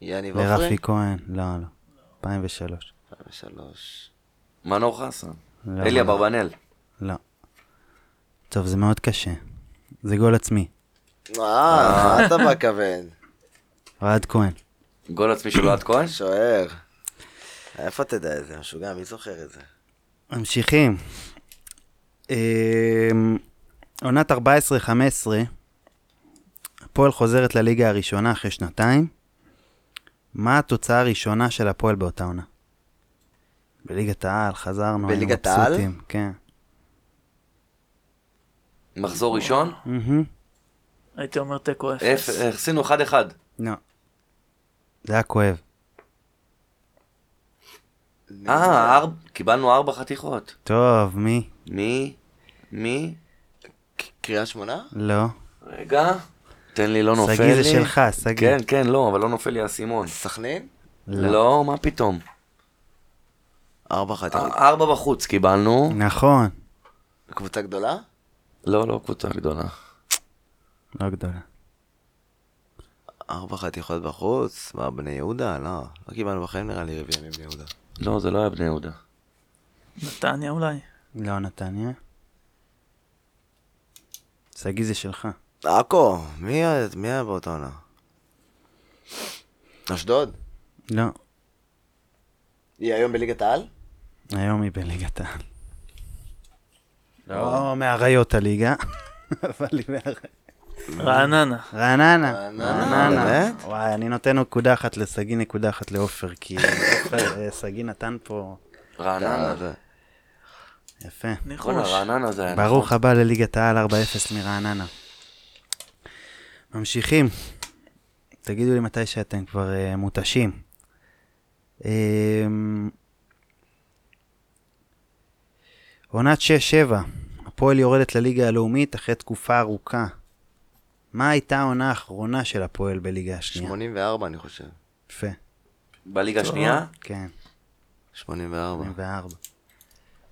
יניב עופרי? לרפי כהן, לא, לא. 2003. 2003. מנור חסן. לא, אלי לא. אברבנאל. לא. טוב, זה מאוד קשה. זה גול עצמי. אה, מה אתה בכוון? אוהד כהן. גול עצמי של אוהד כהן? שוער. איפה תדע את זה? משוגע, מי זוכר את זה? ממשיכים. אמ, עונת 14-15, הפועל חוזרת לליגה הראשונה אחרי שנתיים. מה התוצאה הראשונה של הפועל באותה עונה? בליגת העל, חזרנו, היינו בליגת העל? מבסוטים, כן. מחזור ראשון? מהמם. הייתי אומר תיקו אפס. אפ- עשינו אחד אחד. לא. זה היה כואב. אה, ארבע- קיבלנו ארבע חתיכות. טוב, מי? מי? מי? ק- קריית שמונה? לא. רגע. תן לי, לא נופל לי. שגיא זה שלך, שגיא. כן, כן, לא, אבל לא נופל לי האסימון. סכנין? לא, מה פתאום. ארבע אחת. ארבע בחוץ קיבלנו. נכון. קבוצה גדולה? לא, לא קבוצה גדולה. לא גדולה. ארבע חתיכות בחוץ? מה, בני יהודה? לא. לא קיבלנו בחיים נראה לי רביעי מבני יהודה. לא, זה לא היה בני אה, יהודה. נתניה אולי? לא נתניה. שגיא זה שלך. עכו, מי היה- מי היה באותה עונה? אשדוד? לא. היא היום בליגת העל? היום היא בליגת העל. לא מאריות הליגה, אבל היא מאריות. רעננה. רעננה. רעננה, אה, באמת? וואי, אני נותן נקודה אחת לשגיא, נקודה אחת לעופר, כי עופר, אה, שגיא נתן פה... רעננה. אה, זה- יפה. בואנה, ניחוש. רעננה זה היה. נכון. ברוך הבא לליגת העל 4-0 מרעננה. ממשיכים. תגידו לי מתי שאתם כבר אה, מותשים. אמ, עונת 6-7, הפועל יורדת לליגה הלאומית אחרי תקופה ארוכה. מה הייתה העונה האחרונה של הפועל בליגה השנייה? 84 אני חושב. יפה, בליגה השנייה, כן, 84. 84.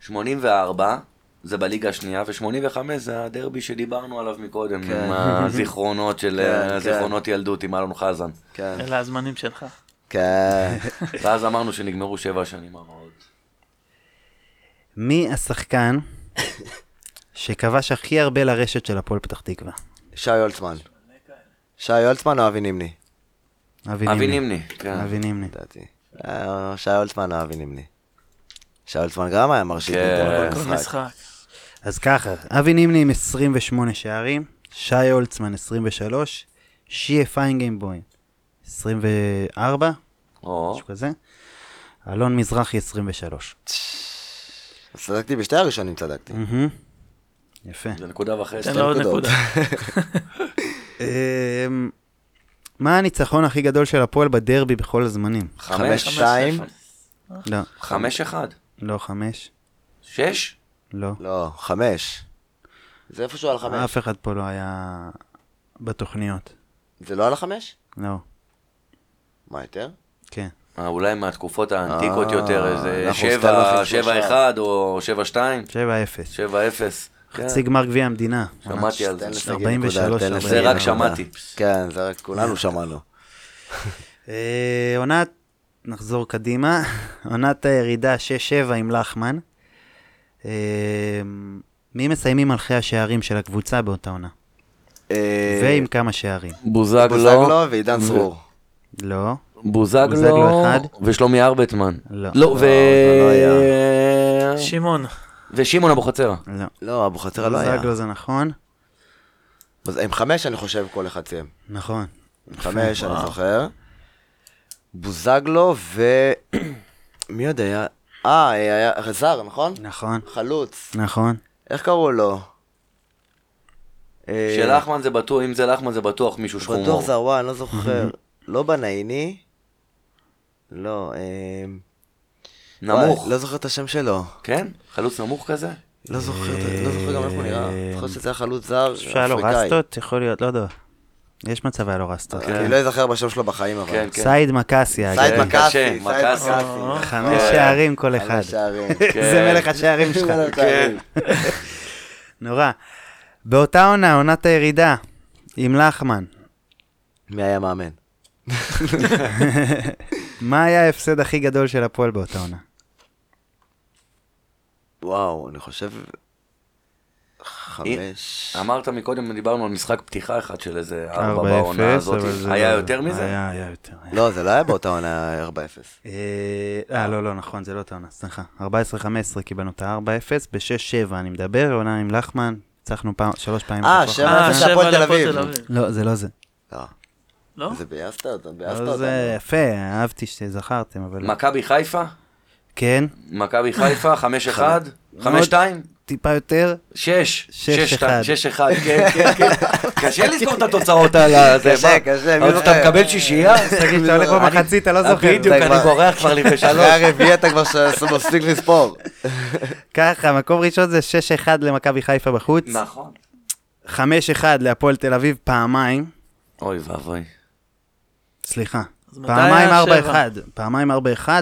84 זה בליגה השנייה, ו-85 זה הדרבי שדיברנו עליו מקודם, עם הזיכרונות של, אה, כן, כן. זיכרונות ילדות עם אלון חזן. כן. אלה הזמנים שלך. כן. ואז אמרנו שנגמרו שבע שנים הרעות. מי השחקן שכבש הכי הרבה לרשת של הפועל פתח תקווה? שי הולצמן. שי הולצמן או אבי נימני? אבי נימני, כן. אבי נימני. לדעתי. אה, שי הולצמן או אבי נימני? שי הולצמן גם היה מרשים. כן. להתאמן כל בכל משחק. משחק. אז ככה, אבי נימני עם 28 שערים, שי הולצמן 23, שיה פיינגיימבוים 24, או, משהו כזה, אלון מזרחי 23. אז צדקתי בשתי הראשונים צדקתי. מהמם. יפה. זה נקודה וחצי. תן לו עוד נקודות. נקודה. אמ, מה הניצחון הכי גדול של הפועל בדרבי בכל הזמנים? חמש, שתיים. לא, חמש אחד. לא חמש, שש? לא. לא, חמש. זה איפשהו על חמש. אף אחד פה לא היה בתוכניות. זה לא על החמש? לא, מה יותר? כן. אה, אולי מהתקופות האנטיקות אה, יותר, איזה אנחנו שבע, סטלופים שבע שלושה. אחד או שבע שתיים, 7-0. שבע אפס. כן. חצי גמר גביע המדינה. שמעתי על זה. שטנלס נגיד 43, נקודה, טנלס זה נגיד רק נקודה. שמעתי. כן, זה רק כולנו שמענו. אה, עונת, נחזור קדימה, עונת הירידה 6-7 עם לחמן. אה, מי מסיימים מלכי השערים של הקבוצה באותה עונה? אה, ועם כמה שערים? בוזגלו, בוזגלו ועידן צרור. לא, בוזגלו בוזגלו אחד. ושלומי ארבטמן. לא. לא, ו... זה לא כן. שמעון, ושמעון אבוחצירא. לא. לא, אבוחצירא לא היה. זגלו זה נכון? אז עם חמש אני חושב כל אחד סיים. נכון. עם חמש אני זוכר. בוזגלו ו... מי עוד היה? אה, היה זר, נכון? נכון. חלוץ. נכון. איך קראו לו? אה, שלחמן זה בטוח, אם זה לחמן זה בטוח מישהו שחום בטוח עור. זרוע, אני לא זוכר. לא בנאיני? לא, אה, נמוך. וואי, לא זוכר את השם שלו. כן? חלוץ נמוך כזה? לא זוכר, את- לא זוכר גם איך הוא אה, נראה. זוכר שזה היה חלוץ זר, אני חושב שהיה לו אפריקאי. רסטות? יכול להיות, לא יודע. יש מצב היה לו רסטות. אני לא אזכר בשם שלו בחיים, אבל. כן, כן. סייד מקסיה. סייד כן, מקאסי, קשה, סייד מקאסי. אה, מקאסי. חמש שערים כל אחד. חמש שערים. זה מלך השערים שלך. כן. נורא. באותה עונה, עונת הירידה, עם לחמן, מי היה מאמן? מה היה ההפסד הכי גדול של הפועל באותה עונה? וואו, אני חושב... חמש... אמרת מקודם, דיברנו על משחק פתיחה אחד של איזה ארבע 4-0, בעונה הזאת. אבל זה היה לא- יותר מזה? היה, היה יותר. היה. לא, זה לא היה באותה עונה 4-0. אה, אה, לא, לא, נכון, זה לא אותה עונה, סליחה. 14-15 קיבלנו את ה-4-0, ב-6-7 אני מדבר, עונה עם לחמן, ניצחנו פעם- שלוש פעמים. אה, בתוך שבע. האחרונה. אה, אפס להפועל תל אביב. לא, זה לא זה. לא. לא? זה ביאסת אותה, ביאסת לא אותה. זה יפה, אהבתי שזכרתם, אבל... מכבי חיפה? כן, מכבי חיפה, חמש אחד? חמש שתיים? טיפה יותר. שש. שש, שש שתיים, אחד. שש אחד, כן, כן, כן. קשה לזכור את התוצאות על ה... זה, קשה, מה? קשה, מי אבל זוכר? אתה מקבל שישייה? תגיד, אתה הולך במחצית, אתה לא זוכר. אה, בדיוק, אתה אני כבר- בורח כבר לפני אחרי שלוש. הרביעי אתה כבר ש- מפסיק לספור. ככה, מקום ראשון זה 6-1 למכבי חיפה בחוץ, נכון. 5-1 להפועל תל אביב פעמיים, אוי ואבוי. סליחה, מתי פעמיים היה 4-1, פעמיים 4-1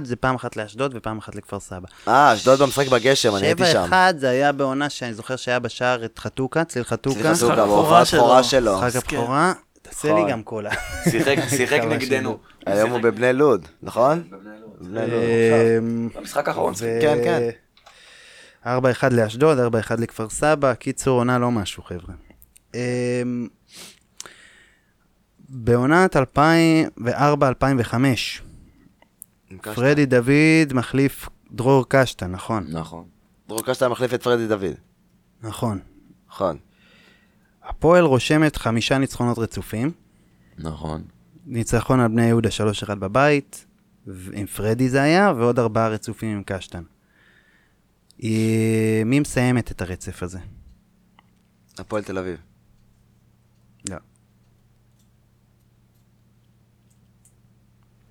זה פעם אחת לאשדוד ופעם אחת לכפר סבא. אה, אשדוד במשחק בגשם, אני הייתי שם. 7-1 זה היה בעונה שאני זוכר שהיה בשער את חתוקה, צליל חתוקה, סליחה, סוגה, הבכורה בהופעת שלו. בכורה שלו. משחק הבכורה, תעשה לי גם קולה. שיחק, שיחק כמה נגדנו. היום הוא בבני לוד, נכון? אה, בבני לוד. אמ, במשחק האחרון. ו- כן, כן. 4-1 לאשדוד, 4-1 לכפר סבא, קיצור עונה לא משהו חבר'ה. אמ, בעונת 2004-2005, עם קשטן. פרדי דוד מחליף דרור קשטן, נכון, נכון. דרור קשטן מחליף את פרדי דוד. נכון. נכון. הפועל רושמת חמישה ניצחונות רצופים, נכון. ניצחון על בני יהודה 3-1 בבית, ו- עם פרדי זה היה, ועוד ארבעה רצופים עם קשטן. אה, מי מסיימת את הרצף הזה? הפועל תל אביב. לא.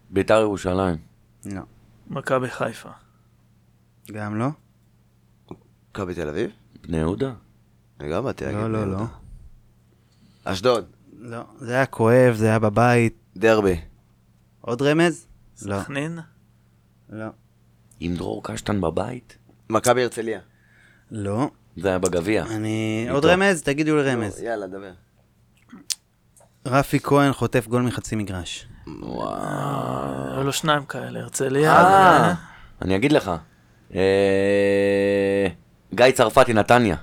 ביתר ירושלים. לא. מכבי חיפה. גם לא? מכבי תל אביב? בני יהודה? אני גם באתי להגיד. לא, לא, בני לא. יהודה. אשדוד, לא, זה היה כואב, זה היה בבית. דרבי. עוד רמז? לא. סכנין? לא. עם דרור קשטן בבית? מכבי הרצליה. לא. זה היה בגביע. אני... לא, איתו. עוד רמז? תגידו לי רמז. יאללה, דבר. רפי כהן חוטף גול מחצי מגרש. היו לו שניים כאלה, הרצליה. אה, אני אגיד לך. אה, גיא צרפתי, נתניה.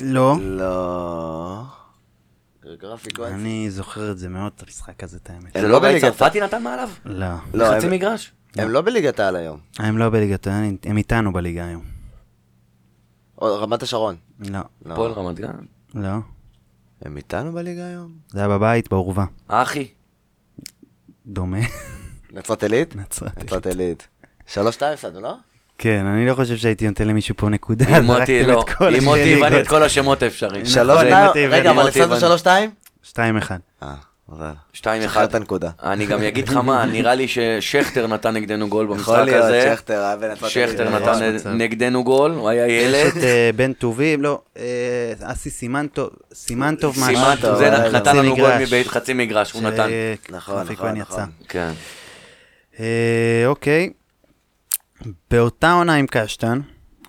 לא. לא. גרפי כהן. אני זוכר את זה מאוד, את המשחק הזה, את האמת. אה, זה לא לא גיא בליגת העל. צרפתי נתן מעליו? לא. לא, חצי הם- מגרש? הם לא בליגת העל היום. הם לא בליגת העל, הם איתנו בליגה היום. או, רמת השרון. לא. לא. הפועל רמת גן. לא. הם איתנו בליגה היום? זה היה בבית, בעורווה. אחי. דומה. נצרת עילית? נצרת. נצרת עילית. שלוש שתיים הפסדנו, לא? כן, אני לא חושב שהייתי נותן למישהו פה נקודה. עם מוטי, זרקתם לא. את כל עם מוטי השתי הבנתי את ליגות. כל השמות האפשריים. שלוש זה- שתיים. שתיים? רגע, אבל הבנתי, הפסדנו הבנתי. שלוש שתיים? שתיים אחד. אה, אבל. שתיים שחרר אחד. את הנקודה. אני גם אגיד לך מה, נראה לי ששכטר נתן נגדנו גול יכול במשחק להיות, הזה. שכטר היה בנצרת עילית. נכון. שכטר אה, נתן מצב. נגדנו גול, הוא היה יש ילד. את אה, בן טובים, לא, אה, אסי סימנטוב, סימנטוב משהו. סימן, טוב, זה אה, נתן חצי לנו גול מגרש. מבית חצי מגרש, הוא ש- נתן. נכון, רפי נכון, כהן נכון. יצא. כן. אה, אוקיי. באותה עונה עם קשטן,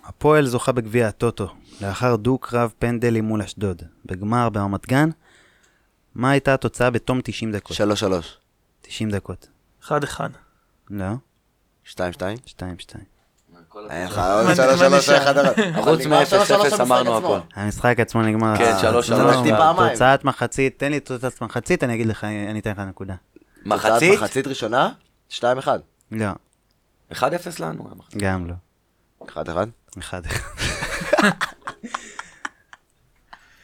הפועל זוכה בגביע הטוטו, לאחר דו-קרב פנדלים מול אשדוד, בגמר ברמת גן. מה הייתה התוצאה בתום 90 דקות? שלוש שלוש. 90 דקות. אחד אחד. לא, שתיים שתיים? 2-2. היה לך עוד מה- שלוש מה שלוש נשאר? אחד אחד. אבל חוץ נגמר שלוש, שלוש מ-0-0 המשחק אמרנו עצמו. הכל. המשחק עצמו נגמר. כן, אה, שלוש, לא, שלוש. צדקתי פעמיים. תוצאת מחצית, תן לי תוצאת מחצית, אני אגיד לך, אני אתן לך נקודה. מחצית? תוצאת מחצית ראשונה? שתיים אחד. לא, 1-0 לנו. היה מחצית. גם לא. אחד אחד? אחד.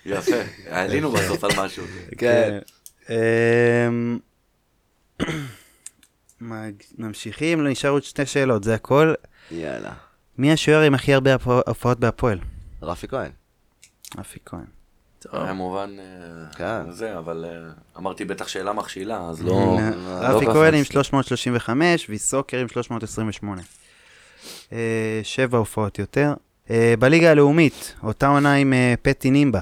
יפה, עלינו בסוף על משהו. כן. אה, אמ, מה, ממשיכים, לא נשארו עוד שתי שאלות, זה הכל. יאללה. מי השוער עם הכי הרבה הפוע- הופעות בהפועל? רפי כהן. רפי כהן. היה מובן, אה, כן. זה, אבל אה, אמרתי בטח שאלה מכשילה, אז לא... הנה, לא אה, רפי קפץ. כהן עם 335 ויסוקר עם 328. אה, שבע הופעות יותר. אה, בליגה הלאומית, אותה עונה עם אה, פטי נימבה.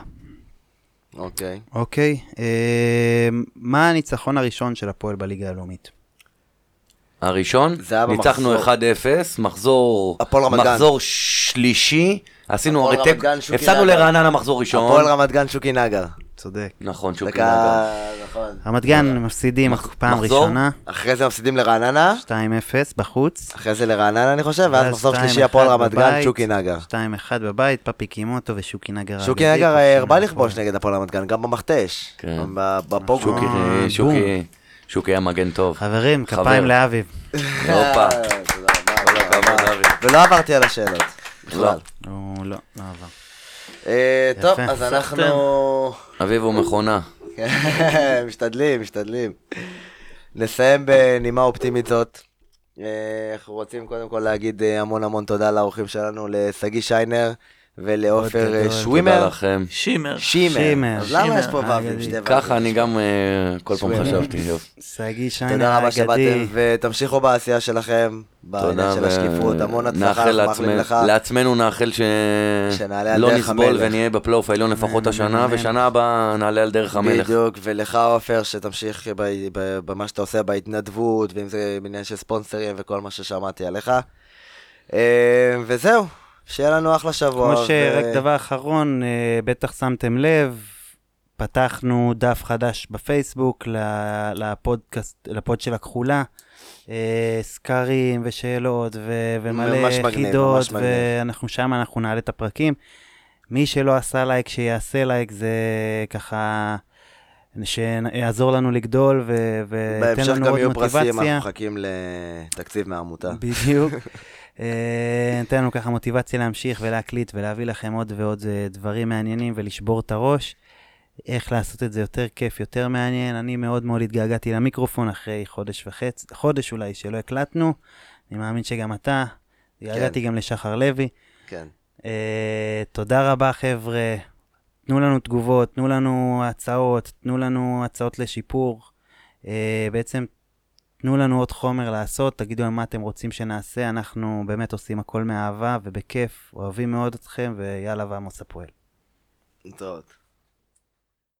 אוקיי. אוקיי, אה, מה הניצחון הראשון של הפועל בליגה הלאומית? הראשון, זה היה ניצחנו 1-0, במחזור. מחזור... הפועל רמת גן. מחזור שלישי, עשינו הפועל הרי רמת תיקו, גן, שוקי הפסדנו נגר. לרעננה מחזור ראשון. הפועל רמת גן שוקי נגר. צודק. נכון, שוקי נגר. דקה... נכון. רמת גן מפסידים פעם אה, מחזור? ראשונה, אחרי זה מפסידים לרעננה, 2-0 בחוץ. אחרי זה לרעננה אני חושב, ואז מחזור שלישי 2-1 הפועל רמת גן, בבית, שוקי נגר. אה, 2-1 בבית, פפי קימוטו ושוקי נגר. שוקי האגדי, נגר כובשים הרבה מהפועל. לכבוש נגד הפועל רמת גן, גם במכתש. כן. גם ב- בפוגו. שוקי, אה, שוקי, שוקי היה מגן טוב. חברים, חבר. כפיים לאביב. הופה. אה, תודה רבה. כל הכבוד, אבי. ולא עברתי על השאלות, בכלל. הוא לא, לא עבר. אה, טוב, יפה. אז אנחנו... אביב הוא מכונה. כן, משתדלים, משתדלים. נסיים בנימה אופטימית זאת. אה, אנחנו רוצים קודם כל להגיד אה, המון המון תודה לאורחים שלנו, לשגיא שיינר ולעופר אה, גדול, תודה שווימר. לכם. שימר. שימר. שימר. אז למה שימר, יש פה אגדי. ו"ים? שתי ו"ים. ככה אני גם אה, כל פעם שווימר. חשבתי. יופי. שגיא שיינר תודה רבה שבאתם, האגדי. ותמשיכו בעשייה שלכם, בעניין של ו- השקיפות, המון הצלחה, נאחל אנחנו מאחלים לעצמנו- לך. לעצמנו נאחל ש... שנעלה על לא דרך נסבול המלך. ונהיה בפלייאוף העליון לפחות אמן, השנה, אמן. ושנה הבאה נעלה על דרך המלך. בדיוק, ולך עופר, שתמשיך ב- ב- במה שאתה עושה בהתנדבות, ואם זה בעניין של ספונסרים וכל מה ששמעתי עליך. אה, וזהו, שיהיה לנו אחלה שבוע. כמו שרק ו- דבר אחרון, אה, בטח שמתם לב, פתחנו דף חדש בפייסבוק ל- לפודקאסט, לפוד של הכחולה. אה, סקרים ושאלות ו- ומלא ממש מגניב, חידות, ממש מגניב. ואנחנו שם, אנחנו נעלה את הפרקים. מי שלא עשה לייק, שיעשה לייק, זה ככה, שיעזור לנו לגדול ו- בהמשך ויתן אה, לנו גם עוד יהיו פרסים, אנחנו מוטיבציה. מחכים לתקציב מהעמותה. בדיוק. אה, נותן לנו ככה מוטיבציה להמשיך ולהקליט ולהביא לכם עוד ועוד אה, דברים מעניינים ולשבור את הראש. איך לעשות את זה יותר כיף, יותר מעניין. אני מאוד מאוד התגעגעתי למיקרופון אחרי חודש וחצי, חודש אולי, שלא הקלטנו. אני מאמין שגם אתה. התגעגעתי גם לשחר לוי. כן. אה, תודה רבה, חבר'ה. תנו לנו תגובות, תנו לנו הצעות, תנו לנו הצעות לשיפור. אה, בעצם, תנו לנו עוד חומר לעשות, תגידו על מה אתם רוצים שנעשה. אנחנו באמת עושים הכל מאהבה ובכיף, אוהבים מאוד אתכם, ויאללה ועמוס הפועל. להתראות.